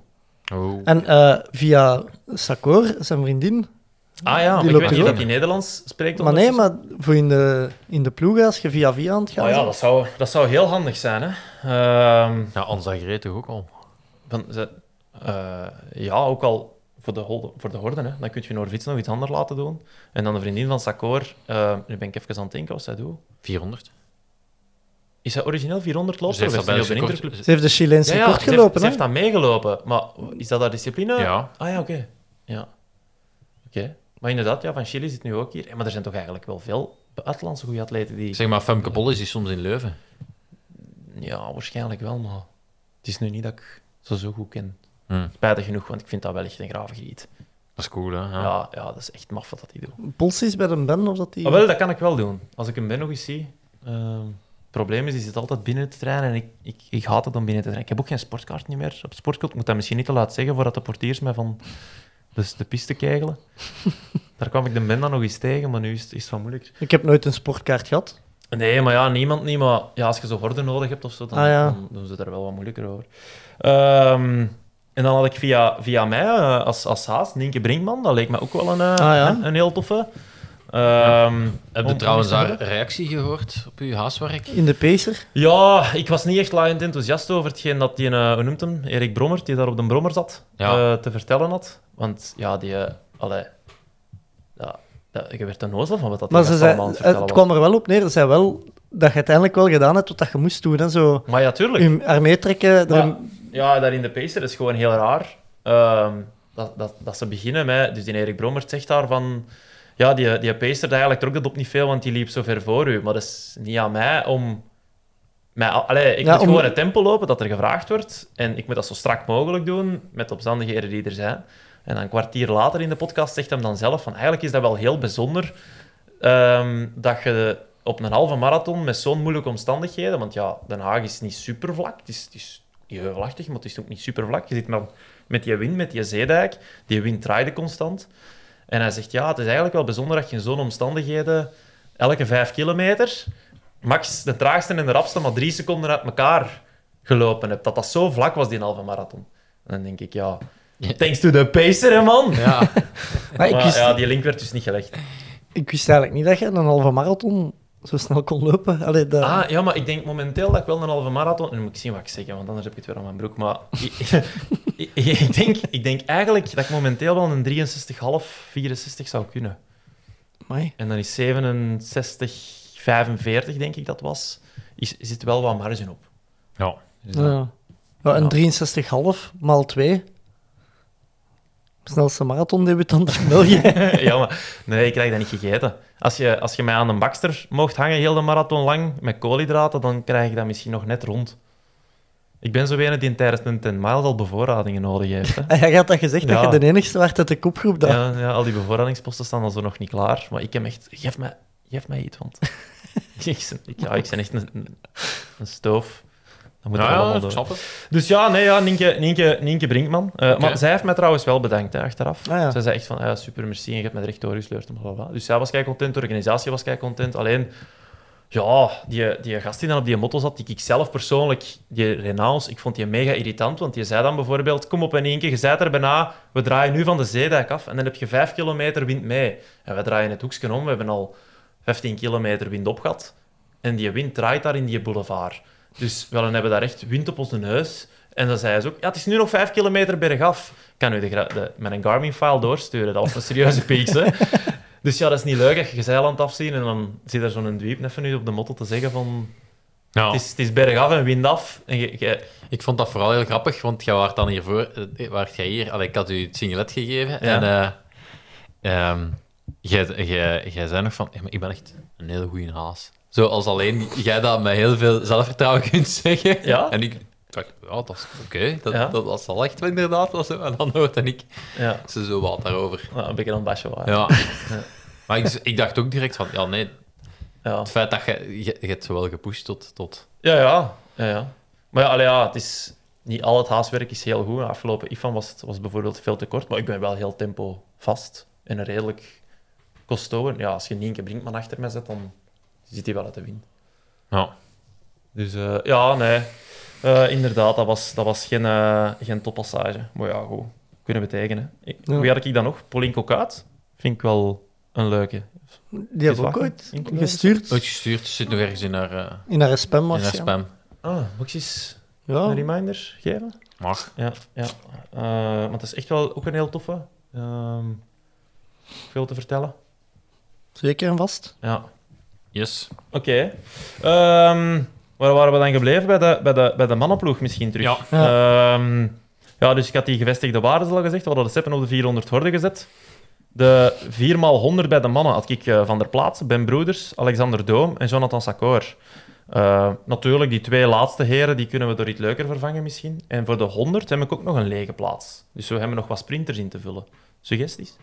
H: Oh.
F: En eh, via Sakor, zijn vriendin.
G: Ah ja, maar
F: Die
G: ik
F: loopt
G: weet niet
F: er
G: dat
F: ook.
G: hij Nederlands spreekt.
F: Maar nee,
G: ondertussen.
F: maar voor in de, in de ploeg, als je via via aan het gaan
G: Maar ja,
F: bent.
G: dat zou, dat zou heel handig zijn, hè. Ehm,
H: Ja, Anza Greet toch ook al.
G: van, ze, eh, ja, ook al voor de, holde, voor de horden, hè. Dan kun je Norvits nog iets anders laten doen. En dan de vriendin van Sakor, eh, nu ben ik even aan het denken wat zij doet.
H: 400.
G: Is zij origineel 400
H: Dus heeft
G: loopster?
H: dat
G: Of
H: bij
G: bij
H: de
G: de
H: record-
G: interclub?
F: Ze heeft de Chileense
G: ja,
F: record
G: ze heeft,
F: gelopen.
G: ze
F: hè?
G: heeft dat meegelopen. Maar is dat haar discipline?
H: Ja.
G: Ah ja, oké. Ja. Oké. Maar inderdaad, ja, van Chili zit nu ook hier. Eh, Maar er zijn toch eigenlijk wel veel buitenlandse goede atleten die...
H: Zeg maar, Femke Bol is die soms in Leuven.
G: Ja, waarschijnlijk wel, maar het is nu niet dat ik ze zo goed ken.
H: Hmm.
G: Spijtig genoeg, want ik vind dat wel echt een grave griet.
H: Dat is cool, hè? Ja.
G: Ja, ja, dat is echt maf wat dat die doet.
F: Polsies bij een ben of dat die...
G: Ah, wel, dat kan ik wel doen. Als ik hem ben nog eens zie. ehm, het probleem is, die zit altijd binnen te trainen en ik, ik, ik haat het om binnen te trainen. Ik heb ook geen sportkaart niet meer op sportcult. Ik moet dat misschien niet te laat zeggen voordat de portiers mij van de, de piste kegelen. Daar kwam ik de men dan nog eens tegen, maar nu is, het- is het wat moeilijker.
F: Ik heb nooit een sportkaart gehad.
G: Nee, maar ja, niemand niet. Maar ja, als je zo horden nodig hebt of zo, dan,
F: Ah, ja.
G: dan doen ze er wel wat moeilijker over. Ehm, en dan had ik via, via mij eh, als, als haas Nienke Brinkman. Dat leek me ook wel een, eh,
F: Ah, ja.
G: een, een heel toffe. Ehm
H: Heb je
G: om-
H: trouwens
G: om-
H: haar reactie gehoord op uw haaswerk?
F: In de Pacer.
G: Ja, ik was niet echt laaiend enthousiast over hetgeen dat die, eh hoe noemt hem, Erik Brommer, die daar op de Brommer zat,
H: Ja.
G: eh, te vertellen had. Want ja, die, eh, allee, ja, dat, je werd een nozel van wat dat die
F: Maar ze
G: gast
F: zei,
G: allemaal aan het
F: het
G: vertellen was.
F: kwam er wel op neer. Ze zei wel dat je uiteindelijk wel gedaan hebt wat dat je moest doen. En zo
G: Maar ja, tuurlijk.
F: je armee trekken.
G: Maar-
F: er-
G: ja, daar in de Pacer is gewoon heel raar. Ehm, dat, dat, dat ze beginnen met... Dus die Erik Brommert zegt daar van... Ja, die, die Pacer, daar eigenlijk trok het op niet veel, want die liep zo ver voor u. Maar dat is niet aan mij om... Mij, allee, ik
F: Ja,
G: moet
F: om-
G: gewoon het tempo lopen dat er gevraagd wordt. En ik moet dat zo strak mogelijk doen, met de omstandigheden die er zijn. En dan een kwartier later in de podcast zegt hem dan zelf van... Eigenlijk is dat wel heel bijzonder ehm, dat je op een halve marathon met zo'n moeilijke omstandigheden... Want ja, Den Haag is niet super vlak. Het is, het is heuvelachtig, maar het is ook niet super vlak. Je zit met, met die wind, met die zeedijk. Die wind draaide constant. En hij zegt, ja, het is eigenlijk wel bijzonder dat je in zo'n omstandigheden... Elke vijf kilometer, max de traagste en de rapste, maar drie seconden uit elkaar gelopen hebt. Dat dat zo vlak was, die halve marathon. En dan denk ik, ja... Thanks to the pacer, hè, man!
H: Ja.
F: maar ik
G: Maar
F: wist,
G: ja, die link werd dus niet gelegd.
F: ik wist eigenlijk niet dat je een halve marathon zo snel kon lopen. Allee, dat...
G: Ah, ja, maar ik denk momenteel dat ik wel een halve marathon... Nu moet ik zien wat ik zeg, hè, want anders heb ik het weer aan mijn broek. Maar ik, ik- ik denk, ik denk eigenlijk dat ik momenteel wel een 63,5, 64 zou kunnen.
F: Amai.
G: En dan is 67, 45, denk ik dat was. Is, zit wel wat marge op.
H: ja.
F: Ja. Ja,
G: Ja.
F: en 63,5 maal 2. Snelste marathondebutant in België.
G: ja, maar nee, ik krijg dat niet gegeten. Als je, als je mij aan een bakster mocht hangen heel de marathon lang met koolhydraten, dan krijg ik dat misschien nog net rond. Ik ben zo ene die tijdens een 10 miles al bevoorradingen nodig heeft. Hè.
F: Hij had dat gezegd, dat
G: Ja.
F: je de enigste werd uit de kopgroep. Dat...
G: Ja, ja, al die bevoorradingsposten staan al zo nog niet klaar. Maar ik heb echt... Geef mij, geef mij iets, want... ik, ben, ik- ja, ik ben echt een, een- een stoof. Dat moet
H: Ja,
G: er
H: ja,
G: allemaal
H: ik
G: door.
H: snap het.
G: Dus ja, nee, ja, Nienke, Nienke, Nienke Brinkman. Eh,
H: Oké.
G: Maar zij heeft mij trouwens wel bedankt hè, achteraf.
F: Ah, ja.
G: Zij zei echt van, ah, ja, super, merci, en je hebt mij er echt doorgesleurd. en bla, bla, bla. Dus zij was kei content, de organisatie was kei content. Alleen, ja, die, die gast die dan op die motto zat, die ik zelf persoonlijk, die Renaals, ik vond die mega irritant. Want die zei dan bijvoorbeeld, kom op in één keer, je zijt er bijna, we draaien nu van de zeedijk af. En dan heb je vijf kilometer wind mee. En we draaien het hoekje om, we hebben al 15 kilometer wind op gehad. En die wind draait daar in die boulevard. Dus we hebben daar echt wind op onze neus. En dan zei ze ook, ja, het is nu nog vijf kilometer bergaf. Ik kan u de, gra- de, met een Garmin-file doorsturen. Dat was een serieuze pieks, hè. Dus ja, dat is niet leuk dat je zeil aan het afzien en dan zit er zo'n dweep even nu op de motto te zeggen van
H: Ja.
G: het, is, het is bergaf en wind af. En je, je-
H: Ik vond dat vooral heel grappig, want jij waart dan hiervoor, eh, waart jij hier, allee, ik had u het signalet gegeven en eh, ehm, jij jij- jij zei nog van, "Ja, maar ik ben echt een hele goede haas. Zoals alleen jij dat met heel veel zelfvertrouwen kunt zeggen.
G: Ja.
H: En ik dacht, ja, dat is oké, dat,
G: Ja.
H: dat was al echt wel inderdaad. Dat zo. En dan hoorde ik
G: ja,
H: ze zo wat daarover.
G: nou, een beetje aan het basje waren.
H: Ja. Maar ik, ik dacht ook direct van, ja nee,
G: Ja.
H: het feit dat je, je, je hebt ze wel gepusht tot... tot
G: Ja, ja. ja, ja. Maar ja, allee, ja, het is, niet al het haaswerk is heel goed. Afgelopen IFAN was, het- was bijvoorbeeld veel te kort, maar ik ben wel heel tempo vast en een redelijk kostoen. Ja, als je Nienke Brinkman achter mij zet, dan zit hij wel uit de wind.
H: ja.
G: Dus eh, ja, nee. Eh, inderdaad, dat was, dat was geen, eh, geen toppassage. Maar ja, goed. Kunnen betekenen. Ik,
F: Ja.
G: Wie had ik dan nog? Pauline Kaat. Vind ik wel een leuke.
F: Die hebben we ook ooit
G: wacht. Enkele-
F: gestuurd.
H: Uitgestuurd, zit nog ergens in haar, eh,
F: In haar spam
H: in haar
F: waarschijnlijk.
H: spam.
G: Ah, moet ik eens een
F: Ja.
G: reminder geven?
H: Mag.
G: Ja, ja. Eh, want dat is echt wel ook een heel toffe. Ehm, veel te vertellen.
F: Zeker en vast.
G: Ja.
H: Yes.
G: Oké. Ehm, waar waren we dan gebleven? Bij de, bij de, bij de mannenploeg misschien terug.
H: Ja.
G: Ehm, ja, dus ik had die gevestigde waardes al gezegd. We hadden de Seppen op de 400 horden gezet. De 4x100 bij de mannen had ik eh, Van der Plaats, Ben Broeders, Alexander Doom en Jonathan Sakkoor. Eh, natuurlijk, die twee laatste heren die kunnen we door iets leuker vervangen misschien. En voor de 100 heb ik ook nog een lege plaats. Dus we hebben nog wat sprinters in te vullen. Suggesties?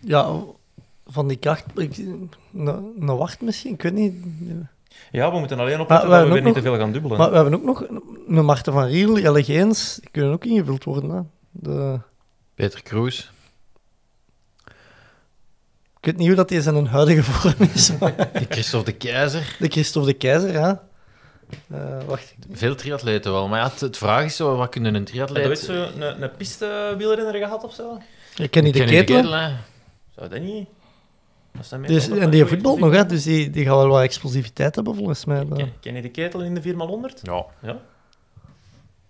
F: Ja, van die kracht... ik- Een een wacht misschien, ik weet niet.
G: Ja, we moeten alleen opletten
F: Ah, we
G: dat we
F: hebben
G: weer
F: ook
G: niet te veel gaan dubbelen.
F: Maar we hebben ook nog een- een Marten van Riel, Jelle Geens. Die kunnen ook ingevuld worden. Hè. De,
H: Peter Kroes.
F: ik weet niet hoe dat is in een huidige vorm is. maar
H: De Christophe de Keizer.
F: de Christophe de Keizer, hè. Eh, wacht.
H: Veel triatleten wel. Maar ja, het, het vraag is zo, wat kunnen een
G: Heb
H: triatleet...
G: je ooit zo een, een piste wielrenner gehad of zo?
F: Ik ken niet de
H: Kenny de
F: ketel.
H: Ketel, hè.
G: Zou dat niet? Dat zijn
F: Dus,
G: meestal-
F: en die
G: Oei,
F: voetbalt nog, hè, dus die, die gaat wel wat explosiviteit hebben volgens mij. dan.
G: Ken, ken je de ketel in de 4x100?
H: Ja.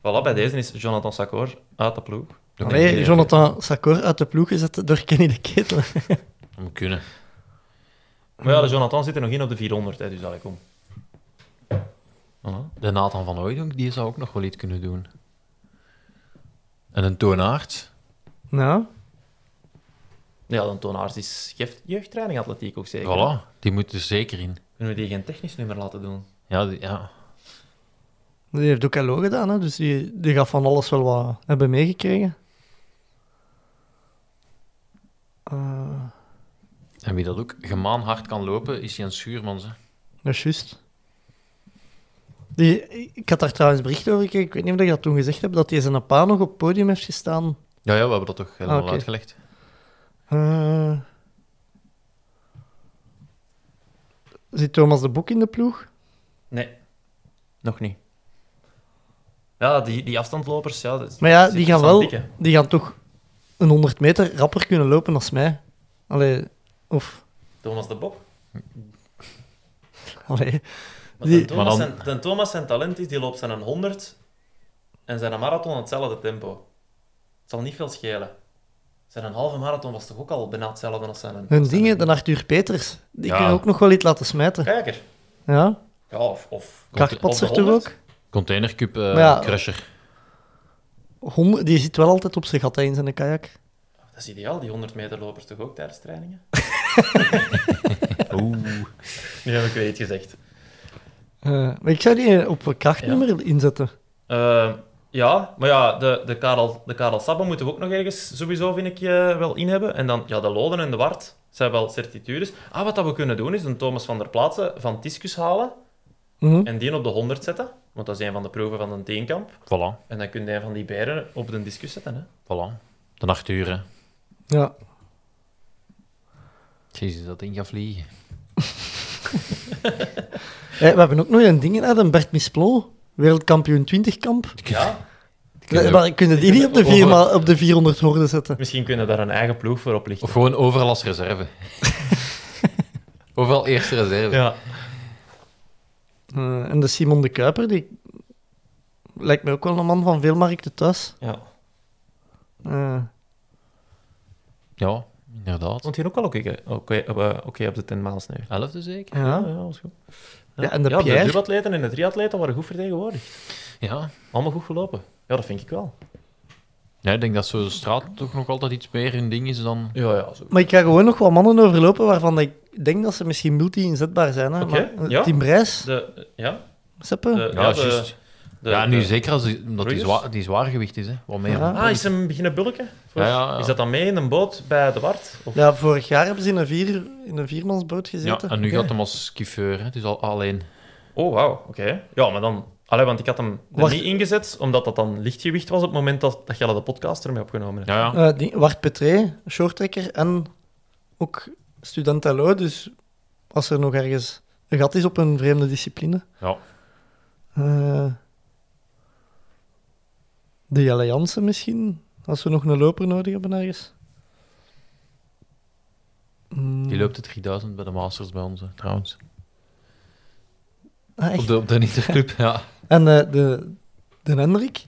G: Voilà, bij deze is Jonathan Sakor uit de ploeg.
H: dat kan
F: Nee,
H: niet.
F: Jonathan Sakor uit de ploeg gezet door Kenny de Ketel.
H: Dat moet kunnen.
G: Maar ja, de Jonathan zit er nog in op de 400, hè, dus dat kom.
H: Voilà. De Nathan van Ooydonk, die zou ook nog wel iets kunnen doen. En een toonaard.
F: Nou,
G: Ja, dan Toonaars is geeft jeugdtraining atletiek ook zeker.
H: Voilà, die moet er zeker in.
G: Kunnen we die geen technisch nummer laten doen?
H: Ja, die- ja.
F: die heeft ook LO gedaan, hè, dus die, die gaat van alles wel wat hebben meegekregen. Eh,
H: En wie dat ook gemaan hard kan lopen, is Jens Schuurmans. Hè.
F: dat is juist. Die, ik had daar trouwens bericht over gekregen, ik weet niet of ik dat toen gezegd heb, dat hij zijn pa nog op het podium heeft gestaan.
H: Ja, ja, we hebben dat toch helemaal
F: Ah, oké.
H: uitgelegd.
F: Eh, zit Thomas de Boek in de ploeg?
G: Nee, nog niet. Ja, die, die afstandlopers, ja, dat is-
F: Maar ja,
G: zit
F: die gaan,
G: dus aan
F: wel,
G: dik, hè.
F: die gaan toch een 100 meter rapper kunnen lopen als mij. Allee, of...
G: Thomas de Bob.
F: Allee.
G: Maar,
F: Die-
G: ten Thomas,
H: Maar dan-
G: zijn, ten Thomas zijn talent is, die loopt zijn een 100 en zijn een marathon hetzelfde tempo. Het zal niet veel schelen. Zijn een halve marathon was toch ook al bijna hetzelfde als zijn een...
F: Hun
G: als zijn
F: dingen,
G: een-
F: dan Arthur Peters, die
H: Ja.
F: kunnen ook nog wel iets laten smijten.
G: Kijker.
F: Ja,
G: Ja, of... of
F: kartpatser
G: op de
F: toch
G: 100?
F: ook?
H: Containercube eh,
F: Maar ja.
H: crusher.
F: Hond- die zit wel altijd op zijn gat hè, in zijn kajak.
G: Dat is ideaal, die 100 meter lopers toch ook tijdens trainingen?
H: Oeh.
G: Nu heb ik weer iets gezegd.
F: Eh, maar ik zou die op een krachtnummer inzetten.
G: Eh, ja, maar ja, de, de, Karel, de Karel Sabbe moeten we ook nog ergens sowieso, vind ik, eh, wel in hebben. En dan, ja, de Loden en de Wart zijn wel certitudes. Ah, wat dat we kunnen doen is een Thomas van der Plaatsen van Tiscus halen
F: Mhm.
G: en die op de 100 zetten. Want dat is een van de proeven van een teenkamp.
H: Voilà,
G: En dan kun je een van die beren op de discus zetten. Hè.
H: voilà. De Arthur, hè.
F: Ja.
H: Jezus, dat ding gaat vliegen.
F: Eh, we hebben ook nog een ding, hè, een Bert Misplo, wereldkampioen 20-kamp.
G: Ja,
H: kunnen-
F: Maar kunnen die niet op de, vier, ma- op de 400 hoorden zetten?
G: misschien kunnen we daar een eigen ploeg voor oplichten.
H: Of gewoon overal als reserve. overal eerste reserve.
G: Ja.
F: Eh, en de Simon de Kuiper, die lijkt me ook wel een man van veel markten thuis.
G: ja.
F: Eh,
H: Ja, inderdaad.
G: Stond hier ook wel oké oké- eh, oké op de 10 maals nu.
H: Elfde zeker?
F: ja.
G: dat was goed.
F: Ja, en de
G: ja, de
F: Pierre?
G: duatleten en de triatleten waren goed vertegenwoordigd.
H: Ja.
G: Allemaal goed gelopen. Ja, dat vind ik wel.
H: Nee, ik denk dat zo'n straat toch nog altijd iets meer hun ding is dan...
G: Ja, ja, zo.
F: Maar ik ga gewoon nog wat mannen overlopen waarvan ik denk dat ze misschien multi-inzetbaar zijn. Hè?
G: Oké,
F: Maar, eh,
G: ja.
F: Team Brijs,
G: De, ja,
F: Seppe.
G: de,
H: Ja,
G: de-
H: juist.
G: de-
H: ja, nu
G: de-
H: zeker als die, omdat die,
G: Roeiers?
H: zwaar, die zwaargewicht is, hè. Wat meer.
F: Ja.
G: Ah, is hem beginnen bulken? Voor-
H: Ja, ja, ja.
G: Is dat dan mee in een boot bij de Wart? Of...
F: Ja, vorig jaar hebben ze in een, vier, in een viermansboot
H: Ja,
F: gezeten.
H: en nu
G: Oké.
H: gaat hem als chauffeur, hè. Het is al alleen.
G: Oh, wauw, oké. Ja, maar dan... Allee, want ik had hem er
F: Wacht.
G: niet ingezet, omdat dat dan lichtgewicht was op het moment dat, dat Jelle de podcast ermee opgenomen heeft.
H: Ja, ja.
F: Eh, die- Wart Petré, shorttrekker en ook student LO. Dus als er nog ergens een gat is op een vreemde discipline.
H: Ja.
F: Eh, de Jelle Jansen misschien, als we nog een loper nodig hebben ergens. Mm.
H: Die loopt de 3000 bij de Masters bij ons, hè, trouwens.
F: Ah, echt?
H: Op de, op de Interclub, ja.
F: En eh, de, de Hendrik,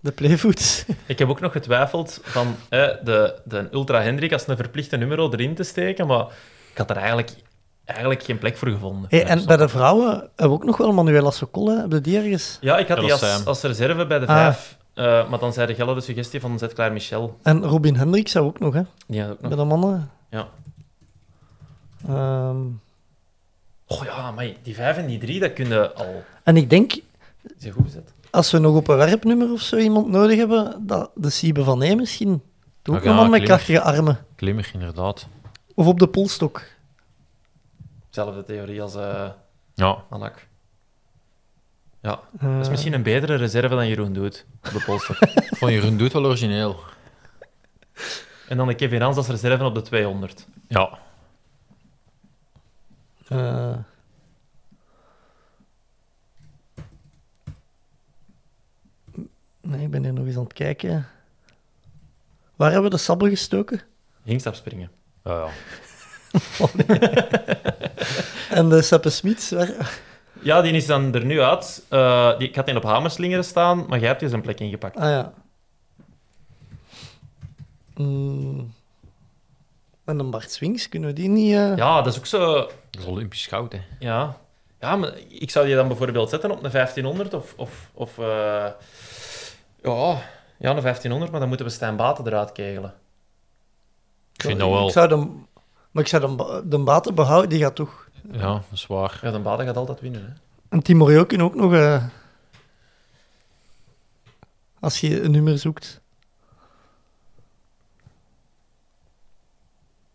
F: de Playfoots.
G: Ik heb ook nog getwijfeld van eh, de, de Ultra Hendrik als een verplichte nummer erin te steken, maar ik had er eigenlijk, eigenlijk geen plek voor gevonden.
F: Hey, en bij de vrouwen hebben we ook nog wel Manuela Sokol, hè? hebben die ergens.
G: Ja, ik had
H: Ja,
G: die
H: dat
G: als,
H: zijn.
G: als reserve bij de
F: Ah.
G: vijf. eh, maar dan zei de Gelle de suggestie van zet Claire Michel.
F: En Robin Hendricks hebben we ook nog, hè?
G: Die had ook nog.
F: Bij de mannen.
G: Ja.
F: Ehm,
G: Oh ja, maar die vijf en die drie, dat kunnen al...
F: En ik denk,
G: Zijn goed gezet.
F: als we nog op een werpnummer of zo iemand nodig hebben, dat de Siebe van E misschien. Doe ook
H: Ja,
F: een man met
H: Klimt.
F: krachtige armen.
H: Klimmig, inderdaad.
F: Of op de polstok.
G: Zelfde theorie als eh
H: Ja.
G: Anak. Ja,
F: Eh,
G: dat is misschien een betere reserve dan Jeroen doet op de polster.
H: Ik vond Jeroen Doet wel origineel.
G: en dan de Kevin Hans als reserve op de 200.
H: Ja.
F: eh, Nee, ik ben hier nog eens aan het kijken. Waar hebben we de sabbel gestoken?
G: Hingstap springen.
H: Ja, ja.
F: En de Seppe Smits? Waar...
G: Ja, die is dan er nu uit. Eh, die, ik had die op Hamerslingeren staan, maar jij hebt hier zijn plek ingepakt.
F: Ah ja. Mm. En dan Bart Swings, kunnen we die niet... eh,
G: Ja, dat is ook zo...
H: Dat is Olympisch goud, hè.
G: Ja, ja maar ik zou die dan bijvoorbeeld zetten op een 1500 of... of, of eh, ja, ja, een 1500, maar dan moeten we Stijn Baten eruit kegelen.
H: Ik vind dat wel...
F: Ik zou dan, maar ik zou dan ba- de baten behouden, die gaat toch.
H: Ja, dat is waar.
G: Ja, dan Baten gaat altijd winnen, hè.
F: En Timorio kunnen ook nog. eh, als je een nummer zoekt.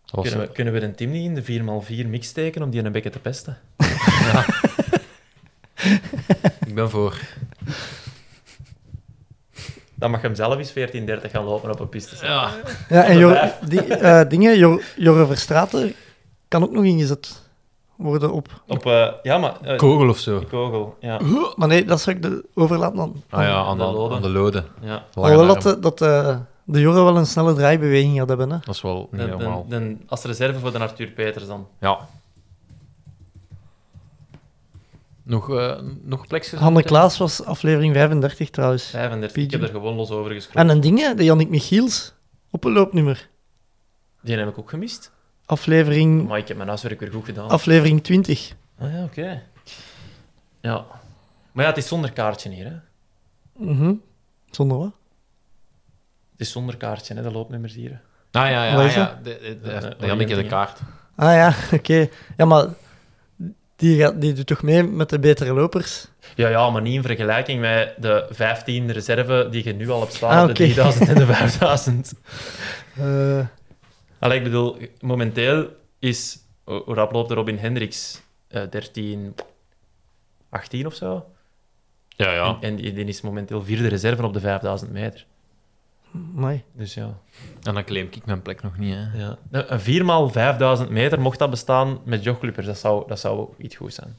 H: Dat was
G: Kunnen we, kunnen we een team niet in de 4x4 mix steken om die een beetje te pesten?
H: Ik ben voor.
G: Dan mag je hem zelf eens 14-30 gaan lopen op een piste. zetten.
H: Ja.
F: Ja, en Jor, die, eh, dingen, Jor, Jorre Verstraeten kan ook nog ingezet worden op.
G: Op, eh, ja, maar... eh,
H: Kogel of zo.
G: Kogel, ja.
F: Maar nee, dat zou ik de overlaten dan.
H: Ah ja, aan
G: Aan
H: de,
G: de loden.
H: aan de loden.
G: ja.
H: Lange
F: Alhoewel dat,
H: arm.
F: de- dat eh, de Jorre wel een snelle draaibeweging had hebben. Hè.
H: Dat is wel niet
G: Dan- dan-
H: helemaal...
G: dan als reserve voor de Arthur Peters dan.
H: Ja. Nog, eh nog plekjes?
F: Hanne Klaas was aflevering 35 trouwens.
G: 35. Ik heb
F: PG.
G: er gewoon los over geschrokken.
F: En een ding, de Jannik Michiels op een loopnummer.
G: Die heb ik ook gemist.
F: Aflevering,
H: Oh,
G: Maar ik heb mijn huiswerk weer goed gedaan.
F: aflevering 20.
G: Ah ja, oké. Ja. Maar ja, het is zonder kaartje hier, hè.
F: Mhm. Zonder wat?
G: Het is zonder kaartje, hè, de loopnummers hier.
H: Nou ja, ja,
F: Wat
H: ja.
F: is
H: ja. De, de, de,
G: Eh,
H: de Janneke de
G: oriëntering.
H: kaart.
F: Ah ja, oké. Ja, maar die, gaat, die doet toch mee met de betere lopers?
G: Ja, ja, maar niet in vergelijking met de 15 reserve die je nu al hebt staan.
F: Ah,
G: De
F: oké.
G: 3000 en de 5000.
F: Eh,
G: Allee, ik bedoel, momenteel is... Hoe hoe rap loopt de Robin Hendricks? Eh, 13... 18 of zo?
H: Ja, ja.
G: En, en die, die is momenteel vierde reserve op de 5000 meter.
F: amai.
G: Dus ja.
H: En dan claim ik mijn plek nog niet, hè.
G: ja. Nou, Een 4 x 5000 meter mocht dat bestaan met jogclubbers. Dat zou, dat zou ook iets goeds zijn.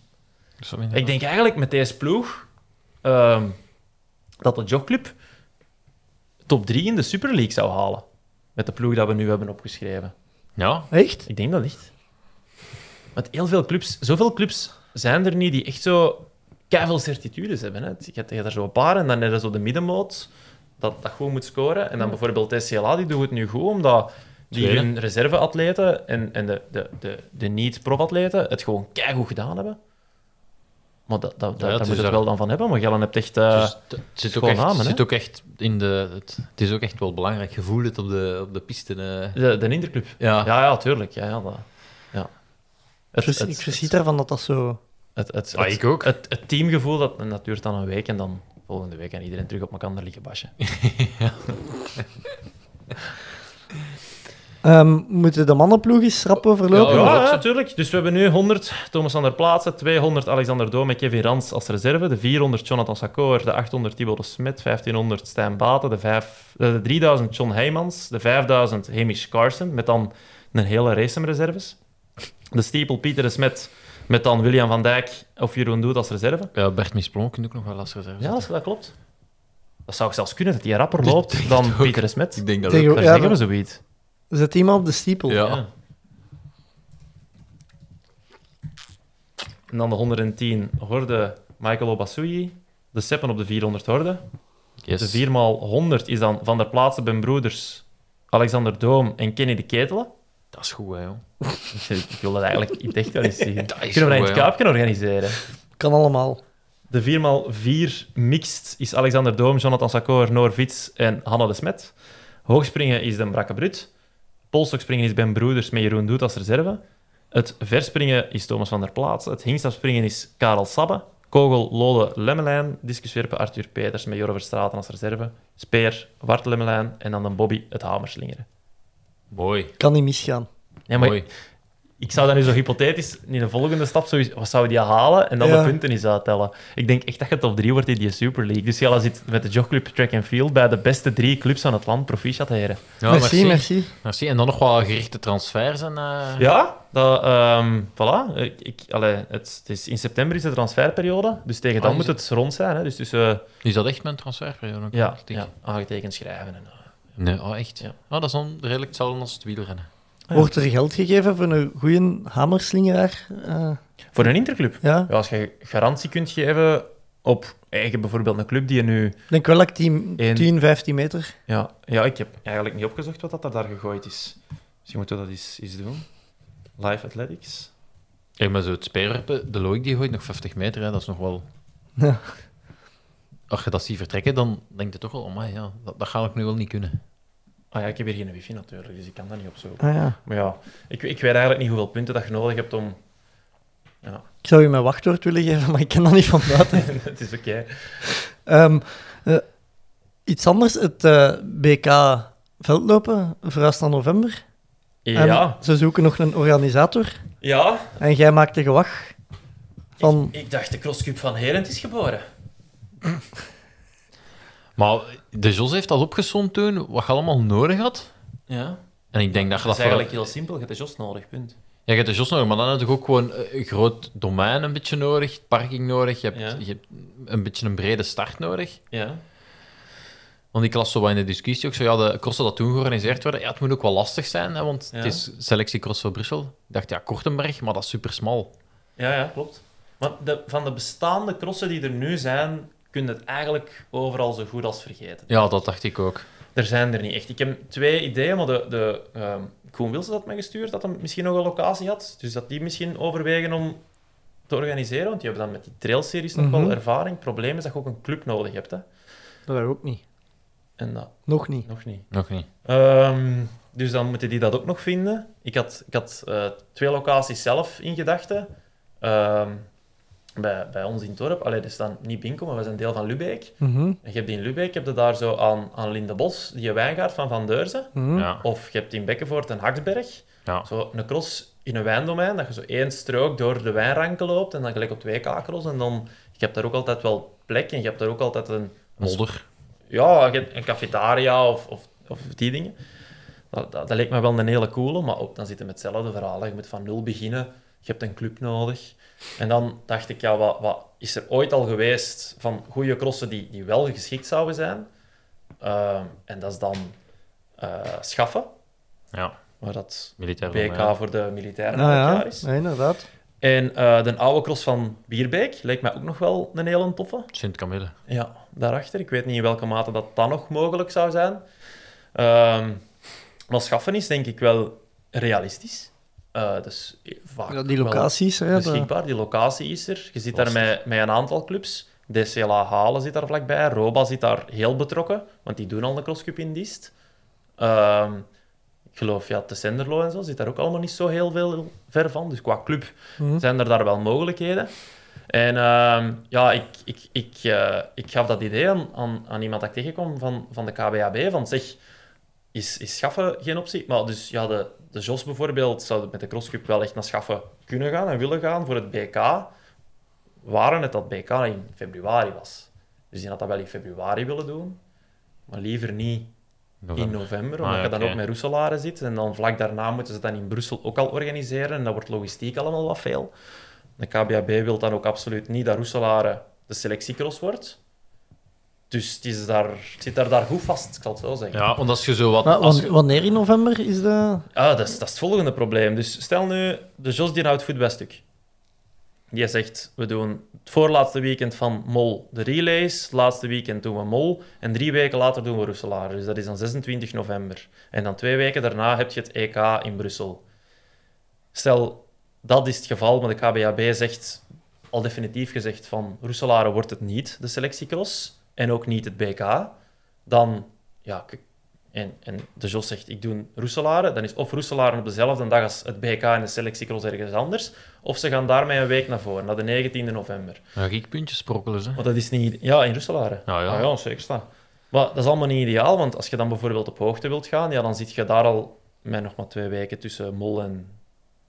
H: Dus dat vind
G: Ik denk eigenlijk met deze ploeg ehm, dat de jogclub top 3 in de Super League zou halen. Met de ploeg dat we nu hebben opgeschreven.
H: Ja.
F: Echt?
G: Ik denk dat echt. Want heel veel clubs, zoveel clubs zijn er niet die echt zo keiveel certitudes hebben. Hè. Dus Je hebt je hebt er zo een paar en dan is er zo de middenmoot dat, dat goed moet scoren. En dan bijvoorbeeld TCLA, die doen het nu goed, omdat die
H: Tweede.
G: hun reserveatleten en, en de, de, de, de niet-profatleten het gewoon keigoed gedaan hebben. Maar dat, dat,
H: Ja,
G: daar
H: het
G: moet
H: is
G: je het
H: daar-
G: wel dan van hebben. Maar Gellen hebt echt... eh,
H: Dus het- het zit ook,
G: gewoon
H: echt,
G: namen, hè?
H: zit ook echt in de... Het, het is ook echt wel belangrijk. Je voelt het op de, op de piste. eh.
G: de, de Interclub.
H: Ja.
G: Ja, ja, tuurlijk. Ja, ja, dat- ja. Het-
F: Vers-
G: het-
F: ik
G: het-
F: verschiet daarvan dat dat zo...
G: Het, het,
H: Ah,
G: het-
H: ik ook.
G: Het, het teamgevoel, dat, en dat duurt dan een week en dan volgende week en iedereen terug op elkaar liggen basje.
F: Ehm, moeten de mannenploeg eens rap overlopen?
H: Ja,
G: Ja,
H: ja.
G: natuurlijk. Dus we hebben nu 100 Thomas van der Plaatsen, 200 Alexander Doom en Kevin Rans als reserve, de 400 Jonathan Sakkoor, de 800 Thibaut de Smet, 1500 Stijn Baten, de, vijf- eh, de 3000 John Heijmans, de 5000 Hamish Carson, met dan een hele race aan reserves. De Stiepel Pieter de Smet, met dan William van Dijk of Jeroen Doet als reserve.
H: Ja, Bert Misplon kun je ook nog wel als reserve
G: Ja,
H: zetten.
G: dat, dat klopt. Dat zou ik zelfs kunnen, dat die rapper loopt dan Pieter de Smet.
H: Ik denk dat
F: Tegen-
H: ook.
G: Daar
F: ja,
G: zeggen we
F: dat-
G: zoiets.
F: Zet iemand op de stiepel.
H: Ja.
G: En dan de 110 horde Michael Obasui. De Seppen op de 400 horde.
H: Yes.
G: De 4 x 100 is dan Van der Plaatsen, Ben Broeders, Alexander Doom en Kenny de Ketelen.
H: Dat is goed, hè, joh.
G: Ik wil dat eigenlijk in het echt wel eens zien. Kunnen we
H: goed,
G: dat in het
H: ja.
G: Kaap gaan organiseren?
F: Kan allemaal.
G: De 4x4 mixed is Alexander Doom, Jonathan Sakkoor, Noor Vits en Hanna de Smet. Hoogspringen is de Brakke Brut. Polstokspringen is Ben Broeders met Jeroen Doet als reserve. Het verspringen is Thomas van der Plaats. Het hingstafspringen is Karel Sabbe. Kogel, Lode, Lemmelijn. Discuswerpen Arthur Peters met Jorre Verstraten als reserve. Speer, Wart Lemmelijn. En dan de Bobby, het hamerslingeren.
H: Mooi.
F: Kan niet misgaan.
G: Ja, maar
H: Mooi.
G: ik zou dan nu zo hypothetisch in de volgende stap, sowieso, wat zou die halen en dan
F: Ja.
G: de punten eens uittellen. Ik denk echt dat je top 3 wordt in die Super League. Dus jij zit met de jogclub Track and Field bij de beste drie clubs van het land. Proficiat, heren.
H: Ja,
F: merci, merci.
H: Merci. En dan nog wat gerichte transfers. En, eh,
G: Ja, dat, ehm, voilà. Ik, ik, allee, het, het is, in september is de transferperiode, dus tegen
H: Ah,
G: dan
H: is
G: moet
H: het?
G: het rond zijn. Hè? Dus tussen,
H: Is dat echt mijn transferperiode? ook?
G: ja,
H: Denk
G: ja,
H: ik.
G: aangetekend schrijven. En, eh.
H: Nee, oh, echt?
G: Ja.
H: Ja. dat is dan redelijk hetzelfde als het wielrennen.
F: Wordt er geld gegeven voor een goede hamerslingeraar? Eh,
G: Voor een interclub.
F: ja.
G: Ja, als je garantie kunt geven op eigen bijvoorbeeld een club die je nu...
F: Ik denk wel dat ik die
G: Eén.
F: 10, 15 meter.
G: Ja, ja, ik heb eigenlijk niet opgezocht wat dat er daar gegooid is. Dus Misschien moeten we dat eens, eens doen. Live Athletics.
H: Kijk, maar zo het speerwerpen, de Loïc die gooit nog 50 meter, hè, dat is nog wel...
F: Ja.
H: Als je dat ziet vertrekken, dan denk je toch wel, amai, ja, dat, dat ga ik nu wel niet kunnen.
G: Ah ja, ik heb hier geen wifi natuurlijk, dus ik kan dat niet opzoeken.
F: Ah, ja.
G: Maar ja, ik, ik weet eigenlijk niet hoeveel punten dat je nodig hebt om... Ja,
F: Ik zou u mijn wachtwoord willen geven, maar ik ken dat niet van buiten.
G: het is oké.
F: Ehm, eh, iets anders, het eh, BK veldlopen verhuist naar november. En
G: Ja,
F: ze zoeken nog een organisator.
G: ja.
F: En jij maakt de gewag van...
G: Ik, ik dacht, de crosscup van Herent is geboren.
H: Maar de Jos heeft dat opgezond toen, wat je allemaal nodig had.
G: Ja.
H: En ik denk
G: Dat
H: dat je
G: is
H: dat...
G: eigenlijk heel simpel. Je hebt de Jos nodig, punt.
H: Ja, je hebt de Jos nodig, maar dan heb je toch ook gewoon eh, een groot domein een beetje nodig, parking nodig, je hebt,
G: Ja.
H: je hebt een beetje een brede start nodig.
G: Ja.
H: Want ik las zo wat in de discussie ook zo, ja, de crossen dat toen georganiseerd werden, ja, het moet ook wel lastig zijn, hè, want
G: Ja.
H: het is selectiecross voor Brussel. Ik dacht, ja, Kortenberg, maar dat is super smal.
G: Ja, ja, klopt. Want de, van de bestaande crossen die er nu zijn, kun je het eigenlijk overal zo goed als vergeten.
H: Ja, dat dacht ik ook.
G: Er zijn er niet echt. Ik heb twee ideeën, maar de, de, ehm Koen Wilson had me gestuurd dat hij misschien nog een locatie had. Dus dat die misschien overwegen om te organiseren. Want die hebben dan met die trailseries nog
F: Mhm.
G: wel ervaring. Het probleem is dat je ook een club nodig hebt. Hè.
F: Dat ook niet.
G: En dat
F: Nog niet.
G: nog niet.
H: Nog niet.
G: Ehm, dus dan moeten die dat ook nog vinden. Ik had, ik had eh, twee locaties zelf in gedachten. Ehm, bij, bij ons in het dorp. Allee, dat is dan niet Binko, maar we zijn deel van Lubeek.
F: Mhm,
G: En je hebt in Lubeek heb je daar zo aan, aan Lindebos, die wijngaard van Van Deurzen.
F: mhm.
H: Ja.
G: Of je hebt in Bekkenvoort een Haksberg.
H: Ja.
G: Zo een cross in een wijndomein, dat je zo één strook door de wijnranken loopt en dan gelijk op twee kakels. En dan, je hebt daar ook altijd wel plek en je hebt daar ook altijd een...
H: Modder.
G: Ja, je hebt een cafetaria of, of, of die dingen. Dat, dat, dat leek me wel een hele coole, maar ook dan zitten we met hetzelfde verhaal. hè. Je moet van nul beginnen, je hebt een club nodig. En dan dacht ik, ja, wat, wat is er ooit al geweest van goede crossen die, die wel geschikt zouden zijn? Ehm, en dat is dan eh, schaffen,
H: Ja,
G: waar dat
H: militair. eh,
G: BK
H: domein.
G: voor de militairen
F: Nou
G: elk
F: ja,
G: jaar is.
F: ja, inderdaad.
G: En eh, de oude cross van Bierbeek lijkt mij ook nog wel een hele toffe.
H: Sint-Camille.
G: Ja, daarachter. Ik weet niet in welke mate dat dan nog mogelijk zou zijn. Ehm maar schaffen is denk ik wel realistisch. Eh, dus vaak
F: Ja, die
G: wel
F: locaties, hè, dat-
G: beschikbaar. Die locatie is er. Je zit daar
H: Lastig.
G: met, met een aantal clubs. DCLA Halen zit daar vlakbij. Roba zit daar heel betrokken, want die doen al de crosscup in dienst. Ehm, ik geloof, ja, de Senderlo en zo zit daar ook allemaal niet zo heel veel ver van. Dus qua club
F: Mhm.
G: zijn er daar wel mogelijkheden. En ehm, ja, ik, ik, ik, eh, ik gaf dat idee aan, aan, aan iemand dat ik tegenkwam van, van de KBAB, van zeg, is, is schaffen geen optie? Maar dus ja, de, de Jos bijvoorbeeld zou met de crosscup wel echt naar schaffen kunnen gaan en willen gaan voor het BK. Waren het dat BK in februari was. Dus die had dat wel in februari willen doen, maar liever niet in
H: November.
G: november,
H: Ah,
G: omdat je
H: oké.
G: dan ook met Roeselaren zit. En dan vlak daarna moeten ze dan in Brussel ook al organiseren. En dat wordt logistiek allemaal wat veel. De KBAB wil dan ook absoluut niet dat Roeselaren de selectiecross wordt. Dus het, is daar, het zit daar, daar goed vast, ik zal het zo zeggen.
H: Ja, want als je zo wat...
F: Maar
H: als
F: wan-
H: je-
F: wanneer in november is de...
G: Ah, dat, is, dat is het volgende probleem. Dus stel nu, de Jos die houdt voet bij stuk. Die zegt, we doen het voorlaatste weekend van Mol de relays, het laatste weekend doen we Mol, en drie weken later doen we Roeselare. Dus dat is dan 26 november. En dan twee weken daarna heb je het EK in Brussel. Stel, dat is het geval, maar de KBAB zegt, al definitief gezegd, van Roeselare wordt het niet, de selectiecross, en ook niet het BK. Dan ja, k- En, en de Jos zegt, ik doe Roeselaren. Dan is of Roeselaren op dezelfde dag als het BK en de selectiecross ergens anders. Of ze gaan daarmee een week naar voren, naar de 19e november.
H: Ja, Riekpuntjes sprokkelen ze.
G: Maar dat is niet... Ja, in Roeselaren.
H: Ja, ja.
G: Ah ja, zeker staan. Maar dat is allemaal niet ideaal, want als je dan bijvoorbeeld op hoogte wilt gaan, ja, dan zit je daar al met nog maar twee weken tussen Mol en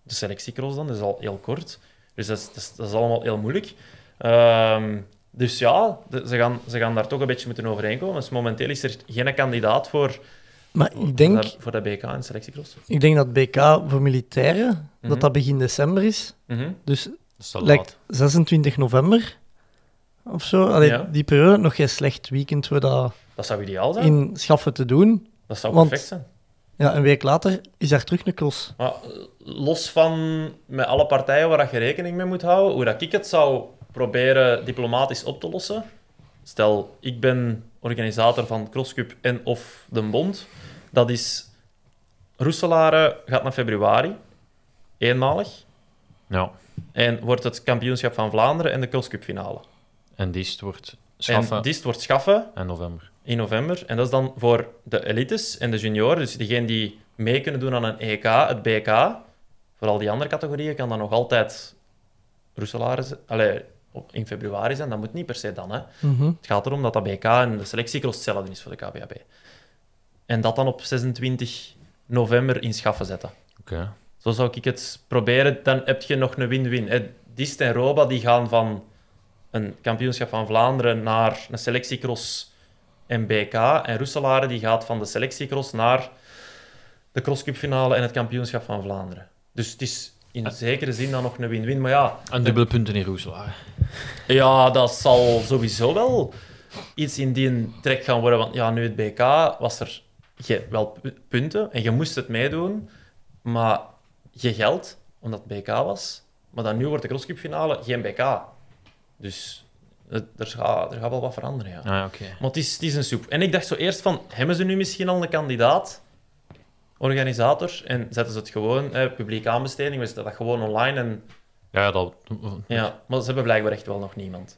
G: de selectiecross dan. Dat is al heel kort. Dus dat is, dat is, dat is allemaal heel moeilijk. Ehm, dus ja, de- ze gaan, ze gaan daar toch een beetje moeten overeenkomen. Dus momenteel is er geen kandidaat voor,
F: Maar ik denk,
G: voor, dat, voor dat BK en selectiecross.
F: ik denk dat BK voor militairen,
G: Mhm.
F: dat dat begin december is.
G: Mhm.
F: Dus
H: Dat is te laat.
F: lijkt 26 november of zo. Allee,
G: Ja.
F: die periode nog geen slecht weekend voor dat
G: Dat zou ideaal zijn.
F: in Schaffen te doen.
G: Dat zou
F: want-
G: perfect zijn.
F: Ja, een week later is daar terug een cross.
G: Maar eh, los van met alle partijen waar dat je rekening mee moet houden, hoe dat ik het zou proberen diplomatisch op te lossen. Stel, ik ben organisator van CrossCup en of de Bond. Dat is... Roeselare gaat naar februari. Eenmalig.
H: Ja.
G: En wordt het kampioenschap van Vlaanderen en de CrossCup finale.
H: En Diest wordt
G: En
H: schaffen en,
G: Dist wordt schaffen
H: november.
G: in november. En dat is dan voor de elites en de junioren. Dus diegenen die mee kunnen doen aan een EK, het BK. Vooral die andere categorieën kan dan nog altijd Roeselaren zijn. Allee, op- in februari zijn. Dat moet niet per se dan. Hè.
F: Mhm.
G: Het gaat erom dat dat BK en de selectiecross hetzelfde is voor de KBAB. En dat dan op 26 november in schaffen zetten.
H: Oké.
G: Zo zou ik het proberen. Dan heb je nog een win-win. hè. Dist en Roba die gaan van een kampioenschap van Vlaanderen naar een selectiecross en BK. En Roeselare die gaat van de selectiecross naar de crosscupfinale en het kampioenschap van Vlaanderen. Dus het is in zekere zin dan nog een win-win. Maar ja,
H: En dubbele punten in Roeselaar.
G: ja, dat zal sowieso wel iets in die trek gaan worden. Want ja, nu het BK was er je, wel pu- punten en je moest het meedoen, maar je geld, omdat het BK was. Maar dan nu wordt de crosscup finale geen BK. Dus het- er, gaat, er gaat wel wat veranderen, ja.
H: Ah, ja, oké.
G: Maar het is, het is een soep. En ik dacht zo eerst van, hebben ze nu misschien al een kandidaat, organisator, en zetten ze het gewoon, hè, publieke aanbesteding, we zetten dat gewoon online. En,
H: Ja, dat...
G: ja, maar ze hebben blijkbaar echt wel nog niemand.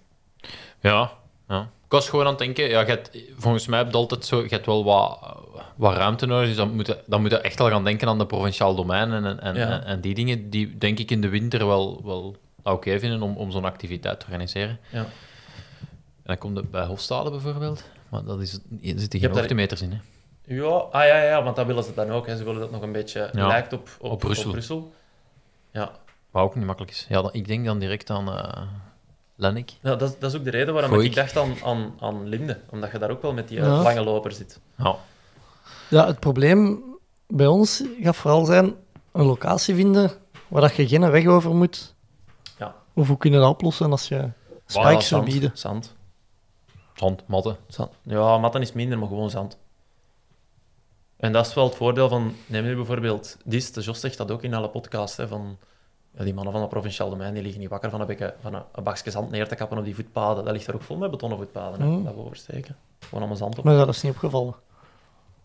H: Ja, ja. Ik was gewoon aan het denken, ja, je hebt- volgens mij heb je altijd zo, je hebt wel wat, wat ruimte nodig, dus dan moet, je, dan moet je echt al gaan denken aan de provinciaal domein en, en, en,
G: Ja.
H: en, en die dingen, die denk ik in de winter wel, wel oké vinden om, om zo'n activiteit te organiseren.
G: Ja.
H: En dan komt het bij Hofstade bijvoorbeeld, maar dat is, er zitten
G: hebt
H: geen
G: daar-
H: hoogtemeters in. Hè.
G: Ja, ah, ja, ja, want dat willen ze dan ook. Hè. Ze willen dat nog een beetje
H: Ja,
G: lijkt op, op,
H: op Brussel.
G: op Brussel. Ja,
H: Wat ook niet makkelijk is. Ja, dan, ik denk dan direct aan eh Lennik.
G: nou, dat, is- dat is ook de reden waarom
H: Goeie.
G: ik dacht aan, aan, aan Linde. Omdat je daar ook wel met die eh,
F: Ja.
G: lange loper zit.
H: Ja.
F: Ja, het probleem bij ons gaat vooral zijn een locatie vinden waar dat je geen weg over moet.
G: Ja.
F: Of hoe kun je dat oplossen als je
G: Ja,
F: spikes wil
G: zand,
F: bieden?
G: Zand,
H: Zand, matten.
G: zand. Ja, matten is minder, maar gewoon zand. En dat is wel het voordeel van... Neem nu bijvoorbeeld Dis, de Jos zegt dat ook in alle podcasts, hè, van... ja, die mannen van het provinciaal domein die liggen niet wakker van een, bekke, van een, een bakje zand neer te kappen op die voetpaden. Dat ligt er ook vol met betonnen voetpaden, hè,
F: Mm.
G: dat we oversteken. Gewoon allemaal zand op.
F: Maar dat is niet opgevallen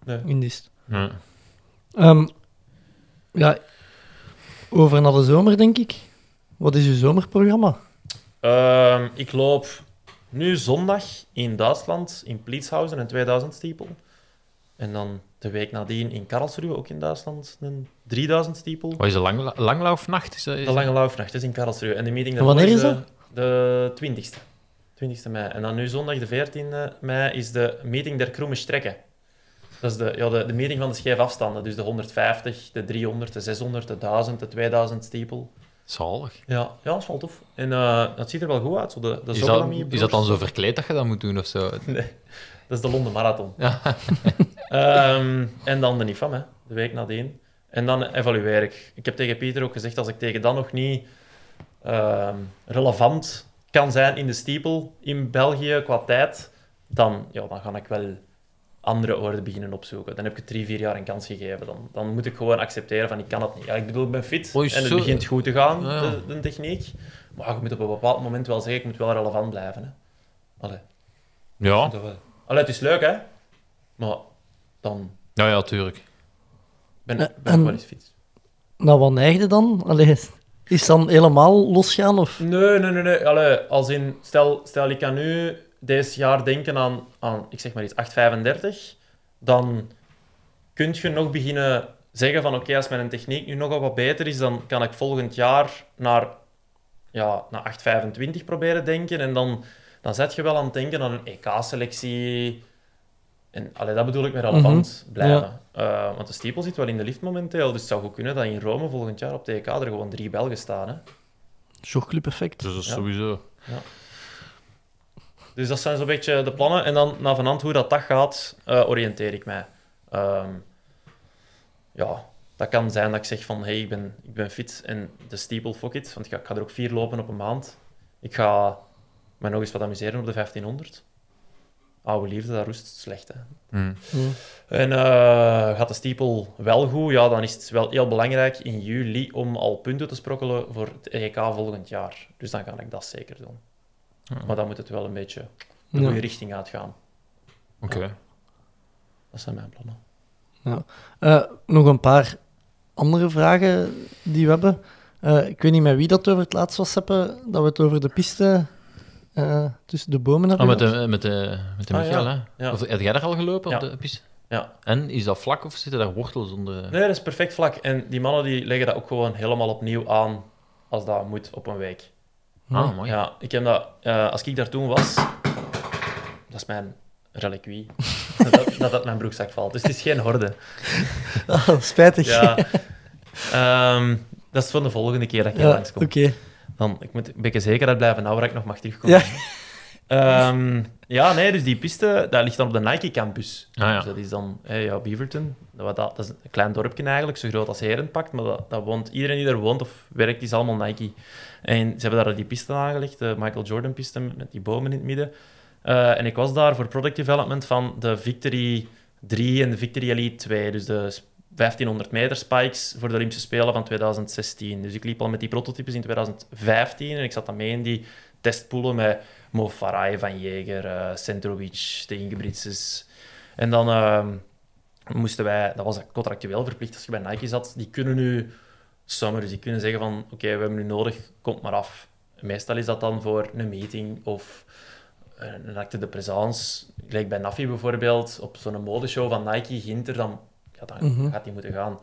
G: Nee.
F: in Dist.
H: Ja.
F: Ehm, ja, over naar de zomer, denk ik. Wat is uw zomerprogramma?
G: Ehm, ik loop nu zondag in Duitsland, in Plietshausen, een 2000 stiepel. En dan de week nadien in Karlsruhe, ook in Duitsland, een 3000 stiepel.
H: Wat is de lang, langlaufnacht? Is dat, is
G: De lange laufnacht is in Karlsruhe. En de meeting
F: En
G: daarvoor
F: wanneer is
G: de,
F: dat?
G: De 20ste. 20ste mei. En dan nu zondag, de 14e mei, is de meeting der kromme strekken. Dat is de, ja, de, de meeting van de scheefafstanden. Dus de 150, de 300, de 600, de 1000, de 2000 stiepel.
H: Zalig.
G: Ja, ja dat is wel tof. En eh, dat ziet er wel goed uit. Zo de, de
H: Is dat,
G: Zogalami-broers.
H: is dat dan zo verkleed dat je dat moet doen of zo?
G: Dat is de Londen Marathon.
H: Ja.
G: Ehm, en dan de NIFAM, hè, de week nadien. En dan evalueer ik. Ik heb tegen Pieter ook gezegd, als ik tegen dan nog niet ehm, relevant kan zijn in de stiepel in België qua tijd, dan, ja, dan ga ik wel andere orde beginnen opzoeken. Dan heb ik het drie, vier jaar een kans gegeven. Dan, dan moet ik gewoon accepteren van, ik kan het niet. Ja, ik bedoel, ik ben fit
H: Oei,
G: en het
H: zo.
G: begint goed te gaan,
H: Ja, ja.
G: de, de techniek. Maar je moet op een bepaald moment wel zeggen, ik moet wel relevant blijven. Hè. Allee.
H: Ja,
G: Dat wel. Allee, het is leuk, hè? Maar dan
H: ja, ja, tuurlijk.
G: ben
F: Eh,
G: ben ik wel
F: en-
G: eens fiets.
F: Nou, wat neigde dan? Allee, is- is dan helemaal losgaan? Of...
G: Nee, nee, nee. nee. Allee, als in, stel, stel, ik kan nu deze jaar denken aan, aan ik zeg maar iets, 8,35. Dan kun je nog beginnen zeggen van oké, als mijn techniek nu nogal wat beter is, dan kan ik volgend jaar naar, ja, naar 8,25 proberen denken. En dan, dan zet je wel aan het denken aan een EK-selectie. En allee, dat bedoel ik met relevant blijven. Eh, want de stiepel zit wel in de lift momenteel, dus het zou goed kunnen dat in Rome volgend jaar op de EK er gewoon drie Belgen staan. Hè?
F: Shortclub effect.
H: Dus dat is
G: Ja.
H: sowieso.
G: Dus dat zijn zo'n beetje de plannen. En dan, na vanand hoe dat, dat gaat, eh, oriënteer ik mij. Ehm, ja, dat kan zijn dat ik zeg van, hé, hey, ik, ben, ik ben fit en de steeple, fuck it. Want ik ga, ik ga er ook vier lopen op een maand. Ik ga me nog eens wat amuseren op de 1500. Oude liefde, dat roest slecht, hè.
H: Mm.
F: Mm.
G: En eh, gaat de stiepel wel goed, ja, dan is het wel heel belangrijk in juli om al punten te sprokkelen voor het EK volgend jaar. Dus dan kan ik dat zeker doen. Maar dan moet het wel een beetje de
F: Ja.
G: goede richting uitgaan.
H: Oké.
G: Dat zijn mijn plannen.
F: Eh, nog een paar andere vragen die we hebben. Eh, ik weet niet met wie dat over het laatst was, Seppe, dat we het over de piste eh, tussen de bomen
H: Ah,
F: hebben.
H: met de, met de, met de
G: Ah,
H: Michael,
G: ja.
H: hè?
G: Ja.
H: Of, heb jij daar al gelopen op
G: Ja.
H: de piste?
G: Ja.
H: En is dat vlak of zitten daar wortels onder?
G: Nee, dat is perfect vlak. En die mannen die leggen dat ook gewoon helemaal opnieuw aan als dat moet op een week.
H: Ah, mooi.
G: Ja, ik heb dat, eh, als ik daar toen was, dat is mijn reliquie, dat, dat dat mijn broekzak valt. Dus het is geen horde.
F: Ah, Spijtig.
G: Ja. Ehm, dat is voor de volgende keer dat ik hier
F: Ja,
G: langskom.
F: oké.
G: Dan, ik moet een beetje zekerheid blijven houden dat ik nog mag terugkomen.
F: Ja.
G: Ja. ja, nee, dus die piste, dat ligt dan op de Nike campus.
H: Ah, ja.
G: Dus dat is dan hé, ja, Beaverton. Dat, wat dat, dat is een klein dorpje eigenlijk, zo groot als Herentpakt. Maar dat, dat woont, iedereen die daar woont of werkt, is allemaal Nike. En ze hebben daar die piste aangelegd, de Michael Jordan piste met met die bomen in het midden. Eh, en ik was daar voor product development van de Victory 3 en de Victory Elite 2. Dus de sp- 1500 meter spikes voor de Olympische Spelen van 2016. Dus ik liep al met die prototypes in 2015 en ik zat dan mee in die testpoelen met Mo Farah, Van Jeger, eh Centrovic, de Ingebrigtses. En dan ehm, moesten wij, dat was contractueel verplicht als je bij Nike zat, die kunnen nu summer, dus die kunnen zeggen van oké, we hebben nu nodig, komt maar af. Meestal is dat dan voor een meeting of eh, een acte de présence. Gelijk bij Nafi bijvoorbeeld, op zo'n modeshow van Nike, Ginter, dan, ja, dan
F: Mhm.
G: gaat die moeten gaan.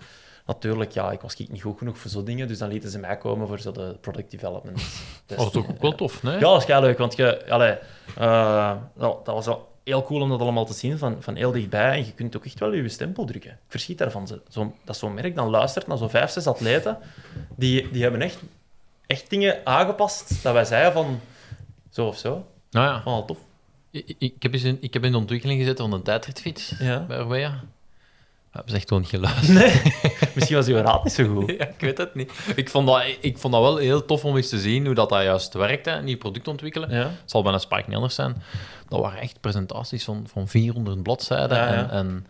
G: Natuurlijk, ja, ik was kijk niet goed genoeg voor zo'n dingen, dus dan lieten ze mij komen voor zo de product development.
H: Oh, dat is ook wel tof, nee?
G: Ja, dat is kei leuk, want je, allee, eh, nou, dat was wel heel cool om dat allemaal te zien van, van heel dichtbij. En je kunt ook echt wel je stempel drukken. Ik verschiet daarvan. Zo- Zo, dat zo'n merk dan luistert naar zo'n vijf, zes atleten. Die, die hebben echt, echt dingen aangepast dat wij zeiden van zo of zo.
H: Nou ja.
G: Van al tof.
H: Ik, ik- ik heb eens in, ik heb in de ontwikkeling gezet van een tijdritfiets
G: Ja.
H: bij Arbea. Dat hebben ze echt gewoon niet geluisterd.
G: Nee, misschien was uw raad niet zo goed.
H: Ja, ik weet het niet. Ik vond, dat, ik vond dat wel heel tof om eens te zien hoe dat, dat juist werkte, een nieuw product ontwikkelen.
G: Ja.
H: Het zal bij een Spike niet anders zijn. Dat waren echt presentaties van, van 400 bladzijden.
G: Ja, ja.
H: En, en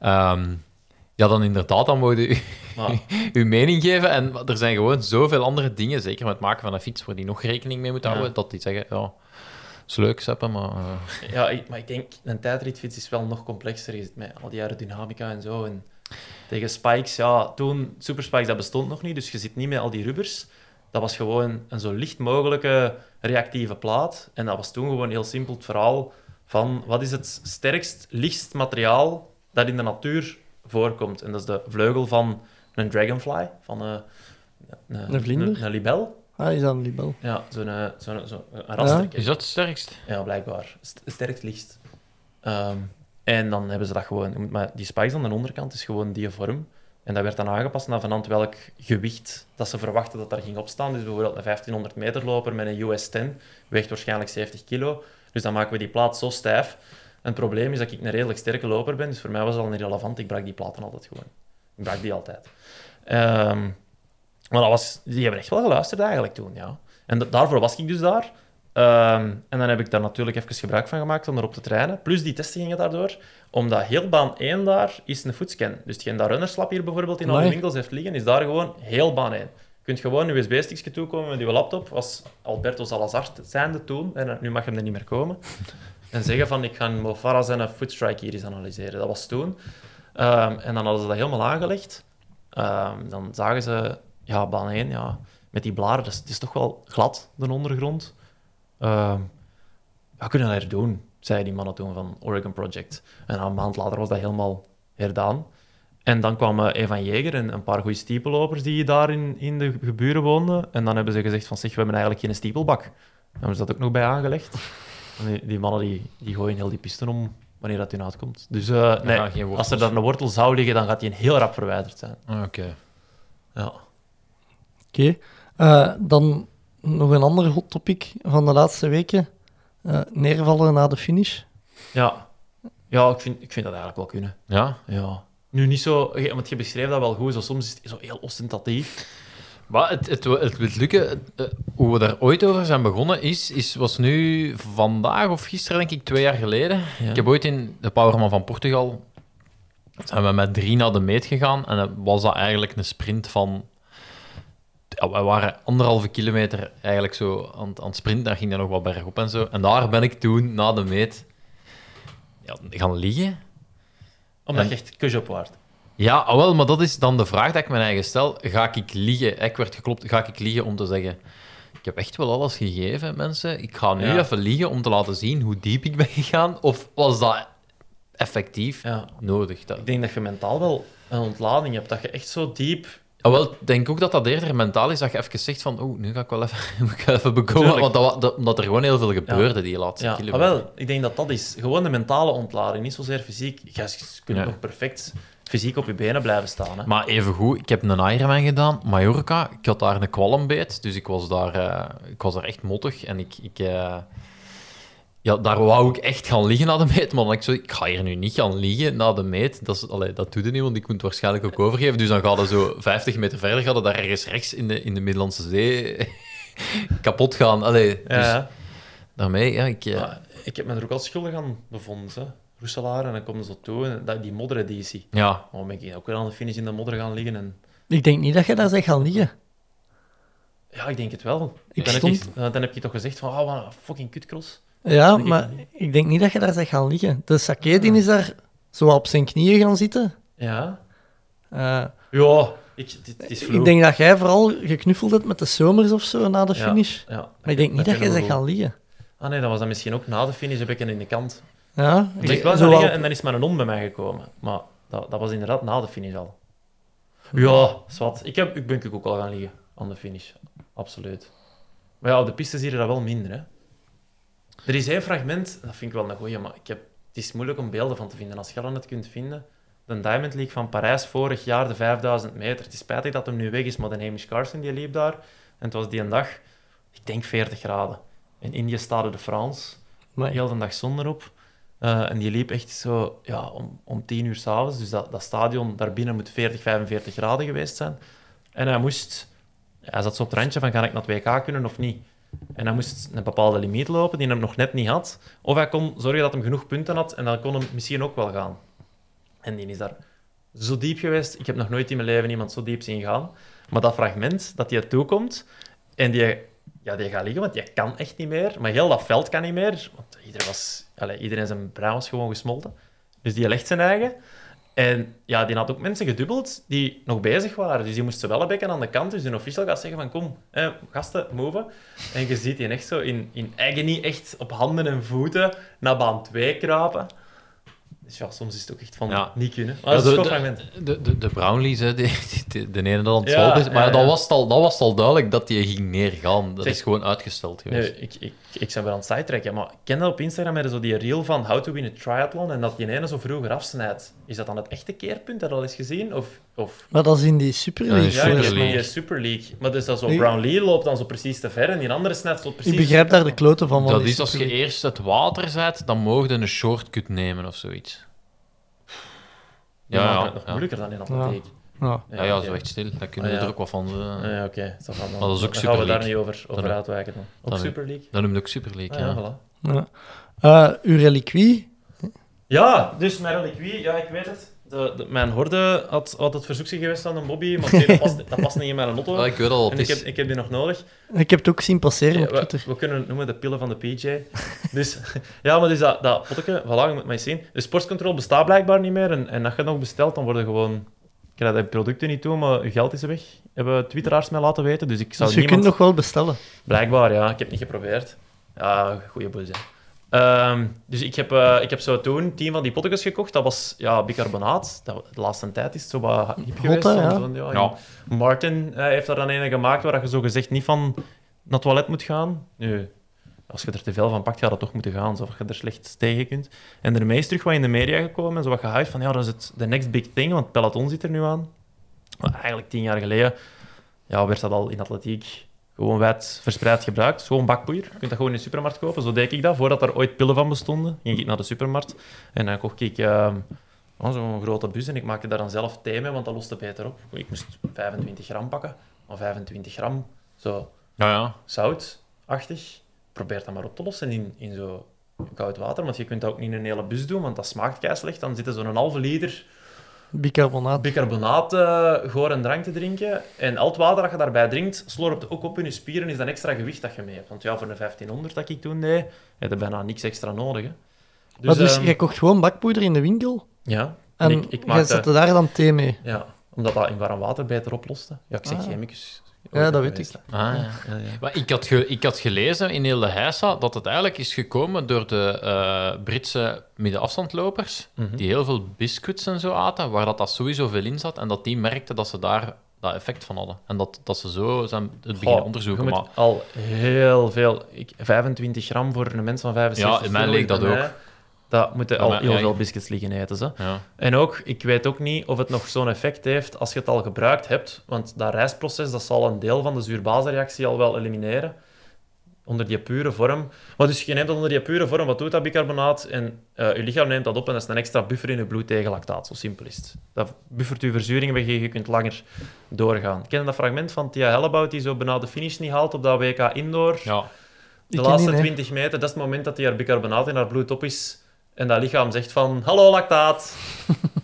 H: ehm, ja, dan inderdaad, dan mogen u
G: Maar,
H: uw mening geven. En er zijn gewoon zoveel andere dingen, zeker met het maken van een fiets, waar die nog rekening mee moet
G: Ja.
H: houden, dat die zeggen, ja, is leuk, Seppen, maar... eh,
G: ja, ik, maar ik denk, een tijdritfiets is wel nog complexer. Is het, met al die aerodynamica en zo. En tegen spikes, ja, toen, superspikes, dat bestond nog niet. Dus je zit niet met al die rubbers. Dat was gewoon een zo licht mogelijke reactieve plaat. En dat was toen gewoon heel simpel het verhaal van wat is het sterkst, lichtst materiaal dat in de natuur voorkomt. En dat is de vleugel van een dragonfly, van eh, een,
F: Een vlinder?
G: Een, een libel.
F: Ah, is dat een libel?
G: Ja, zo'n eh, zo'n zo'n een raster.
H: is dat het sterkst?
G: Ja, blijkbaar. St- Sterkst licht. Ehm, en dan hebben ze dat gewoon... je moet Maar die spikes aan de onderkant is gewoon die vorm. En dat werd dan aangepast naar vanant welk gewicht dat ze verwachten dat daar ging opstaan. Dus bijvoorbeeld een 1500 meter loper met een US-10 weegt waarschijnlijk 70 kilo. Dus dan maken we die plaat zo stijf. En het probleem is dat ik een redelijk sterke loper ben, dus voor mij was dat al niet relevant. Ik brak die platen altijd gewoon. Ik brak die altijd. Ehm, maar dat was, die hebben echt wel geluisterd eigenlijk toen, ja. En da- daarvoor was ik dus daar. Ehm, en dan heb ik daar natuurlijk even gebruik van gemaakt om erop te trainen. Plus die testen gingen daardoor, omdat heel baan 1 daar is een footscan. Dus hetgeen dat runnerslap hier bijvoorbeeld in alle
F: Amai.
G: winkels heeft liggen, is daar gewoon heel baan 1. Je kunt gewoon een USB-stickje toekomen met je laptop, was Alberto Salazar zijnde toen, en eh, nu mag hem er niet meer komen, en zeggen van ik ga Mo Farah zijn footstrike hier eens analyseren. Dat was toen. Ehm, en dan hadden ze dat helemaal aangelegd. Ehm, dan zagen ze, ja, baan 1, ja, met die blaren, dat is, het is toch wel glad, de ondergrond. Ehm, wat kunnen we er doen? Zei die mannen toen van Oregon Project. En een maand later was dat helemaal herdaan. En dan kwamen Evan Jeger en een paar goede stiepellopers die daar in, in de geburen woonden. En dan hebben ze gezegd van, zeg, we hebben eigenlijk geen stiepelbak. Dan hebben ze dat ook nog bij aangelegd. En Die, die mannen die, die gooien heel die pisten om wanneer dat hun uitkomt. Dus eh, nee,
H: ja, geen wortels.
G: als er daar een wortel zou liggen, dan gaat die een heel rap verwijderd zijn.
H: Ah, Oké.
G: Ja.
F: Oké. Eh, dan nog een ander hot topic van de laatste weken. Eh, neervallen na de finish.
G: Ja, ja ik, vind, ik vind dat eigenlijk wel kunnen.
H: Ja.
G: Ja. Nu niet zo, je- want je beschreef dat wel goed, zo soms is het zo heel ostentatief.
H: Maar het, het, het, wil lukken, eh, hoe we daar ooit over zijn begonnen, is, is, was nu vandaag of gisteren, denk ik, twee jaar geleden.
G: Ja.
H: Ik heb ooit in de Powerman van Portugal, zijn we met drie naar de meet gegaan. En dan was dat eigenlijk een sprint van... ja, we waren anderhalve kilometer eigenlijk zo aan, het- aan het sprinten. Daar ging dan nog wat bergop en zo. En daar ben ik toen, na de meet, ja, gaan liggen.
G: Omdat
H: En-
G: je echt kus op waard.
H: Ja, ah, wel, maar dat is dan de vraag dat ik mijn eigen stel. Ga ik liegen? Ik werd geklopt. Ga ik liegen om te zeggen... Ik heb echt wel alles gegeven, mensen. Ik ga nu
G: Ja.
H: even liegen om te laten zien hoe diep ik ben gegaan. Of was dat effectief
G: Ja.
H: nodig? Dat...
G: Ik denk dat je mentaal wel een ontlading hebt, dat je echt zo diep...
H: Ah, wel, ik denk ook dat dat eerder mentaal is dat je even zegt van... Oh, nu ga ik wel even, moet ik wel even bekomen.
G: Tuurlijk.
H: Want dat, wa- dat- omdat er gewoon heel veel gebeurde die laatste
G: Ja, ah,
H: kilometer.
G: wel, ik denk dat dat is. Gewoon de mentale ontlading, niet zozeer fysiek. Je kunt
H: Ja.
G: nog perfect fysiek op je benen blijven staan. Hè.
H: Maar evengoed, ik heb een Ironman gedaan, Mallorca. Ik had daar een kwalmbeet, dus ik was daar, eh, ik was daar echt mottig. En ik, ik, eh, ja, daar wou ik echt gaan liggen na de meet. Maar dan ik zo, ik ga hier nu niet gaan liggen na de meet. Dat, is, allee, dat doet er niet, want ik moet het waarschijnlijk ook overgeven. Dus dan gaat het zo 50 meter verder, gaat het daar ergens rechts in de, in de Middellandse Zee kapot gaan. Allee,
G: Ja,
H: dus
G: ja.
H: daarmee, ja, ik... eh,
G: Maar ik heb me er ook al schuldig aan bevonden. Hè. Roeselaar, en dan komen ze toe, en dat, die moddereditie.
H: ja,
G: Oh, ben ik ook weer aan de finish in de modder gaan liggen. En...
F: Ik denk niet dat je daar zegt gaan liggen.
G: Ja, ik denk het wel.
F: Ik
G: dan, heb je,
F: stond-
G: dan heb je toch gezegd van, oh, wat een fucking kutcross.
F: Ja,
G: ik
F: maar ik denk niet dat je daar zegt gaan liggen. De Sakedin is daar zo op zijn knieën gaan zitten.
G: Ja.
F: Eh,
G: Ja, ik, dit, dit is vloe.
F: ik denk dat jij vooral geknuffeld hebt met de zomers of zo na de
G: Ja,
F: finish.
G: Ja.
F: Maar ik denk niet dat
G: kan
F: jij zegt
G: ook.
F: gaan liggen.
G: Ah nee, dat was dan misschien ook na de finish heb ik een in de kant.
F: Ja,
G: Ik
F: zo
G: was gaan liggen
F: wel-
G: en dan is maar een on bij mij gekomen. Maar dat, dat was inderdaad na de finish al. Ja, zwart. Ik, heb, ik ben ook al gaan liggen aan de finish. Absoluut. Maar ja, op de piste zie je dat wel minder, hè. Er is één fragment, dat vind ik wel een goeie, maar ik heb, het is moeilijk om beelden van te vinden. Als je dat net kunt vinden, de Diamond League van Parijs vorig jaar, de 5000 meter. Het is spijtig dat hem nu weg is, maar de Hamish Carson die liep daar. En het was die een dag, ik denk 40 graden. In Indië Stade de France.
F: Maar-
G: Heel de dag zon erop. Eh, en die liep echt zo ja, om, om tien uur s'avonds. Dus dat, dat stadion daarbinnen moet 40, 45 graden geweest zijn. En hij moest... Hij zat zo op het randje van, ga ik naar het WK kunnen of niet? En hij moest een bepaalde limiet lopen, die hij nog net niet had. Of hij kon zorgen dat hij genoeg punten had, en dan kon hem misschien ook wel gaan. En die is daar zo diep geweest. Ik heb nog nooit in mijn leven iemand zo diep zien gaan. Maar dat fragment, dat hij toekomt, en die, ja, die gaat liggen, want je kan echt niet meer. Maar heel dat veld kan niet meer, want iedereen, was, allee, iedereen zijn brein was gewoon gesmolten. Dus die legt zijn eigen. En ja, die had ook mensen gedubbeld die nog bezig waren. Dus die moesten wel een bekken aan de kant. Dus een official gaat zeggen van, kom, hè, gasten, move. En je ziet die echt zo in, in agony, echt op handen en voeten, naar baan 2 kruipen. Dus ja, soms is het ook echt van,
H: Ja.
G: niet kunnen. Maar Ah, Oh, dat
H: Ja,
G: is
H: de-
G: een fragment.
H: De, de, de Brownlees, hè, die, die- die- de ene dat aan het
G: Ja,
H: zwalpen is. Maar
G: ja,
H: dat,
G: ja.
H: was het al, dat was het al duidelijk dat die ging neergaan. Dat
G: Zeg-
H: is gewoon uitgesteld geweest.
G: Nee, ik, ik, ik ben wel aan het sidetracken, maar ik ken dat op Instagram er zo die reel van how to win a triathlon en dat die ene zo vroeger afsnijdt. Is dat dan het echte keerpunt? Heb je dat al eens gezien? Of, of
F: Maar dat is in die Super
H: Ja, in de
F: League.
H: Super
G: ja, in
F: volgens
G: de
F: mij.
H: League.
G: die Super League. Maar dus dat zo
F: Ik-
G: Brownlee loopt dan zo precies te ver en die andere snijdt zo precies...
F: Ik begrijp daar de kloten van. van
H: dat
F: die
H: is als
F: Super
H: je
F: League.
H: eerst het water zet, dan mogen je een shortcut nemen of zoiets.
G: Ja,
H: Ja, ja,
G: het nog
H: ja.
G: moeilijker dan in atletiek.
F: Ja.
H: Ja, ja, zo echt stil. Daar kunnen
G: Ah,
H: we
G: ja.
H: er ook wat van. eh.
G: Ja, oké. dat is allemaal-
H: Maar dat is ook
G: dan
H: Super
G: gaan we daar
H: League.
G: niet over, over
H: Dan-
G: uitwijken dan. Ook
H: dan-
G: Super League.
H: Dat noemde ik Super League.
G: Ah,
H: ja.
G: ja, voilà.
F: Ja. Eh, uw reliquie.
G: Ja, dus mijn reliquie, ja, ik weet het. De, de- mijn horde had, had het verzoekje geweest aan een Bobby, maar nee, dat, past, dat past niet in mijn auto.
H: Ah, ik weet al wat
G: En
H: het
G: ik
H: is.
G: heb, ik heb die nog nodig.
F: Ik heb het ook zien passeren
G: Ja,
F: op
G: we,
F: Twitter.
G: we kunnen het noemen de pillen van de PJ. Dus, ja, maar dus dat, dat potje, voilà, je moet mij zien. De sportscontrole bestaat blijkbaar niet meer. En, en als je het nog bestelt, dan worden gewoon... Ik krijg de producten niet toe, maar je geld is weg. Hebben twitteraars mij laten weten, dus ik zou
F: Dus je
G: niemand...
F: kunt nog wel bestellen.
G: Blijkbaar, ja. Ik heb het niet geprobeerd. Ja, goede boel, hè. Ehm, dus ik heb, eh, ik heb zo toen tien van die potjes gekocht. Dat was ja, bicarbonaat. Dat, de laatste tijd is het zo wat hip geweest.
F: hè, ja.
G: want, ja, Martin eh, heeft daar dan een gemaakt waar je zo gezegd niet van naar het toilet moet gaan. Nu, als je er te veel van pakt, gaat dat toch moeten gaan, zodat je er slecht tegen kunt. En daarmee is terug wat in de media gekomen en zo wat gehyped van ja, dat is het the next big thing, want peloton zit er nu aan. Maar eigenlijk tien jaar geleden ja, werd dat al in atletiek gewoon wijd verspreid gebruikt. Gewoon bakpoeier. Je kunt dat gewoon in de supermarkt kopen. Zo deed ik dat. Voordat er ooit pillen van bestonden, ging ik naar de supermarkt en dan kocht ik ehm, oh, zo'n grote bus en ik maakte daar dan zelf thee mee, want dat loste beter op. Ik moest 25 gram pakken, maar 25 gram, zo
H: Ja, ja.
G: zoutachtig. Probeer dat maar op te lossen in, in zo koud water, want je kunt dat ook niet in een hele bus doen, want dat smaakt kei slecht. Dan zit er zo'n halve liter
F: Bicarbonaat.
G: bicarbonaat eh goor en drank te drinken. En al het water dat je daarbij drinkt, slorpt ook op in je spieren, is dan extra gewicht dat je mee hebt. Want ja, voor een 1500 dat ik toen deed, heb je bijna niks extra nodig. Hè. Dus,
F: maar dus
G: ehm,
F: jij kocht gewoon bakpoeder in de winkel
G: ja, en,
F: en,
G: ik, ik
F: jij
G: maakte,
F: zette daar dan thee mee.
G: ja, omdat dat in warm water beter oploste. Ja, ik zeg
F: Ah.
G: chemicus.
F: Ja, dat weet
G: geweest,
F: ik.
G: hè.
H: Ah, ja.
G: Ja, ja.
H: Maar ik had, ge- ik had gelezen in heel de heisa dat het eigenlijk is gekomen door de eh, Britse middenafstandlopers,
G: Mhm.
H: die heel veel biscuits en zo aten, waar dat, dat sowieso veel in zat, en dat die merkten dat ze daar dat effect van hadden. En dat, dat ze zo zijn het begin
G: Goh,
H: onderzoeken.
G: je
H: Maar,
G: moet al heel veel. Ik, 25 gram voor een mens van 65
H: Ja, in mij
G: kilo is
H: leek dat
G: bij
H: ook.
G: mij- Dat moeten
H: Ja,
G: al
H: maar
G: heel
H: ja,
G: veel
H: ik-
G: biscuits liggen eten. Zo.
H: ja.
G: En ook, ik weet ook niet of het nog zo'n effect heeft als je het al gebruikt hebt. Want dat rijstproces dat zal een deel van de zuurbasereactie al wel elimineren. Onder die pure vorm. Maar dus je neemt dat onder die pure vorm, wat doet dat bicarbonaat? En eh, je lichaam neemt dat op en dat is een extra buffer in je bloed tegen lactaat. Zo simpel is het. Dat buffert je verzuring weg en je kunt langer doorgaan. Ken je dat fragment van Tia Hellebout die zo bijna de finish niet haalt op dat WK Indoor?
H: ja.
G: De
F: Ik
G: laatste
F: niet, hè.
G: 20 meter, dat is het moment dat die haar bicarbonaat in haar bloed op is. En dat lichaam zegt van, hallo lactaat.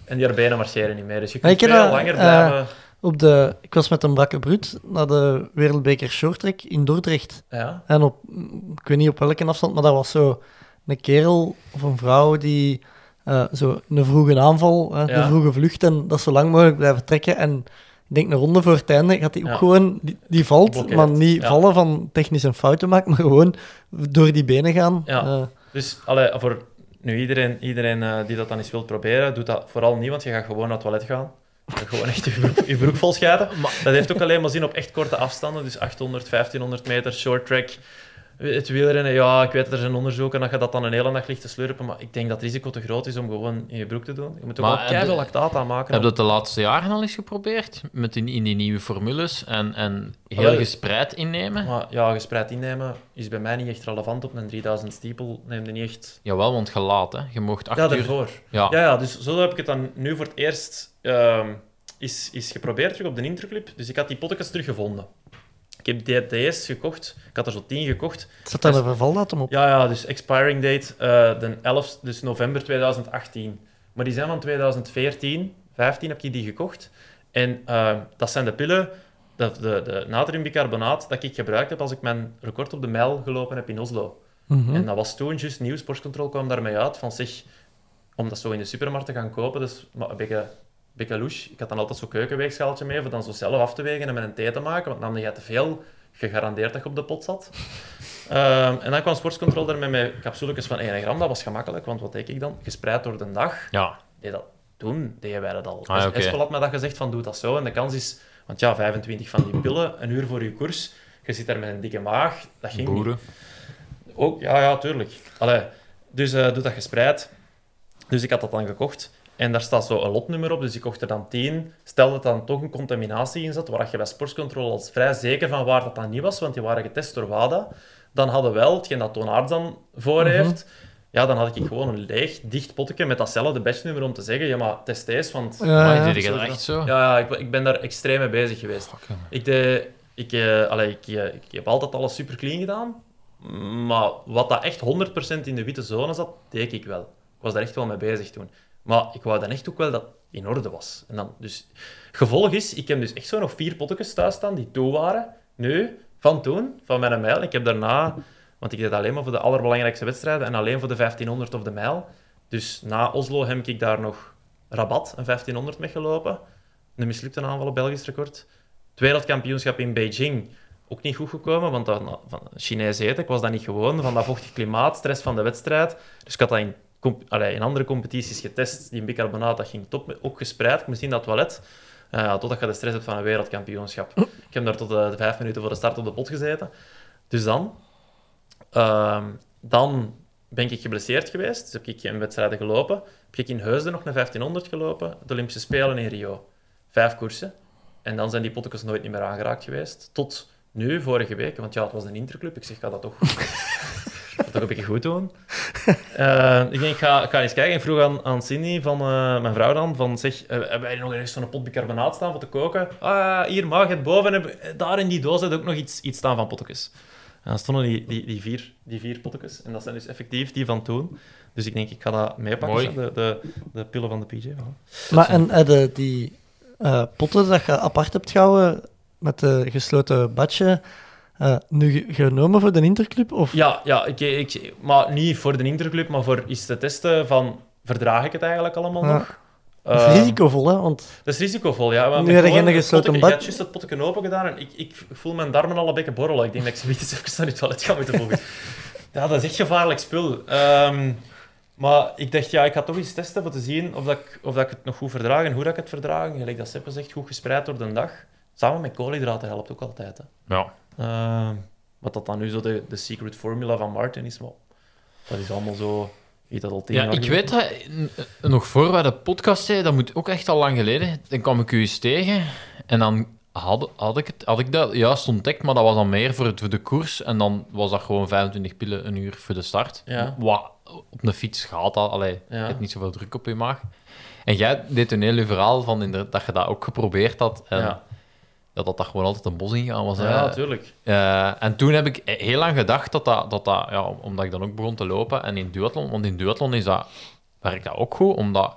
G: en die haar benen marcheren niet meer. Dus je
F: Maar
G: kunt
F: ik
G: veel
F: ken dat,
G: langer
F: eh,
G: blijven.
F: Op de, ik was met een brakke bruut naar de wereldbeker shorttrack in Dordrecht.
G: Ja.
F: En op, mm, ik weet niet op welke afstand, maar dat was zo een kerel of een vrouw die eh, zo een vroege aanval, hè,
G: Ja.
F: een vroege vlucht en dat zo lang mogelijk blijven trekken. En ik denk een ronde voor het einde gaat die ook
G: Ja.
F: gewoon, die, die valt,
G: Blokkeert,
F: maar niet
G: ja.
F: vallen van technisch een fout te maken, maar gewoon door die benen gaan.
G: Ja.
F: Eh,
G: Dus allee, voor nu iedereen, iedereen eh, die dat dan eens wilt proberen, doet dat vooral niet, want je gaat gewoon naar het toilet gaan. Je gaat Gewoon echt je broek, je broek vol scheiden. Dat heeft ook alleen maar zin op echt korte afstanden. Dus 800, 1500 meter, short track. Het wielrennen, ja, ik weet dat er zijn onderzoeken dat je dat dan een hele dag ligt te slurpen. Maar ik denk dat het risico te groot is om gewoon in je broek te doen. Je moet ook
H: Maar
G: wel
H: heb
G: keiveel
H: je-
G: lactaat aanmaken.
H: Heb je dat de laatste jaren al eens geprobeerd? Met die, in die nieuwe formules en, en heel
G: Wel-
H: gespreid innemen?
G: Maar ja, gespreid innemen is bij mij niet echt relevant. Op een 3000 stiepel neem je niet echt...
H: Jawel, want gelaat, hè. Je mocht acht
G: Ja,
H: uur...
G: daarvoor.
H: Ja.
G: Ja, ja, dus zo heb ik het dan nu voor het eerst ehm, is, is geprobeerd terug op de Interclip. Dus ik had die potjes teruggevonden. Ik heb die DTS gekocht. Ik had er zo 10 gekocht.
F: Zet daar een vervaldatum op?
G: Ja, ja, dus expiring date eh, de 11, dus november 2018. Maar die zijn van 2014, 15 heb ik die gekocht. En eh, dat zijn de pillen, de, de, de natriumbicarbonaat, dat ik gebruikt heb als ik mijn record op de mijl gelopen heb in Oslo.
F: Mhm.
G: En dat was toen juist nieuws. Porsche Control kwam daarmee uit van zich om dat zo in de supermarkt te gaan kopen. Dus maar een beetje, beetje louche. Ik had dan altijd zo'n keukenweegschaaltje mee voor dan zo zelf af te wegen en met een thee te maken. Want nam je te veel, gegarandeerd dat je op de pot zat. Ehm, en dan kwam Sports Control daarmee met capsuletjes van 1 gram. Dat was gemakkelijk, want wat deed ik dan? Gespreid door de dag
H: Ja.
G: deed dat toen, deden wij dat al.
H: Ah,
G: dus
H: oké.
G: Espel had mij dat gezegd van doe dat zo. En de kans is, want ja, 25 van die pillen, een uur voor je koers, je zit daar met een dikke maag, dat ging niet.
H: Boeren.
G: Ook, ja, ja, tuurlijk. Allee, dus eh, doe dat gespreid. Dus ik had dat dan gekocht. En daar staat zo een lotnummer op, dus ik kocht er dan 10. Stel dat dan toch een contaminatie in zat, waar je bij sportscontrole als vrij zeker van waar dat dan niet was, want die waren getest door WADA. Dan hadden we wel, hetgeen dat Toon Aerts dan voor heeft, ja, dan had ik gewoon een leeg, dicht potje met datzelfde batchnummer om te zeggen, ja, maar test deze, want...
F: Ja,
H: maar
F: ja.
H: deed je dat echt zo?
G: Ja, ja ik, ik ben daar extreem mee bezig geweest.
H: Fuck, jongen.
G: Ik, deed, ik, eh, allee, ik, eh, ik heb altijd alles super clean gedaan. Maar wat dat echt 100% in de witte zone zat, deed ik wel. Ik was daar echt wel mee bezig toen. Maar ik wou dan echt ook wel dat het in orde was. En dan, dus, gevolg is, ik heb dus echt zo nog vier pottekens thuis staan die toe waren. Nu, van toen, van mijn mijl. Ik heb daarna, want ik deed alleen maar voor de allerbelangrijkste wedstrijden en alleen voor de 1500 of de mijl. Dus na Oslo heb ik daar nog Rabat, een 1500 meegelopen. Een mislukte aanval op Belgisch record. Het wereldkampioenschap in Beijing ook niet goed gekomen, want dan, van Chinees eten, ik was dat niet gewoon, van dat vochtig klimaat, stress van de wedstrijd. Dus ik had dat in, comp- allee, in andere competities getest, die bicarbonaat, dat ging top, ook gespreid, ik moest in dat toilet, eh, totdat je de stress hebt van een wereldkampioenschap. Ik heb daar tot de vijf minuten voor de start op de pot gezeten. Dus dan, ehm, dan ben ik geblesseerd geweest, dus heb ik geen wedstrijden gelopen. Heb ik in Heusden nog naar 1500 gelopen, de Olympische Spelen in Rio. Vijf koersen. En dan zijn die pottekens nooit niet meer aangeraakt geweest. Tot nu, vorige week, want ja, het was een interclub. Ik zeg, ik ga dat toch, ik ga dat toch een beetje goed doen. Eh, ik denk, ik ga, ik ga eens kijken. Ik vroeg aan, aan Cindy, van, eh, mijn vrouw dan, van zeg, eh, hebben wij hier nog ergens zo'n pot bicarbonaat staan voor te koken? Ah, hier, mag het boven. hebben- eh, Daar in die doos had ook nog iets, iets staan van pottekens. En dan stonden die, die, die, vier, die vier pottekens. En dat zijn dus effectief die van toen. Dus ik denk, ik ga dat meepakken,
H: Mooi.
G: zo, de, de, de pillen van de PJ. Ja.
F: Maar en eh, de, die eh, potten dat je apart hebt gehouden met de gesloten badje, eh, nu ge- genomen voor de interclub? Of
G: Ja, ja ik, ik, maar niet voor de interclub, maar voor iets te testen van verdraag ik het eigenlijk allemaal
F: Ja.
G: nog?
F: dat is
G: Eh,
F: risicovol, hè? Want
G: Dat is risicovol, ja. Maar
F: Nu
G: met
F: heb je
G: gewoon
F: geen
G: het
F: gesloten
G: potteken- Ik
F: bak.
G: had juist dat potje open gedaan en ik, ik voel mijn darmen al een beetje borrelen. Ik denk dat ik ze eens even naar het toilet ga moeten volgen. ja, dat is echt gevaarlijk spul. Ehm, maar ik dacht, ja, ik ga toch eens testen om te zien of, dat ik, of dat ik het nog goed verdraag en hoe dat ik het verdraag. En Gelijk dat Sepp zegt, goed gespreid door de dag. Samen met koolhydraten helpt ook altijd. Hè.
H: Ja.
G: Ehm, wat dat dan nu zo de, de secret formula van Martin is, maar dat is allemaal zo... Iets dat al tien
H: Ja,
G: jaar
H: ik
G: geleden-
H: weet dat, eh, nog voor wij de podcast zeiden, dat moet ook echt al lang geleden. Dan kwam ik u eens tegen en dan had, had, ik, het, had ik dat juist ontdekt, maar dat was dan meer voor, het, voor de koers. En dan was dat gewoon 25 pillen een uur voor de start.
G: Ja.
H: Wat, op een fiets gaat dat, allee,
G: Ja.
H: je hebt niet zoveel druk op je maag. En jij deed een heel uw verhaal van inderdaad dat je dat ook geprobeerd had. En
G: Ja.
H: dat dat daar gewoon altijd een bos in gaan was. hè.
G: Ja, natuurlijk.
H: Eh, en toen heb ik he- heel lang gedacht dat dat, dat, dat ja, omdat ik dan ook begon te lopen en in duathlon, want in duathlon is dat, werkt dat ook goed, omdat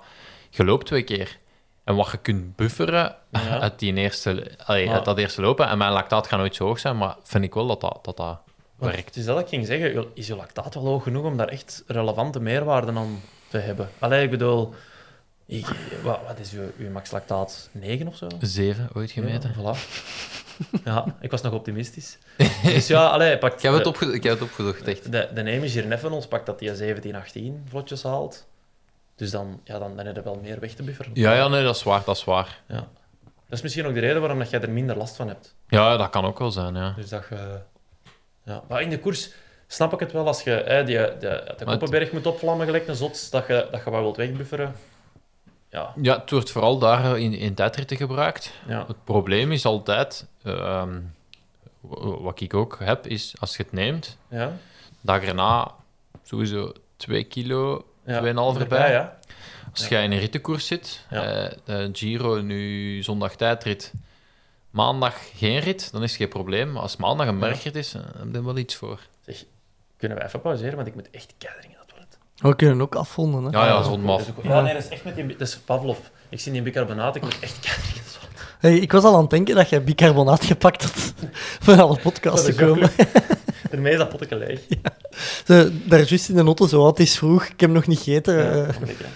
H: je loopt twee keer. En wat je kunt bufferen
G: Ja.
H: uit, die eerste, allee,
G: Maar-
H: uit dat eerste lopen, en mijn lactaat gaat nooit zo hoog zijn, maar vind ik wel dat dat, dat, dat
G: Want
H: werkt.
G: Het is dat ik ging zeggen, je- is je lactaat wel hoog genoeg om daar echt relevante meerwaarden aan te hebben? Allee, ik bedoel, ik, wat, wat is uw, uw max lactaat? 9 of zo?
H: Zeven, ooit gemeten.
G: Ja, voilà. ja, ik was nog optimistisch. Dus ja, allee, pak...
H: Ik heb het, opge ik heb het opgezocht, echt.
G: De, de name is hier net van ons, pak dat die 17, 18 vlotjes haalt. Dus dan, ja, dan, dan heb je wel meer weg te bufferen.
H: Ja, ja, nee, dat is waar, dat is waar.
G: Dat is misschien ook de reden waarom dat jij er minder last van hebt.
H: Ja, dat kan ook wel zijn, ja.
G: Dus dat je... Ja. Maar in de koers snap ik het wel, als je hè, die, de, de
H: Maar het-
G: Koppenberg moet opvlammen gelijk een zot, dat je, dat je wat wilt wegbufferen. Ja,
H: Ja, het wordt vooral daar in, in tijdritten gebruikt.
G: ja.
H: Het probleem is altijd, ehm, w- wat ik ook heb, is als je het neemt,
G: ja.
H: dag erna sowieso 2 kilo,
G: ja.
H: 2,5
G: Erbij,
H: erbij.
G: ja.
H: Als
G: Ja.
H: jij in een rittenkoers zit,
G: Ja.
H: eh, de Giro nu zondag tijdrit, maandag geen rit, dan is het geen probleem. Maar als maandag een bergrit is, eh, heb je er wel iets voor.
G: Zeg, kunnen we even pauzeren, want ik moet echt keihard naar het toilet.
F: we kunnen ook afvonden, hè?
H: Ah, Ja, ja, zon
G: Dat
H: maf.
G: is ook- Ja, nee, dat is echt met die... Dat is Pavlov. Ik zie die bicarbonaat, ik moet echt keihard naar het toilet.
F: Hey, ik was al aan het denken dat jij bicarbonaat gepakt had voor alle podcasts
G: Dat
F: te
G: is ook
F: komen.
G: Daarmee is dat potje leeg.
F: Ze- Daar juist in de auto, zo, "Ah, het is vroeg, ik heb nog niet gegeten.
G: Ja,
F: eh,
G: dat moet ik, ja.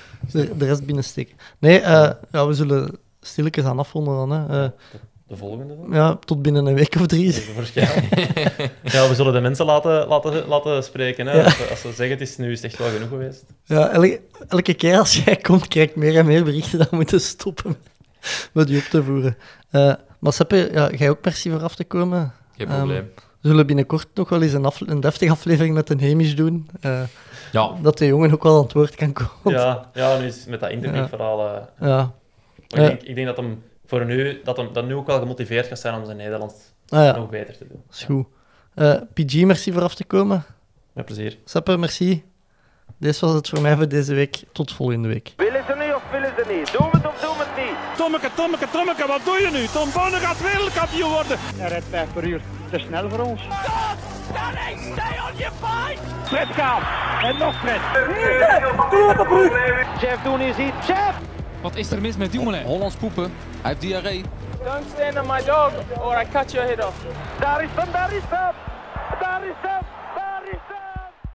F: de, de rest binnensteken. Nee, eh, ja, we zullen stilletjes aan afronden dan. Hè. Eh,
G: De volgende dan?
F: ja, tot binnen een week of drie.
G: Even verschijnen. ja, we zullen de mensen laten, laten, laten spreken. Hè. Als, ze, als ze zeggen, het is nu is het echt wel genoeg geweest.
F: Ja, elke, elke keer als jij komt, krijg ik meer en meer berichten dat we moeten stoppen met die op te voeren. Eh, maar Seppe, ja, jij ook merci voor af te komen.
H: Geen
F: Ehm,
H: probleem.
F: We zullen binnenkort nog wel eens een, afle- een deftige aflevering met een Hemisch doen. eh,
H: Ja,
F: dat de jongen ook wel aan het woord kan komen.
G: Ja, ja, nu is met dat interviewverhaal... eh,
F: Ja.
G: maar
F: Ja.
G: ik, denk, ik denk dat hem voor nu, dat hem dat nu ook wel gemotiveerd gaat zijn om zijn Nederlands
F: Ah, ja,
G: nog beter te doen.
F: is goed. Eh, PG, merci voor af te komen.
G: Met plezier.
F: Seppe, merci. Dit was het voor mij voor deze week. Tot volgende week.
A: Willen ze niet of willen ze niet? Doen we het of doen we het niet?
B: Tommeke, Tommeke, Tommeke, wat doe je nu? Tom Bonne gaat wereldkampioen worden.
C: Er rijdt 5 per uur. Te snel voor ons.
A: Fred Kaap. En nog Fred. Hier Jeff. Doe het op Jeff Doen is hier. Jeff.
E: Wat is er mis met Dumoulin? Hollands poepen. Hij heeft diarree.
A: Daar is hem, daar is hem.